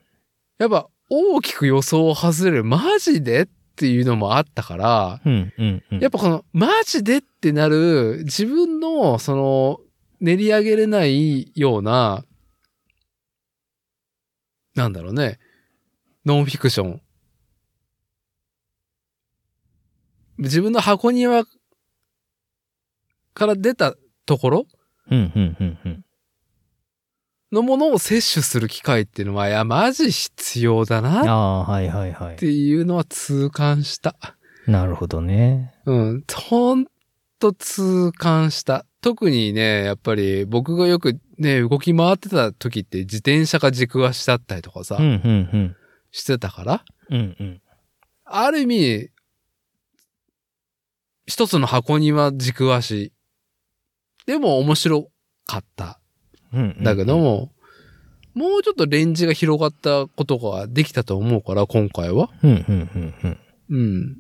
やっぱ大きく予想を外れる、マジでっていうのもあったから、
うんうんうん。
やっぱこの、マジでってなる、自分の、その、練り上げれないような、なんだろうね、ノンフィクション。自分の箱庭から出たところ
うんうんうんうん。
のものを摂取する機会っていうのは、いや、マジ必要だなっ
ああー、はいはいはい
て。いうのは痛感した。
なるほどね。
うん、ほんと痛感した。特にね、やっぱり僕がよくね、動き回ってた時って自転車か軸足だったりとかさ、
うんうんうん。
してたから、
うんうん。
ある意味、一つの箱庭軸足。でも面白かった。
うんうん
だけど、も、もうちょっとレンジが広がったことができたと思うから、今回は。
うんうんうんうん。
うん。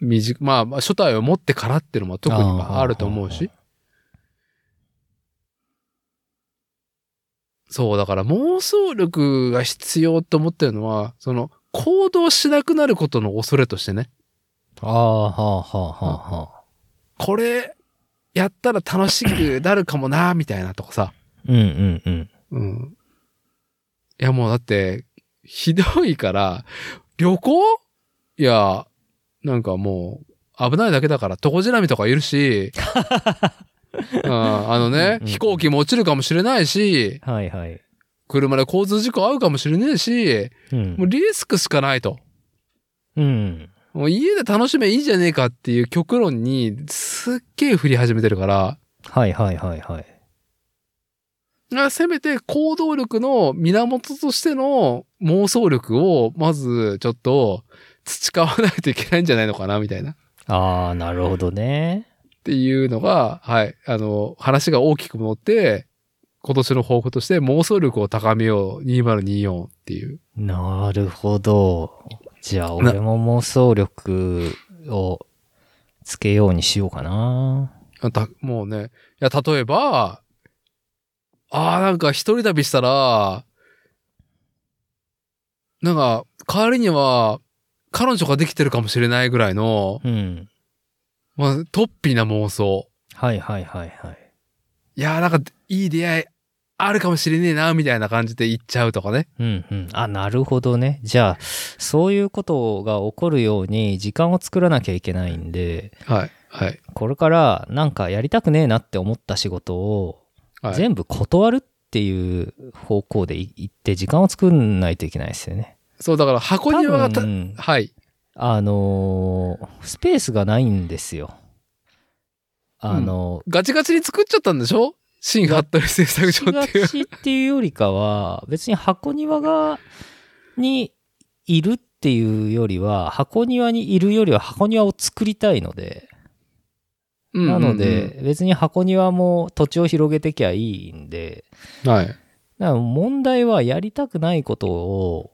短まあ、まあ、初代を持ってからっていうのも特にまあ
あー
あると思うし。そう、だから妄想力が必要と思ってるのは、その、行動しなくなることの恐れとしてね、
ああ、はあはあはあはあ。
これ、やったら楽しくなるかもな、みたいなとかさ。
うんうんうん。
うん。いや、もうだって、ひどいから、旅行いや、なんかもう、危ないだけだから、トコジラミとかいるし、うん、あのね
う、ん
飛行機も落ちるかもしれないし、
はいはい。
車で交通事故合うかもしれねえし、
うん。
もうリスクしかないと。
うん。
もう家で楽しめいいじゃねえかっていう極論にすっげえ振り始めてるから、
はいはいはいはい。
あせめて行動力の源としての妄想力を、まずちょっと培わないといけないんじゃないのかな、みたいな。っ
ああ、なるほどね。
ていうのが、はい。あの、話が大きく戻って、今年の抱負として妄想力を高めよう2024っていう。
なるほど。じゃあ、俺も妄想力をつけようにしようかな。
あたもうね、いや、例えば、ああ、なんか一人旅したら、なんか、代わりには、彼女ができてるかもしれないぐらいの、
うん。
まあ、突飛な妄想。
はいはいはいはい。
いやーなんか、いい出会いあるかもしれねえな、みたいな感じで行っちゃうとかね。
うんうん。あ、なるほどね。じゃあ、そういうことが起こるように時間を作らなきゃいけないんで、
はい。はい。
これからなんかやりたくねえなって思った仕事を
はい、
全部断るっていう方向でい行って時間を作んないといけないですよね。
そう、だから箱庭がた
多分
はい。
あのースペースがないんですよ。あの
ガチガチに作っちゃったんでしょ新服部製
[LAUGHS]
作所
ガ
っていう。
チっていうよりかは、別に箱庭が、にいるっていうよりは、箱庭にいるよりは箱庭を作りたいので、
うん
なので、別に箱庭も土地を広げてきゃいいんで、
うんうんはい。
だから問題はやりたくないことを、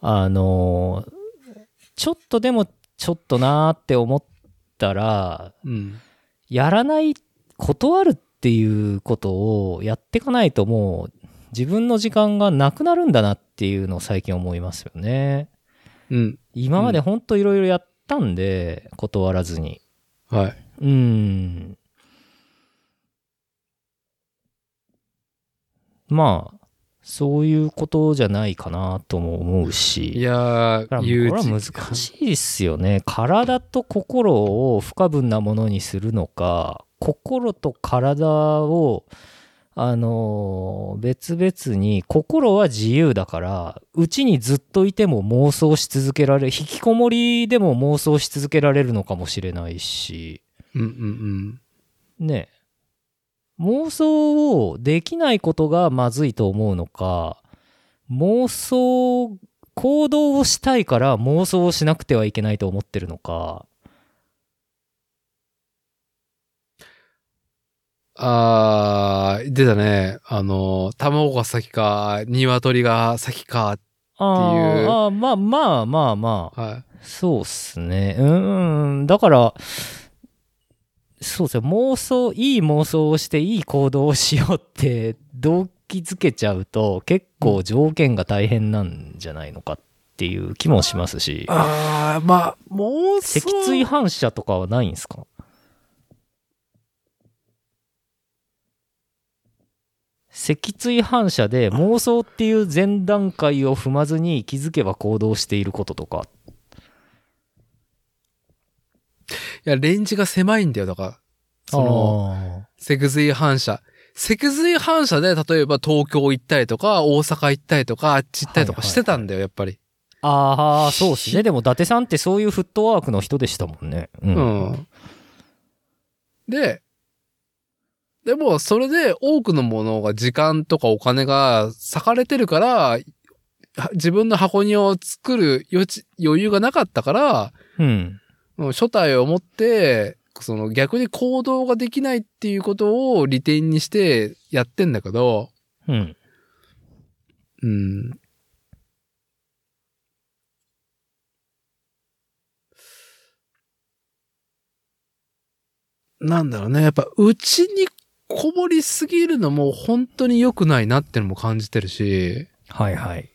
あのーちょっとでもちょっとなーって思ったら、
うん。
やらない断るっていうことをやっていかないともう自分の時間がなくなるんだなっていうのを最近思いますよね
うん。
今までほんといろいろやったんで、断らずに
はい。
うんまあそういうことじゃないかなとも思うし
いや
だか
ー、
らこれ
憂
は
鬱
難しいですよね。体と心を不可分なものにするのか、心と体をあのー別々に心は自由だからうちにずっといても妄想し続けられ引きこもりでも妄想し続けられるのかもしれないし
うんうん
ね妄想をできないことがまずいと思うのか妄想行動をしたいから妄想をしなくてはいけないと思ってるのか
あー、出たね。あの、卵が先か、鶏が先か。っ
あ
ていう
ーあーまあまあまあまあ
は
そうっすねうんうんだからそうですね妄想いい妄想をしていい行動をしようって動機づけちゃうと結構条件が大変なんじゃないのかっていう気もしますし
い。あー、まあ、妄想。
脊椎反射とかはないんですか脊椎反射で妄想っていう前段階を踏まずに気づけば行動していることとか。
いや、レンジが狭いんだよ、だから。その、
の
脊髄反射。脊髄反射で、例えば東京行ったりとか、大阪行ったりとか、あっち行ったりとかしてたんだよ、やっぱり。
ああ、そうですね。でも伊達さんってそういうフットワークの人でしたもんね。う。
うんん。で、でも、それで多くのものが時間とかお金が割かれてるから、は自分の箱庭を作る余地、余裕がなかったから、
うん。
うん初体を持って、その逆に行動ができないっていうことを利点にしてやってんだけど、
うん。
うん。なんだろうね。やっぱ、うちにこもりすぎるのも本当に良くないなってのも感じてるし、
はいはい。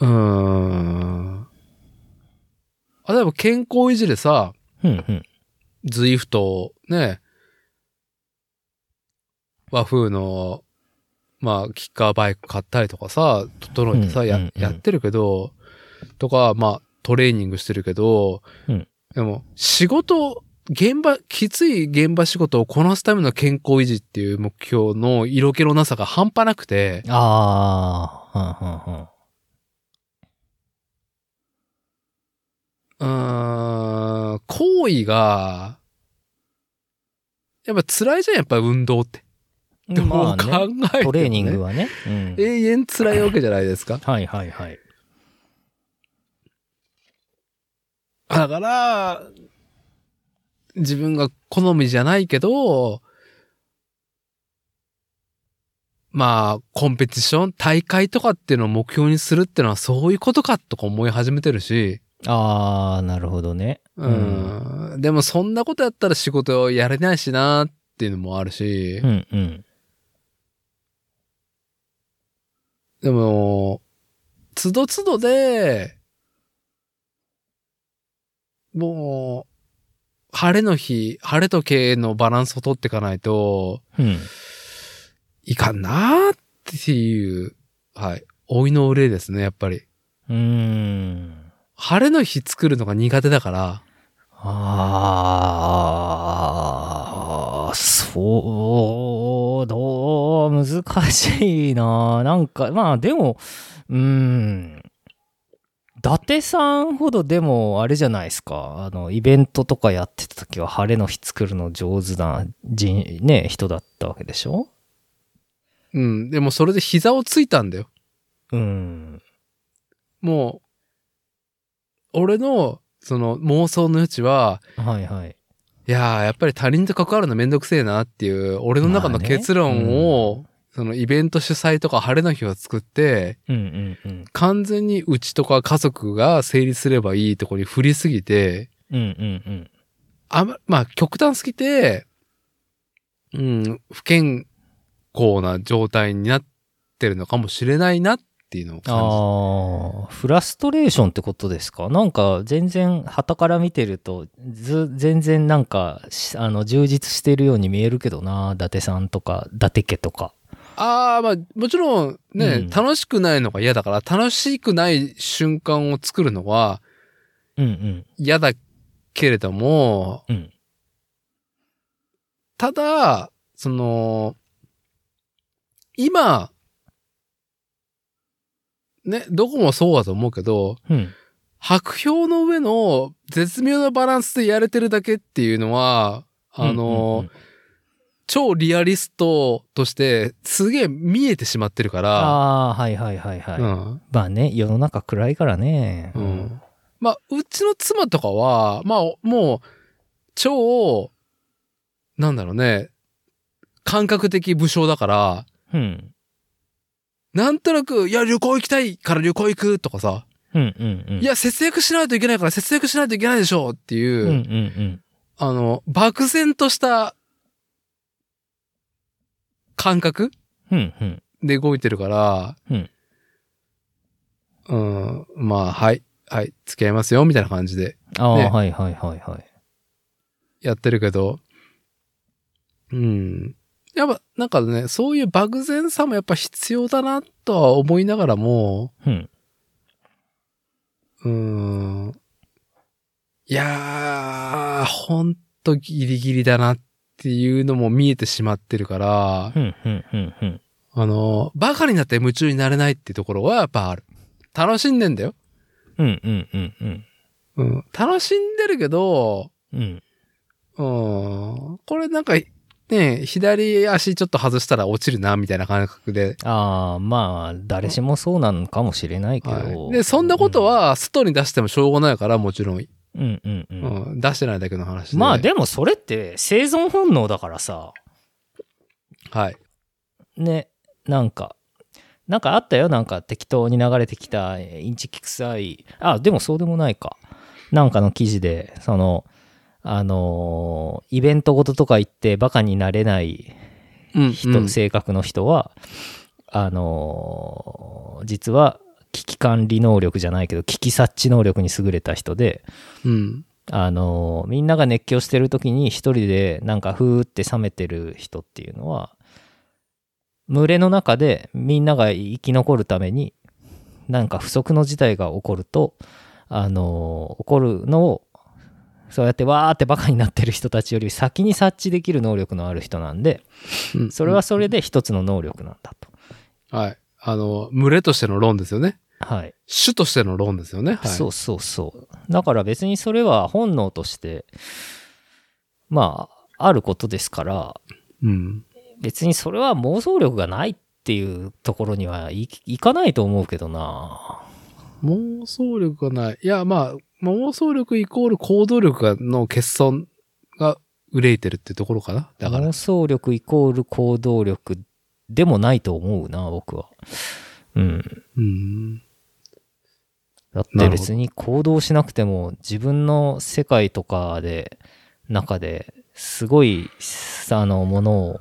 うーん。あ、でも健康維持でさ、
うんうん。
ズイフト、ね、和風の、まあ、キッカーバイク買ったりとかさ、整えてさ、
うん
や
うんうん
やってるけど、とか、まあ、トレーニングしてるけど、
うん
でも、仕事、現場、きつい現場仕事をこなすための健康維持っていう目標の色気のなさが半端なくて、
ああ、うんうん
うー
うん。
ん、行為が、やっぱ辛いじゃん、やっぱ運動って。どう
ま
考
あ
えても、
ね
ね
トレーニングはね。うん。
永遠辛いわけじゃないですか
はいはいはい。
だから、自分が好みじゃないけど、まあ、コンペティション、大会とかっていうのを目標にするっていうのはそういうことかとか思い始めてるし、
ああ、なるほどね。
うん。でもそんなことやったら仕事をやれないしなっていうのもあるし、
うんうん。
でも、つどつどで、もう、晴れの日、晴れと経営のバランスを取っていかないと
うん。
いかんなーっていう、はい。老いの憂いですね、やっぱり。
うーん。
晴れの日作るのが苦手だから、
ああ、そう、どう、難しいな。なんか、まあでも、うーん。伊達さんほどでも、あれじゃないですか。あの、イベントとかやってた時は、晴れの日作るの上手な人、ね、人だったわけでしょ
うん。でもそれで膝をついたんだよ。
うん。
もう、俺の、その妄想の余地は、
はいはい。
いやー、やっぱり他人と関わるのめんどくせえなっていう、俺の中の結論を、そのイベント主催とか晴れの日を作って、
うんうんうん。
完全にうちとか家族が成立すればいいとこに振りすぎて、
うんうん
あま、まあ、極端すぎて、うん、不健康な状態になってるのかもしれないなっていうのを
うん。
感
ああ、フラストレーションってことですかなんか全然、旗から見てると、ず、全然なんか、しあの、充実しているように見えるけどな、伊達さんとか、伊達家とか。
じ。ああ、まあ、もちろんね、
うん
楽しくないのが嫌だから、楽しくない瞬間を作るのは
うんうん。
嫌だけれども、
うん。
ただ、その、今、ね、どこもそうだと思うけど、
うん。
白氷の上の絶妙なバランスでやれてるだけっていうのは、あの、
うんうんうん
超リアリストとしてすげえ見えてしまってるから、
ああ、はいはいはいはい。
うん。
まあね、世の中暗いからね。
う。ん。まあ、うちの妻とかは、まあ、もう、超、なんだろうね、感覚的武将だから、
うん。
なんとなく、いや、旅行行きたいから旅行行くとかさ、
うんうんうん。
い、や、節約しないといけないから節約しないといけないでしょうっていうう、
んうんうん。
あの、漠然とした感覚
うんうん。
で動いてるから、
うん。
うん、まあ、はい、はい、付き合いますよ、みたいな感じで
ああ、
ね
はいはいはいはい。
やってるけど、うん。やっぱ、なんかね、そういう漠然さもやっぱ必要だなとは思いながらも、
うん。
うーん。いやー、ほんとギリギリだなっていうのも見えてしまってるから、
うんうんうんうん。
あの、バカになって夢中になれないってところはやっぱある。楽しんでんだよ。
うんうんうんうん。
うん。楽しんでるけど、
うん。
うん。これなんか、ね、左足ちょっと外したら落ちるな、みたいな感覚で
ああ、まあ、誰しもそうなのかもしれないけど。
はい、で、そんなこと、は外に出してもしょうがないから、もちろん、
うんうんうん。
うん出してないだけの話で。
まあ、でもそれって生存本能だからさ、
はい。
ね、なんか、なんかあったよ、なんか適当に流れてきたえーインチキ臭い、あ、でもそうでもないか。なんかの記事で、その、あのーイベントごととか行ってバカになれない
うん
人、
うん
性格の人は、あのー実は危機管理能力じゃないけど、危機察知能力に優れた人で、
うん。
あのーみんなが熱狂してる時に一人でなんかふーって冷めてる人っていうのは群れの中でみんなが生き残るためになんか不測の事態が起こるとあのー起こるのをそうやってわーってバカになってる人たちより先に察知できる能力のある人なんで
うん
それはそれで一つの能力なんだと。
はい。あの、群れとしての論ですよね。
はい、
種としての論ですよね。はい。
そうそうそうだから別にそれは本能としてまああることですから
うん。
別にそれは妄想力がないっていうところにはいいかないと思うけどな
妄想力がない。いや、まあ、妄想力イコール行動力がの欠損が憂いてるってところかな。だから
妄。想力イコール行動力でもないと思うな僕はうん
うん。
だ
な
って
るほど
別に行動しなくても自分の世界とかで中ですごいあのものを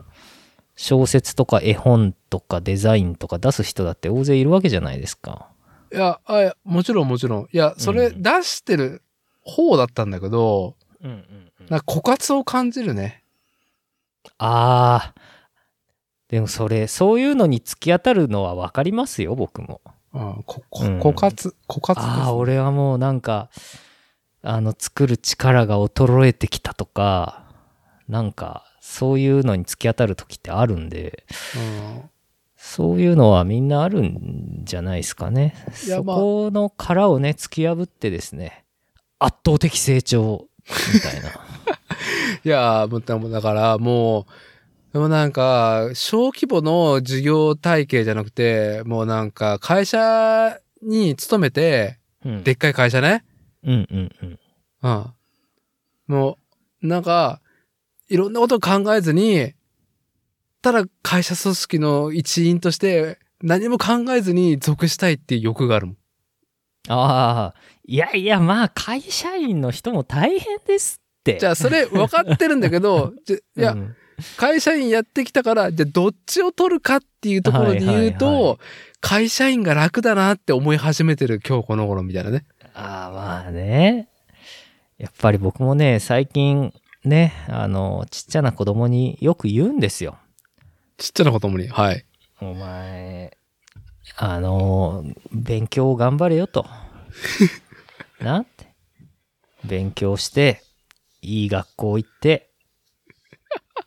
小説とか絵本とかデザインとか出す人だって大勢いるわけじゃないですか
いや、あいやもちろんもちろん。いや、それ
うん
出してる方だったんだけど、
うんうん、うん
なんか枯渇を感じるね。
ああ。でもそれ、そういうのに突き当たるのは分かりますよ、僕も。
うん、こ、こ
うん
枯渇、枯渇です、ね。
ああ、俺はもうなんか、あの、作る力が衰えてきたとか、なんか、そういうのに突き当たる時ってあるんで、
うん
そういうのはみんなあるんじゃないですかね。
いや
そ
まあ
この殻をね、突き破ってですね、圧倒的成長、みた
[LAUGHS]
いな。
いやー、もうだからもう、でもなんか、小規模の事業体系じゃなくて、もうなんか、会社に勤めて、
うん、
でっかい会社ね。
うんうんうん。
うん。もう、なんか、いろんなことを考えずに、ただ会社組織の一員として、何も考えずに属したいっていう欲があるもん。
ああ、いやいや、まあ、会社員の人も大変ですって。
じゃあ、それ分かってるんだけど、
[LAUGHS]
じゃいや、
うん
会社員やってきたから、じゃあどっちを取るかっていうところで言うと、
はいはいはい
会社員が楽だなって思い始めてる今日この頃みたいなね。
ああ、まあね。やっぱり僕もね、最近、ね、あの、ちっちゃな子供によく言うんですよ。
ちっちゃな子供に。はい。
お前、あの、勉強を頑張れよと。なって。勉強して、いい学校行って、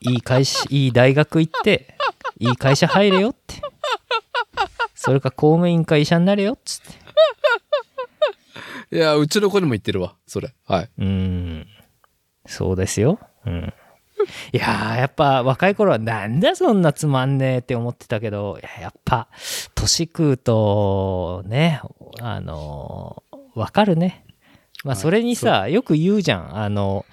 いい会社、いい大学行って、いい会社入れよって。それか公務員か医者になれよっつって。
いや、うちの子にも言ってるわ、それ。はい。
うーん。そうですよ。 [LAUGHS] うん。いやー、やっぱ若い頃はなんだそんなつまんねえって思ってたけど、いややっぱ、年食うと、ね、あのー、わかるね。まあ、それにさ、よく言うじゃん。あの、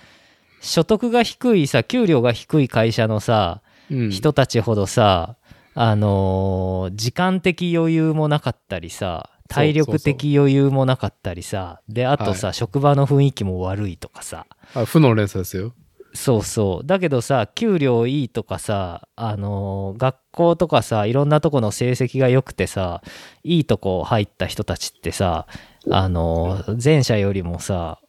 所得が低いさ、給料が低い会社のさ、
うん。
人たちほどさ、あのー時間的余裕もなかったりさ体力的余裕もなかったりさであとさ、職場の雰囲気も悪いとかさ
あ負の連鎖ですよ。
そうそうだけどさ給料いいとかさあのー学校とかさいろんなとこの成績が良くてさいいとこ入った人たちってさあのー前者よりもさ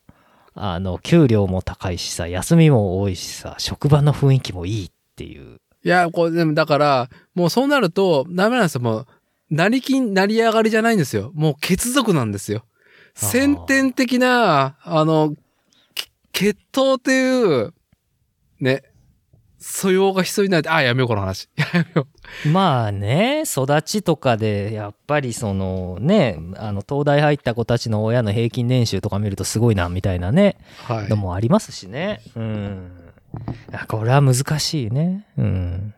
あの給料も高いしさ休みも多いしさ職場の雰囲気もいいっていう
いや、これでもだから、もうそうなると、ダメなんですよ。もう、なりきん、成り上がりじゃないんですよ。もう血族なんですよ。
あー
先天的な、あの、き血統っていう、ね、素養が必要になって、あ、やめよう、この話。やめよ
まあね育ちとかでやっぱりそのねあの東大入った子たちの親の平均年収とか見るとすごいなみたいなね
う。はい。
のもありますしねうんあこれは難しいねうん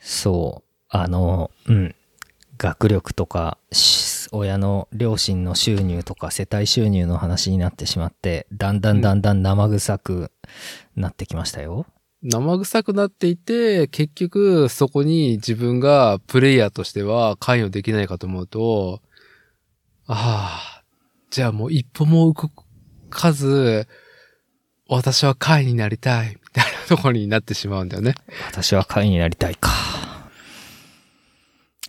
そうあのうん学力とかし親の両親の収入とか世帯収入の話になってしまってだんだんだんだん生臭くなってきましたよ、
生臭くなっていて、結局そこに自分がプレイヤーとしては関与できないかと思うと、ああ、じゃあもう一歩も動かず、私は会になりたい、みたいなところになってしまうんだよね。
私は会になりたいか。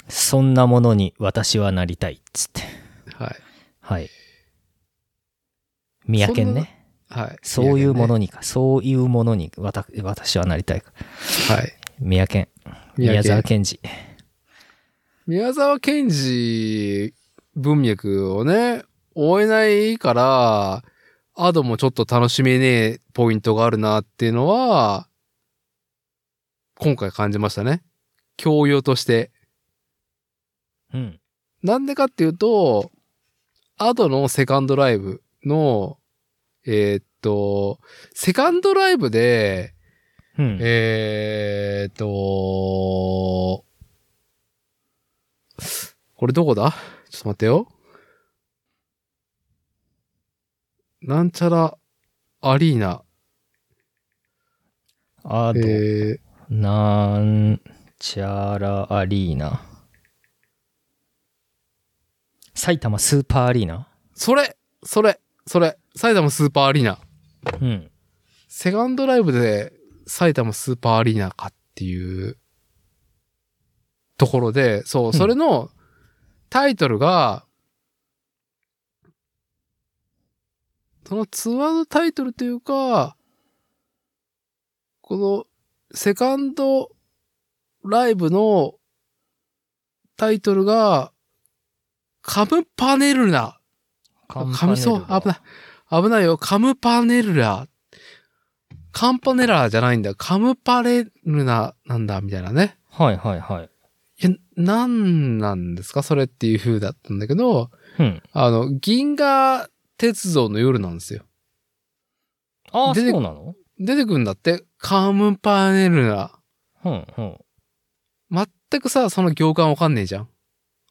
そんなものに私はなりたいっつって。
はい。
はい。三宅ね。
はい。
そういうもの
に。
にか、そういうものにわた私はなりたいか。
はい。
三宅。宮
宮
沢
沢
賢治。
宮沢賢治文脈をね、追えないから、アドもちょっと楽しめねえポイントがあるなっていうのは、今回感じましたね。教養として。
うん。
なんでかっていうと、アドのセカンドライブの、えーっと、セカンドライブで、
うん。
えーっと、これどこだちょっと待ってよ。なんちゃらアリーナ。
あと、
えー、
なんちゃらアリーナ。埼玉スーパーアリーナ。
それそれそれ埼玉スーパーアリーナ。
うん。
セカンドライブで埼玉スーパーアリーナかっていうところで、そう、
ん
それのタイトルが、そのツアーのタイトルというか、このセカンドライブのタイトルが、カムパネルラ
カンパ
噛
ネ
み
ル
そう。
だ
危ない。危ないよ。カムパネルラ。カンパネラじゃないんだ。カムパレルナなんだ、みたいなね。
はいはいはい。
いや、なんなんですかそれっていう風だったんだけど、
うん。
あの、銀河鉄道の夜なんですよ。
ああ、そ
出て
うなの
出てくるんだって。カムパネルラ。
うんうん。
全くさ、その行間わかんねえじゃん。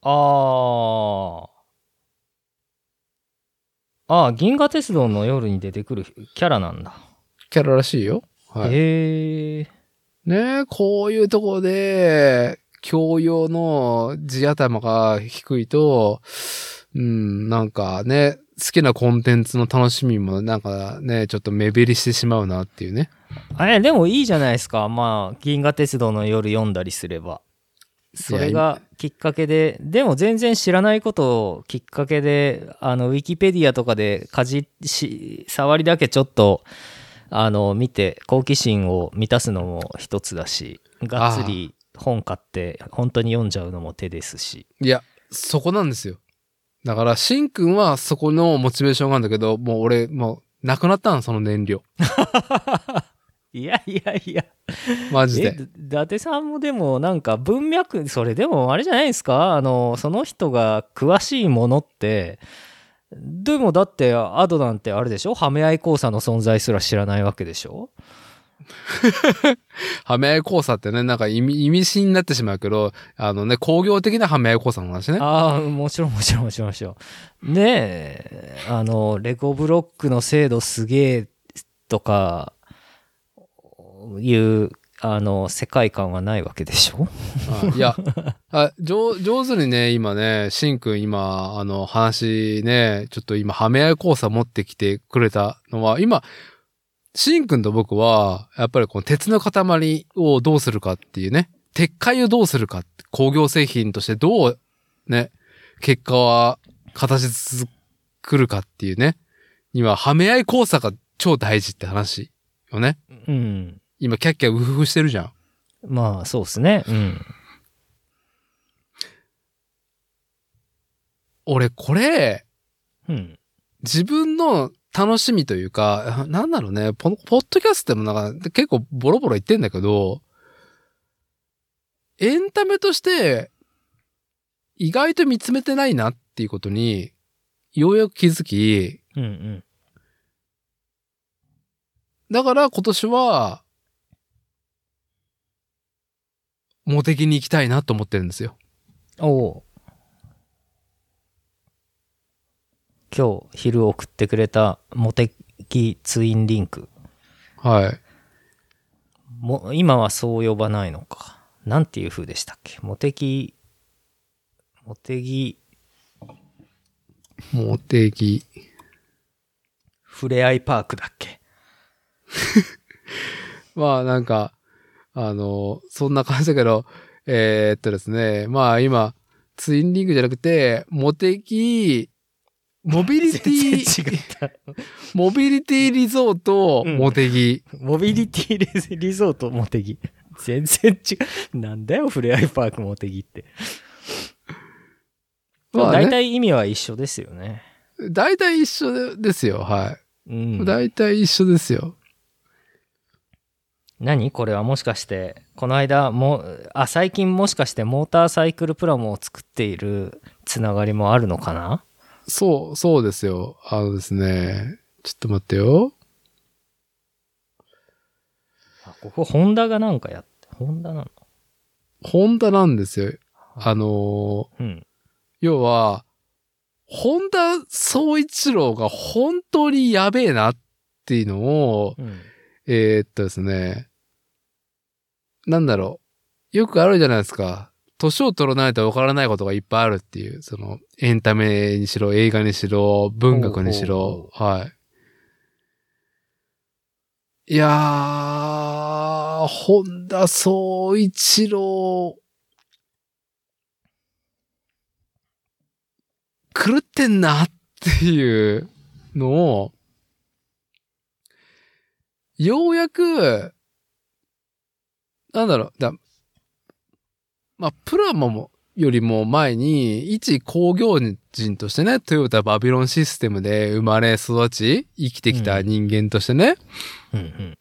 ああ。ああ、銀河鉄道の夜に出てくるキャラなんだ。
キャラらしいよ。はい。
へえ。
ねえ、こういうとこで、教養の地頭が低いと、うん、なんかね、好きなコンテンツの楽しみもなんかね、ちょっと目減りしてしまうなっていうね。
え、でもいいじゃないですか。まあ、銀河鉄道の夜読んだりすれば。それがきっかけで、でも全然知らないことをきっかけで、あの、ウィキペディアとかでかじし、触りだけちょっと、あの、見て、好奇心を満たすのも一つだし、がっつり本買って、本当に読んじゃうのも手ですし。
いや、そこなんですよ。だから、しんくんはそこのモチベーションがあるんだけど、もう俺、もう、なくなったの、その燃料。
いやいやいや。
マジで。
えだ伊達さんもでもなんか文脈それでもあれじゃないですかあのその人が詳しいものってでもだってアドなんてあれでしょはめ合い交差の存在すら知らないわけでしょ
はめ合い交差ってね、なんか意味、意味深になってしまうけど、あのね、工業的なはめ合い交差の話ね。
ああもちろんもちろんもちろんもちろんねえあのレゴブロックの精度すげえとかいうあの世界観はないわけでしょ
あいや、あ上上手にね、今ね、しんくん今、あの、話ね、ちょっと今、はめ合い交差持ってきてくれたのは、今、しんくんと僕は、やっぱりこの鉄の塊をどうするかっていうね、鉄塊をどうするかって、工業製品としてどう、ね、結果は形作るかっていうね、今、はめ合い交差が超大事って話よね。
うん
今、キャッキャウフフしてるじゃん。
まあそうですねうん
俺、これ、
うん
自分の楽しみというか、なんだろうね、ポポッドキャストでもなんか結構ボロボロ言ってんだけど、エンタメとして意外と見つめてないなっていうことに、ようやく気づき、
うんうん
だから今年は、モテキに行きたいなと思ってるんですよ。
おお今日昼送ってくれたモテキツインリンク
はい。
も今はそう呼ばないのかなんていう風でしたっけモテキモテギ
モテキ。
ふれあいパークだっけ
まあなんか、あの、そんな感じだけど、えーっとですね、まあ今、ツインリングじゃなくて、モテキ、モビリテ
全然違
ィ、
った
モビリティリゾート、
うん
モテキ。
モビリティリゾリゾートモテギ全然違うなんだよふれあいパークモテギって、
まあ、
大
ね、
体意味は一緒ですよね
大体一緒ですよ、は
う
い。
ん
大体一緒ですよ。
何これはもしかしてこの間もあ最近もしかしてモーターサイクルプラモを作っているつながりもあるのかな
そう、そうですよ。あのですね、ちょっと待ってよ。
あここホンダがなんかやってホンダなの
ホンダなんですよ。あのー
うん
要は、本田総一郎が本当にやべえなっていうのを、
うん
えーっとですね、なんだろう。よくあるじゃないですか。年を取らないとわからないことがいっぱいあるっていう、その、エンタメにしろ、映画にしろ、文学にしろ、はい。いやー、本田総一郎、狂ってんなっていうのを、ようやく、なんだろう、だまあ、プラモも、よりも前に、一工業人としてね、トヨタバビロンシステムで生まれ育ち、生きてきた人間としてね、
うんうん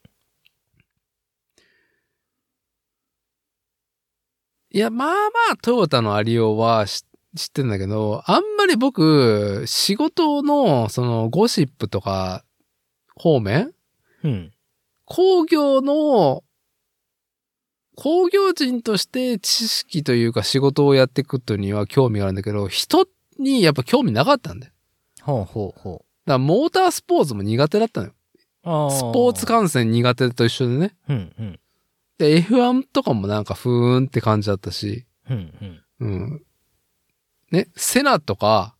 いや、まあまあ、トヨタのありようは知知ってんだけど、あんまり僕、仕事の、その、ゴシップとか、方面
うん
工業の、工業人として知識というか仕事をやっていくことには興味があるんだけど、人にやっぱ興味なかったんだよ。
ほうほうほ
だからモータースポーツも苦手だったのよ。
うあ
スポーツ観戦苦手と一緒でね。
うんうん
で、F1 とかもなんかふーんって感じだったし、
うん
うん。ね、セナとか、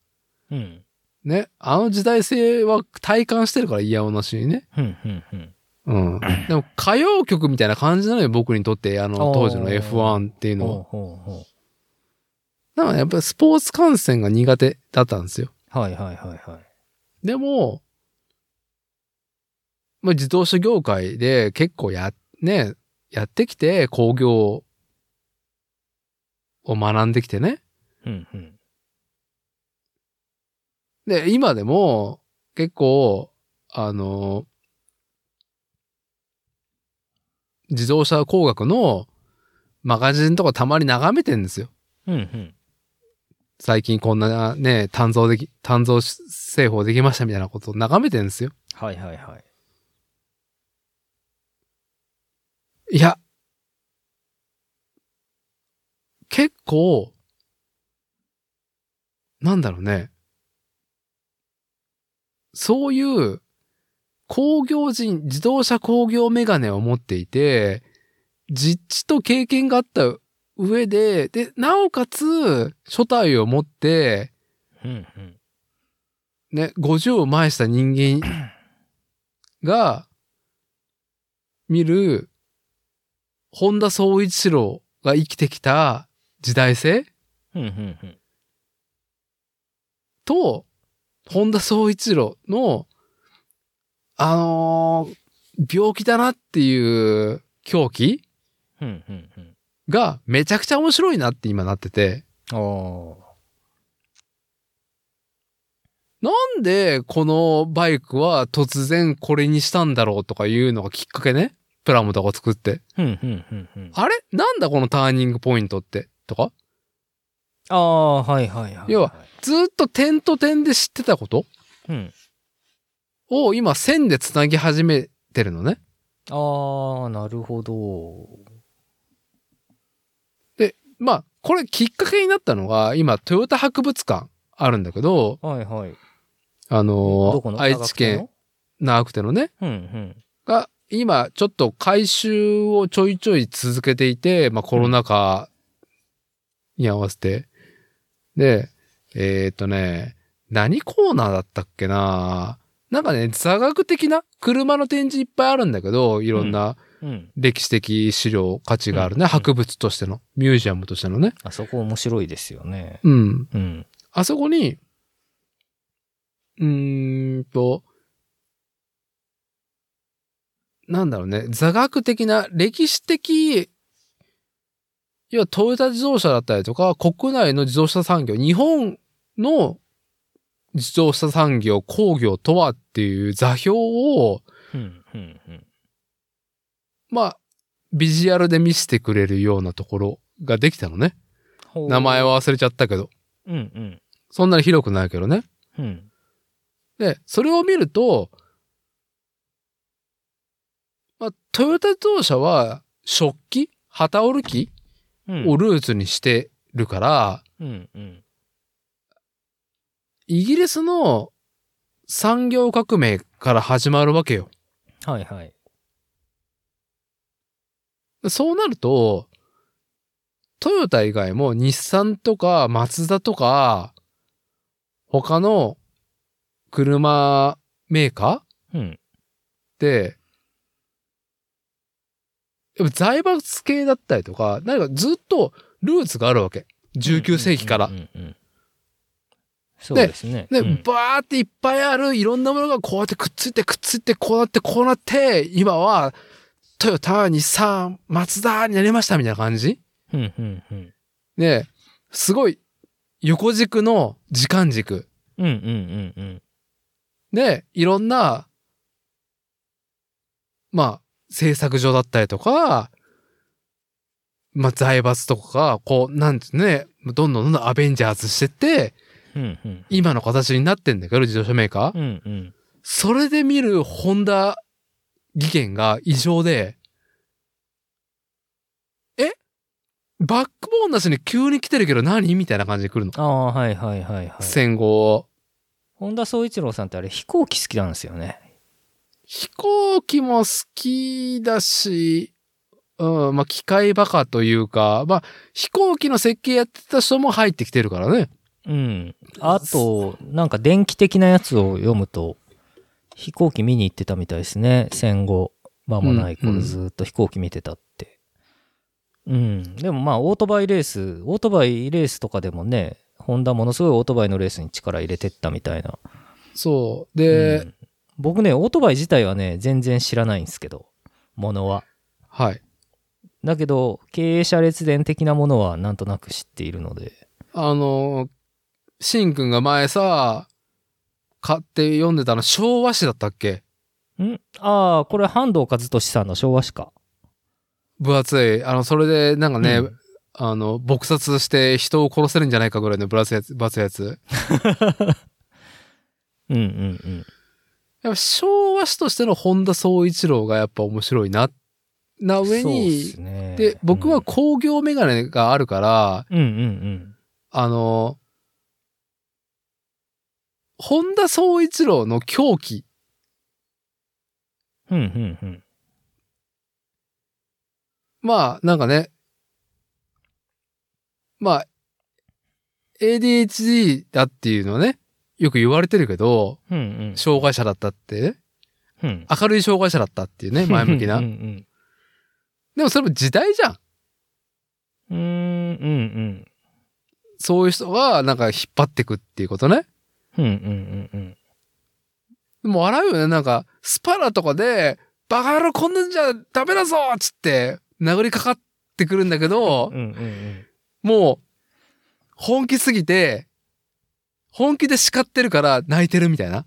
うんうん
ね、あの時代性は体感してるから嫌おなしにね。
うんうんうん
うん。でも歌謡曲みたいな感じなのよ、僕にとって、あの
おー
当時の F1 っていうの
ほう
は。
ほうほ
だからやっぱりスポーツ観戦が苦手だったんですよ。
うはいはいはいはい
でも、まあ、自動車業界で結構や、ね、やってきて工業を学んできてね。
うんうん
で、今でも結構、あの、自動車工学のマガジンとかたまに眺めてんですよ。
うんうん。
最近こんなね、単造でき、単造製法できましたみたいなことを眺めてんですよ。
はいはいはい。
いや、結構、なんだろうね。そういう工業人、自動車工業メガネを持っていて、実地と経験があった上で、で、なおかつ、初体を持って、
うんうん。
ね、50を前した人間が見る本田宗一郎が生きてきた時代性
うんうんうん。
と本田宗一郎のあのー病気だなっていう狂気
うんうんうん。
がめちゃくちゃ面白いなって今なってて
おー
なんでこのバイクは突然これにしたんだろうとかいうのがきっかけねプラモとか作って
うんうんうんうん。
あれなんだこのターニングポイントってとか
ああ、はいはいはい。
要は、ずっと点と点で知ってたこと
うん。
を今線でつなぎ始めてるのね。
ああ、なるほど。
まあ、これきっかけになったのが、今、トヨタ博物館あるんだけど、
はいはい。
あの
どこの
愛知県。長久手のね、
長久手のうん
が、今、ちょっと改修をちょいちょい続けていて、まあ、コロナ禍に合わせて。で、えっ、とね、何コーナーだったっけななんかね、座学的な車の展示いっぱいあるんだけど、いろんな
うん。うん。
歴史的資料価値があるね、
うん
博物としての、ミュージアムとしてのね。
あそこ面白いですよね。
うん。
うん。
あそこに、うーんと、なんだろうね、座学的な歴史的、要はトヨタ自動車だったりとか、国内の自動車産業、日本の自動車産業、工業とはっていう座標を、
うんうんうん。
まあ、ビジュアルで見せてくれるようなところができたのね。
ほう
名前。は忘れちゃったけど。
うんうん。
そんなに広くないけどね。
うん。
で、それを見ると、まあ、トヨタ自動車は食器旗織る機
うん。
をルーツにしてるから、
うんうん。
イギリスの産業革命から始まるわけよ。
はいはい。
そうなると、トヨタ以外も日産とかマツダとか、他の車メーカー
うん。
って、やっぱ財閥系だったりとか、何かずっとルーツがあるわけ。19世紀から
うん。うんうん。そうですね。
で、
うん
バーっていっぱいあるいろんなものがこうやってくっついてくっついてこうなってこうなって、今はトヨタ、日産、マツダになりましたみたいな感じ
うんうんうん。
で、すごい横軸の時間軸。
うんうんうんうん。
で、いろんな、まあ、制作所だったりとか、まあ、財閥とか、こう、なんてね、どんどんどんどんアベンジャーズしてって、
うんうん。
今の形になってんだけど、自動車メーカー。
うんうん。
それで見るホンダ技研が異常で、えバックボーンなしに急に来てるけど何みたいな感じで来るの。
ああ、はいはいはいはい。
戦後、
本田宗一郎さんってあれ飛行機好きなんですよね。
飛行機も好きだし、うん、まあ、機械バカというか、まあ、飛行機の設計やってた人も入ってきてるからね。
うん。あと、なんか電気的なやつを読むと、飛行機見に行ってたみたいですね。戦後、間もない
うんう
頃
ん
ずーっと飛行機見てたって。うん。でもまあ、オートバイレース、オートバイレースとかでもね、ホンダものすごいオートバイのレースに力入れてったみたいな。
そう。で、
うん僕ね、オートバイ自体はね、全然知らないんですけど、ものは。
はい。
だけど、経営者列伝的なものはなんとなく知っているので。
あの、シンくんが前さ、買って読んでたの昭和史だったっけ
んああ、これ、半藤和俊さんの昭和史か。
分厚い。あの、それで、なんかね、
うん
あの、撲殺して人を殺せるんじゃないかぐらいの分厚いやつ、分厚いやつ。
うんうんうん。
やっぱ昭和史としての本田宗一郎がやっぱ面白いな、な上に、
そうっすね
で、僕は工業メガネがあるから、
うんうんうん
あの、本田宗一郎の狂気
うん。うんうんうん。
まあ、なんかね、まあ、ADHD だっていうのはね、よく言われてるけど、
うんうん。
障害者だったってね、
うん。
明るい障害者だったっていうね、前向き
[LAUGHS]
な
うんう。ん
でもそれも時代じゃん。
うん。うーんうん
そういう人がなんか引っ張ってくっていうことね。
うん。うんうんうんうん。
でも笑うよね、なんか、スパラとかで、バカ野郎こんなんじゃダメだぞっつって、殴りかかってくるんだけど
うん、うん
もう、本気すぎて、本気で叱ってるから泣いてるみたいな。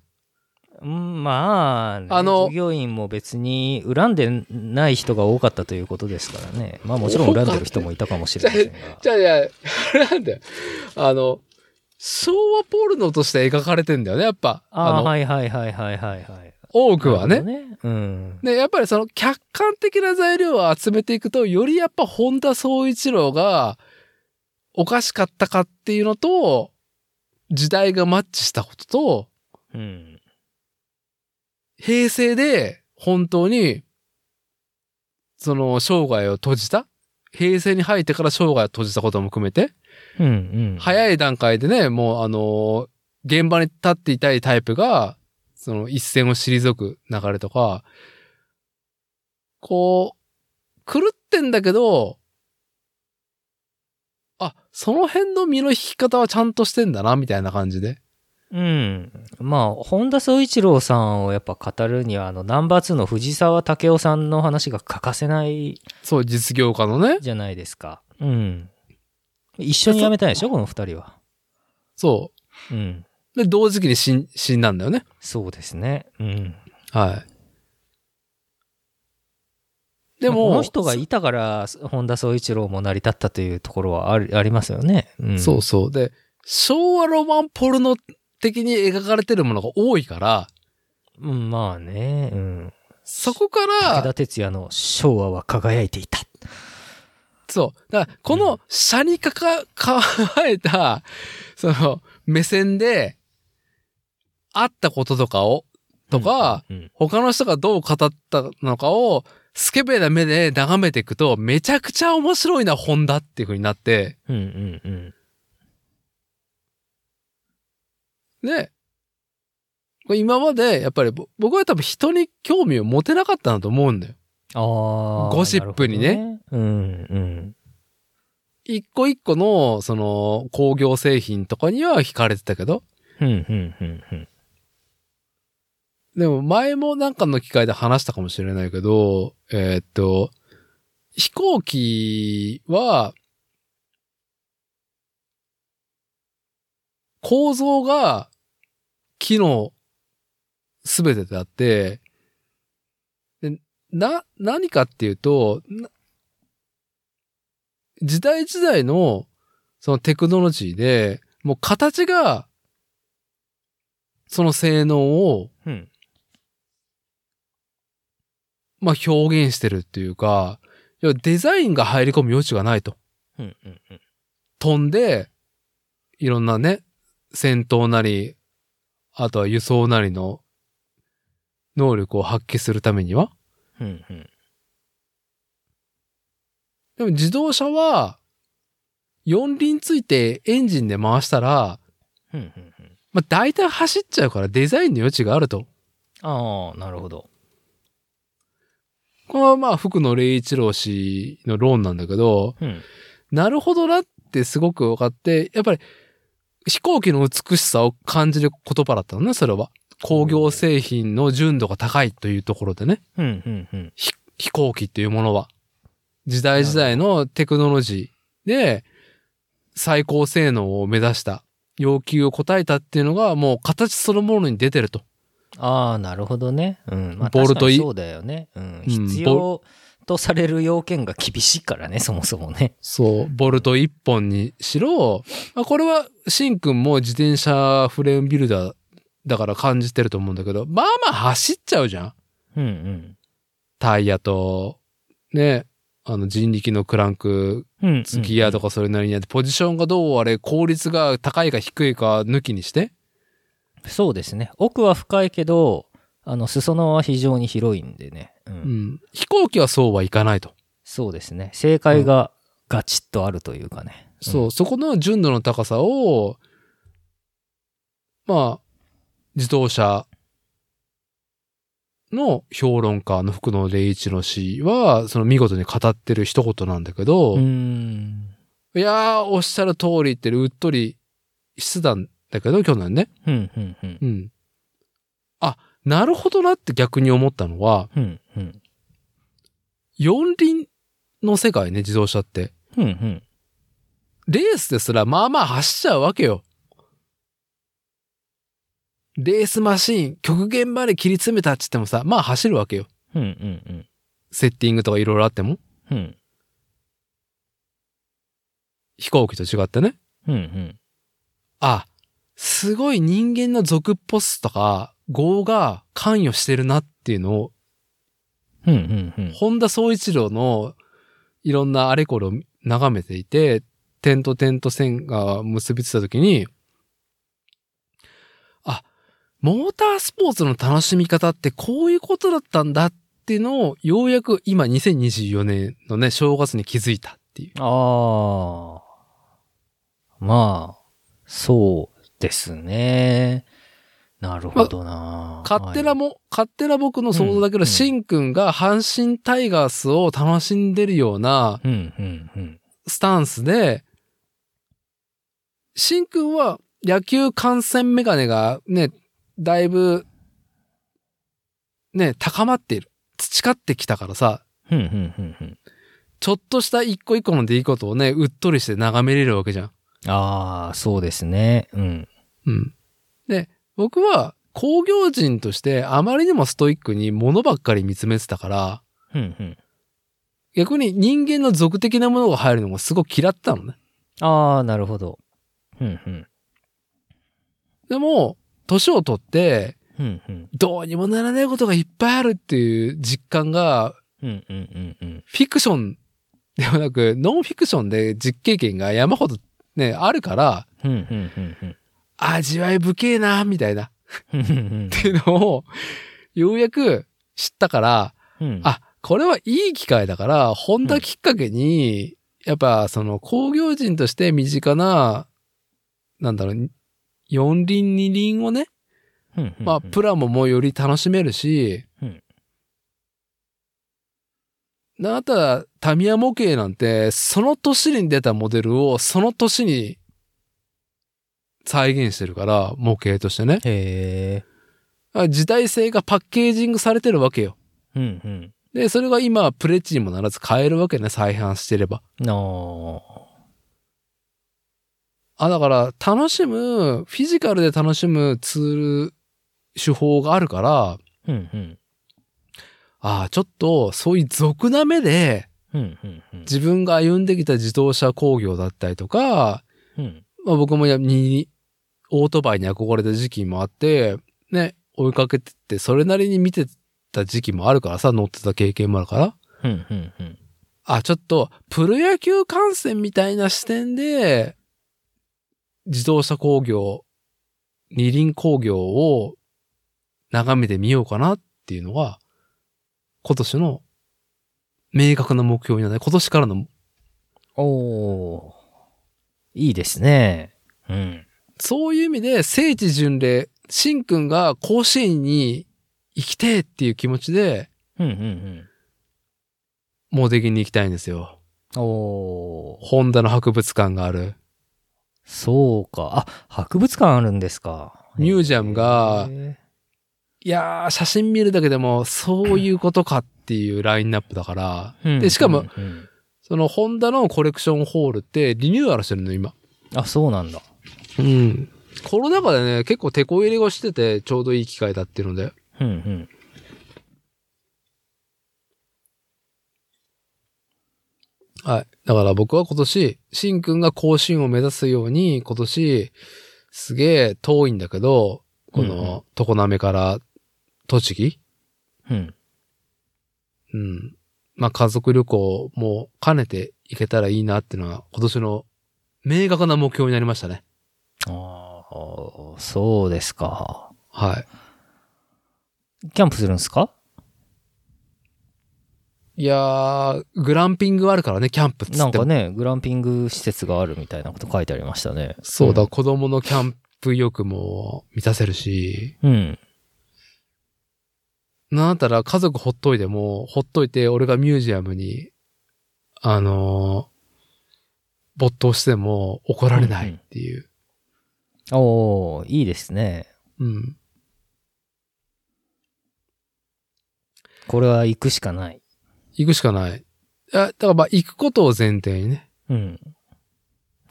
うん。まあ、ね、
あの
従業員も別に恨んでない人が多かったということですからね。まあもちろん恨んでる人もいたかもしれませんが。
じゃあじゃあ、あれなんだよ。あの、昭和ポルノとして描かれてんだよね、やっぱ。あ
ああ、
の、
はいはいはいはいはいはい。
多くは
なる
ね
ほ。どね。うん。
で、やっぱりその客観的な材料を集めていくと、よりやっぱ本田宗一郎がおかしかったかっていうのと、時代がマッチしたことと、
うん。
平成で本当に、その生涯を閉じた平成に入ってから生涯を閉じたことも含めて、
うんうん。い。
早い段階でね、もうあの現場に立っていたいタイプが、その一線を退く流れとか、こう、狂ってんだけど、あ、その辺の身の引き方はちゃんとしてんだな、みたいな感じで。
うん。まあ、本田宗一郎さんをやっぱ語るには、あの、ナンバー2の藤沢武雄さんの話が欠かせない
そう、実業家のね。
じゃないですか。うん。一緒に辞めたいでしょ、この二人は。
そ
うん。
う。で、同時期に死ん死んだんだよね。
そうですね。うん。
はい。で
まあこ
も、
の人がいたから、本田宗一郎も成り立ったというところはあるありますよね。うん。
そうそう。で、昭和ロマンポルノ的に描かれてるものが多いから、
うん。まあね。うん。
そこか
武
ら
田、鉄矢の昭和は輝いていた。
そう。だから、この、車にかか、構えた、その、目線で、あったこととかを、とか、
うん、うん
他の人がどう語ったのかを、スケベな目で眺めていくと、めちゃくちゃ面白いな、本だっていう風になって、
うん、うんうんうん。
ね。これ今まで、やっぱりぼ僕は多分人に興味を持てなかったんだと思うんだよ。
ああ。
ゴシップにね
なるほどね。うん、
一個一個の、その、工業製品とかには惹かれてたけど、
うん。うん、うん、うん、うん。
でも前もなんかの機会で話したかもしれないけど、えーっと、飛行機は、構造が機能すべてであって、でな、何かっていうと、な時代時代のそのテクノロジーで、もう形がその性能を
うん。
まあ、表現してるっていうか、要はデザインが入り込む余地がないと。
うん、うん、うん。
飛んで、いろんなね、戦闘なり、あとは輸送なりの能力を発揮するためには。
うん、うん。
でも自動車は、四輪ついてエンジンで回したら、
うん、うんうん。
まあ、大体走っちゃうからデザインの余地があると。
ああ、なるほど。
これはまあ、福野礼一郎氏の論なんだけど、
うん。
なるほどなってすごく分かって、やっぱり飛行機の美しさを感じる言葉だったのね、それは。工業製品の純度が高いというところでね、
うん、うん、うん。
ひ飛行機っていうものは。時代時代のテクノロジーで最高性能を目指した要求を答えたっていうのがもう形そのものに出てると。
ああ、なるほどね。うん。まあ、
ボルト
確かに
い
そうだよね。うん。
うん
必要当される要件が厳しいからね、そもそもね。
そう、ボルト1本にしろ、まあ、これはシンくんも自転車フレームビルダーだから感じてると思うんだけど、まあまあ走っちゃうじゃん。
うんうん。
タイヤと、ね、あの人力のクランク、
うん、うん。
ギアとかそれなりにやって、ポジションがどうあれ、効率が高いか低いか抜きにして。
そうですね。奥は深いけど、あの、裾野は非常に広いんでね。うん。
うん。飛行機はそうはいかないと。
そうですね。正解がガチッとあるというかね。
そう、そこの純度の高さを、まあ、自動車の評論家の福野礼一の詩は、その見事に語ってる一言なんだけど、
うん。うーん。
いやー、おっしゃる通りってうっとりしてたんだけど、去年ね。
うん、うん、うん
う。ん。あ、なるほどなって逆に思ったのは、
うん、うん。
四輪の世界ね、自動車って。
うん、うん。
レースですら、まあまあ走っちゃうわけよ。レースマシーン、極限まで切り詰めたって言ってもさ、まあ走るわけよ。
うん、うん、
セッティングとかいろいろあっても。
うん。うん、
飛行機と違ってね。
うん、うん。
あ、すごい人間の俗っぽすとか、業が関与してるなっていうのを、
うん、うん、うん。
本田総一郎のいろんなあれこれを眺めていて、点と点と線が結びついたときに、あ、モータースポーツの楽しみ方ってこういうことだったんだっていうのを、ようやく今2024年のね、正月に気づいたっていう。
ああ。まあ、そうですね。なるほどな。
勝手なも、勝手な僕の想像だけ
うんう
ど、
ん
シンくんが阪神タイガースを楽しんでるような、
はいうん、うん、うん。
スタンスで、シンくんは野球観戦メガネがね、だいぶ、ね、高まっている。培ってきたからさ、
うん、うん、うん、うん。
ちょっとした一個一個の出来事をね、うっとりして眺めれるわけじゃん。
ああ、そうですね。うん。
うん。で、僕は工業人としてあまりにもストイックに物ばっかり見つめてたから、
うん、うん。
逆に人間の俗的なものが入るのもすごく嫌ってたのね。
ああ、なるほど。うん、うん。
でも、年を取って、
うん、うん。
どうにもならないことがいっぱいあるっていう実感が、
うん、うん、うん、うん。
フィクションではなく、ノンフィクションで実経験が山ほどね、あるから、
うん、うん、うん、うん。
味わい深えな、みたいな、っ
うん
ていうのを、ようやく知ったから、
うん
あ、これはいい機会だから、ホンダきっかけに、やっぱその工業人として身近な、なんだろう、四輪二輪をね、
うん
まあ、プラモもより楽しめるし、
うん
あなた、タミヤ模型なんて、その年に出たモデルを、その年に再現してるから、模型としてね。
へえ。
あ時代性がパッケージングされてるわけよ。
うん、うん。
で、それが今、プレッチにもならず買えるわけね、再販してれば。
なあ。
あ、だから、楽しむ、フィジカルで楽しむツール、手法があるから、
うん、うん。
ああ、ちょっと、そういう俗な目で、
うん、うん、うん。
自分が歩んできた自動車工業だったりとか、
うん、
まあ、僕もやにオートバイに憧れた時期もあって、ね、追いかけてって、それなりに見てた時期もあるからさ、乗ってた経験もあるから。
うん、うん、うん。
あ、ちょっと、プロ野球観戦みたいな視点で、自動車工業、二輪工業を眺めてみようかなっていうのが、今年の明確な目標になる。今年からの
おおーいいですね。うん。
そういう意味で、聖地巡礼、しんくんが甲子園に行きてえっていう気持ちで、
うんうん
モデギに行きたいんですよ。
うん。おー
ホンダの博物館がある。
そうか。あ、博物館あるんですか。
ミュージアムが
へー
いやー、写真見るだけでも、そういうことかっていうラインナップだから。
うん
でしかも
うんうん
そのホンダのコレクションホールってリニューアルしてるの、今。
あ、そうなんだ。
うん。コロナ禍でね、結構手こ入れをしてて、ちょうどいい機会だっていうので。
うんうん。
はい。だから僕は今年、しんくんが甲子園を目指すように、今年、すげえ遠いんだけど、こ
うんう
の、常滑から栃木
うん。
うん。まあ、家族旅行も兼ねて行けたらいいなっていうのは、今年の明確な目標になりましたね。
ああ、そうですか。
は
キャンプするんですか
い。いやー、グランピングあるからね、キャンプっつっても。
なんかね、グランピング施設があるみたいなこと書いてありましたね。
そうだ、
ん
子供のキャンプ欲も満たせるし、
うん。
なんだったら家族ほっといても、ほっといて俺がミュージアムに、あのー没頭しても怒られないっていう。
おおいいですね。
うん、
これは行くしかない。
行くしかない。あだからまあ行くことを前提にね。
うん。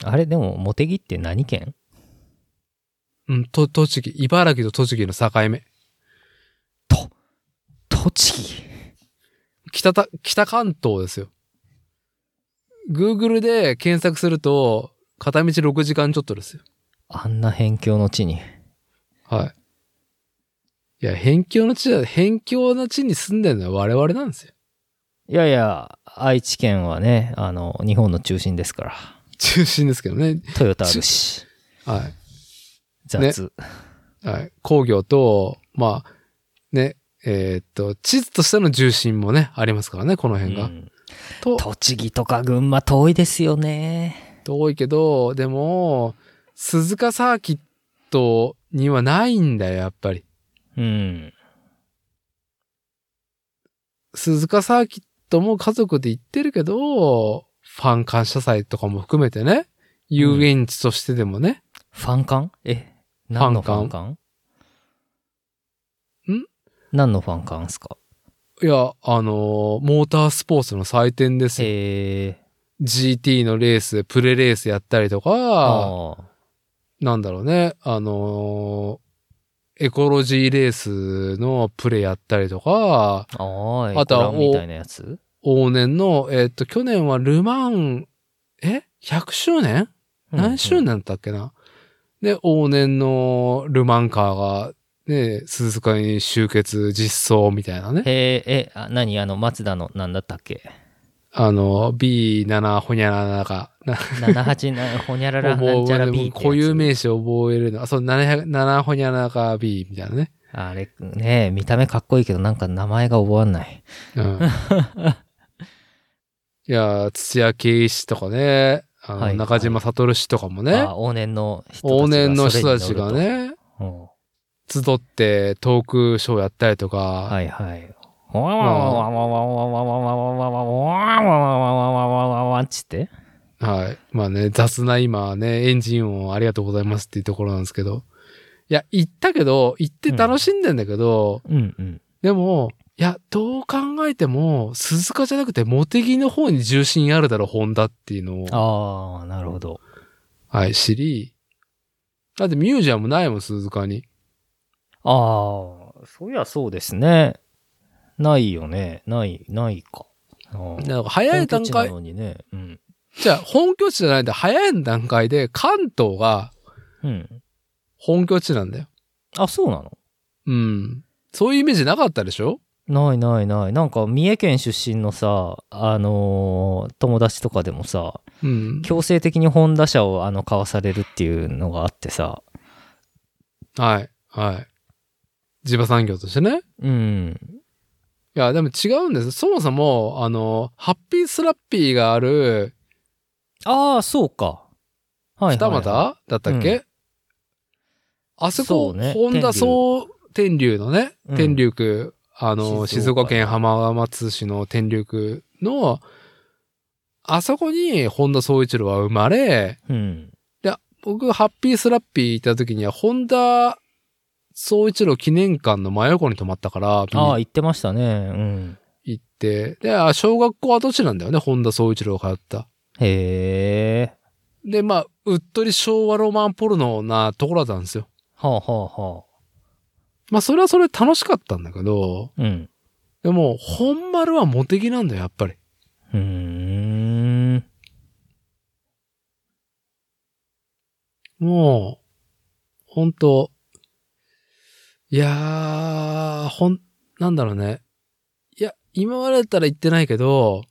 あれ、でも、茂木って何県
うん、と、栃木、茨城と栃木の境目。
栃木。
北た、北関東ですよ。Google で検索すると、片道6時間ちょっとですよ。
あんな辺境の地に。
はい。いや、辺境の地だ、辺境の地に住んでるのは我々なんですよ。
いやいや、愛知県はね、あの、日本の中心ですから。
中心ですけどね。
トヨタあ
[LAUGHS]
るし、
は
雑。
い。はい。工業と、まあ、ね、えーっと、地図としての重心もね、ありますからね、この辺が。
うん
と、
栃木とか群馬遠いですよね。
遠いけど、でも、鈴鹿サーキットにはないんだよ、やっぱり。
うん。
鈴鹿サーキットも家族で行ってるけど、ファン感謝祭とかも含めてね、遊園地としてでもね、
ファン館え何のファン
フ
館
ん
何のファン館ですか
いや、あのーモータースポーツの祭典ですよ。
えー、
GT のレース、プレレースやったりとか、
ああ。
なんだろうね、あのーエコロジーレースのプレやったりとか、
ああ、
あ
あ
と
と
は
は、みたいなやつ
往年の、えっと、去年はルマン、え ?100 周年何周年だったっけな、で、往年のルマンカーが、ね、鈴鹿に集結実装みたいなね。
へえ、え、あ何あの、松田の、なんだったっけ
あの、B7 ほにゃららか、な
?78、ほに
[LAUGHS]
ゃらら、なんちゃら B ってやつ。
固有名詞を覚えるの。あ、そう、700 7ほにゃららか B みたいなね。
あれ、ね見た目かっこいいけど、なんか名前が覚わんない。
うん。いやー、土屋圭一とかね、あの
はい
中島悟氏とかもね、
ああ往年の人たちが。
往年の人たちが。ね、
うん、
集ってトークショーやったりとか、
はいはい。ちって
はい。まあね、雑な今ね、エンジン音ありがとうございますっていうところなんですけど。いや、行ったけど、行って楽しんでんだけど、
うんうん。
でも、いや、どう考えても、鈴鹿じゃなくて、茂木の方に重心あるだろ、ホンダっていうのを、
ああ、なるほど。
はい、知り。だってミュージアムないもん、鈴鹿に。
ああ、そりゃそうですね。ないよね。ない、ないか。ああ
なんか早い段
本拠地な
階、
のにね。うん。
じゃあ本拠地じゃないんだ、早い段階で関東が
うん。
本拠地なんだよ。
あ、そうなの
うん。そういうイメージなかったでしょ
ないないない。なんか、三重県出身のさ、あのー友達とかでもさ、
うん。
強制的にホンダ車をあの、買わされるっていうのがあってさ、
はい、はい。地場産業としてね。
うん。
いや、でも違うんです。そもそも、あの、ハッピースラッピーがある、
ああ、そうか。はいはい、はい。
二俣だったっけ、
うん
あそ
そ
こ、
うね
ホンダ総天竜のね、
うん
天竜区、あの、
静岡
静岡県浜松市の天竜区の、あそこに本田総一郎は生まれ、
うん。
僕、ハッピースラッピー行った時には、本田総一郎記念館の真横に泊まったから、見に
ああ、言ってましたね。うん。
行って、で、あ小学校跡地なんだよね、本田総一郎が通った。
へえ。
で、まあ、うっとり昭和ロマンポルノなところだったんですよ。
はあはあは
まあ、それはそれで楽しかったんだけど、
あ。うん。
でも、本丸はモテギなんだよ、やっぱり。
うーん。
もう、本当いやー、ほん、なんだろうね。いや、今までだったら言ってないけど、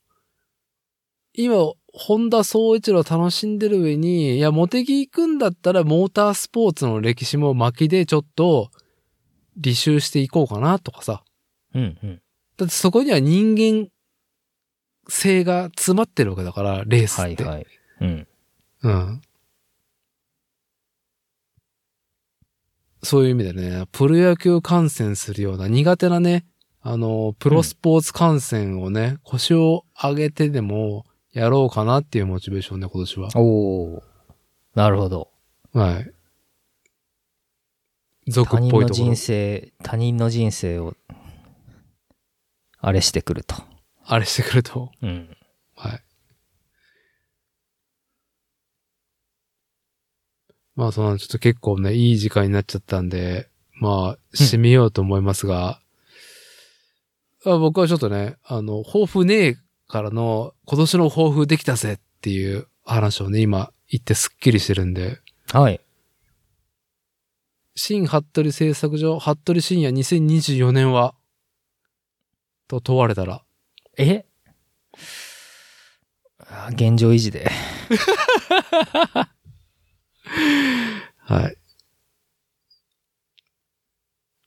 今、本田総一郎楽しんでる上に、いや、モテギ行くんだったらモータースポーツの歴史も巻きでちょっと履修していこうかなとかさ。
うんうん。
だってそこには人間性が詰まってるわけだから、レースっ
はい
て。
はい。うん。
うん。そういう意味でね、プロ野球観戦するような苦手なね、あの、プロスポーツ観戦をね、腰を上げてでもやろうかなっていうモチベーションね、今年は。
おー。なるほど。
はい。俗
他
っ
人
ぽい
の
ところ
人。生、他人の人生を、あれしてくると。
あれしてくると。
うん。
はい。まあ、その、ちょっと結構ね、いい時間になっちゃったんで、まあ、締めようと思いますが、あ僕はちょっとね、あの、抱負ねえからの、今年の抱負できたぜっていう話をね、今、言ってすっきりしてるんで、
はい。
新服部製作所、服部深夜2024年は、と問われたら、
えあ現状維持で。
はい。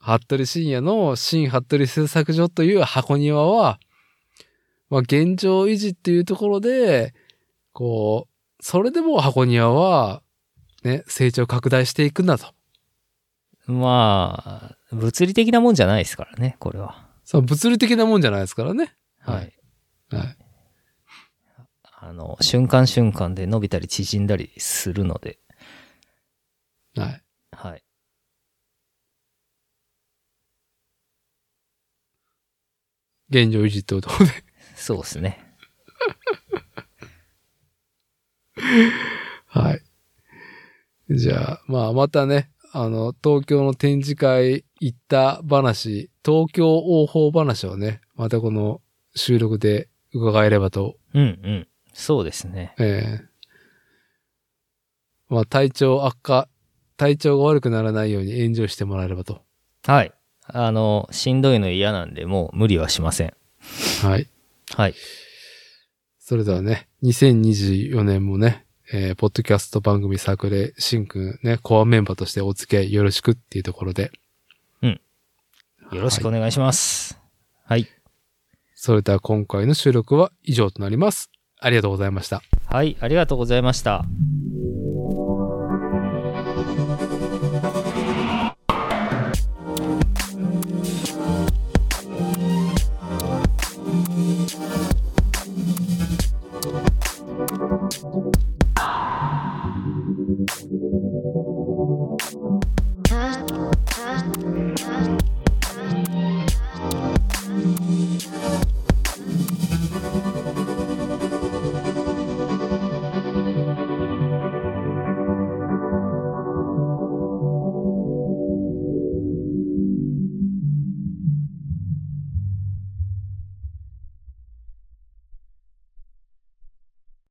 服部深夜の新服部製作所という箱庭は、まあ現状維持っていうところで、こう、それでも箱庭は、ね、成長拡大していくんだと。
まあ、物理的なもんじゃないですからね、これは。
そう、物理的なもんじゃないですからね。
はい。
はいはい。
あの、瞬間瞬間で伸びたり縮んだりするので、
はい。
はい。
現状維持ってことで。
そうですね。
はい。じゃあ、まあ、またね、あの、東京の展示会行った話、東京応報話をね、またこの収録で伺えればと、
うんうん。そうですね。
ええまあ、体調悪化、体調が悪くならないように炎上してもらえればと。
はい。あの、しんどいの嫌なんで、もう無理はしません。
はい。
はい。
それではね、2024年もね、えーポッドキャスト番組作例、しんくんね、コアメンバーとしてお付き合いよろしくっていうところで。
うん。よろしくお願いします。はい。
それでは今回の収録は以上となります。ありがとうございました。
はい、ありがとうございました。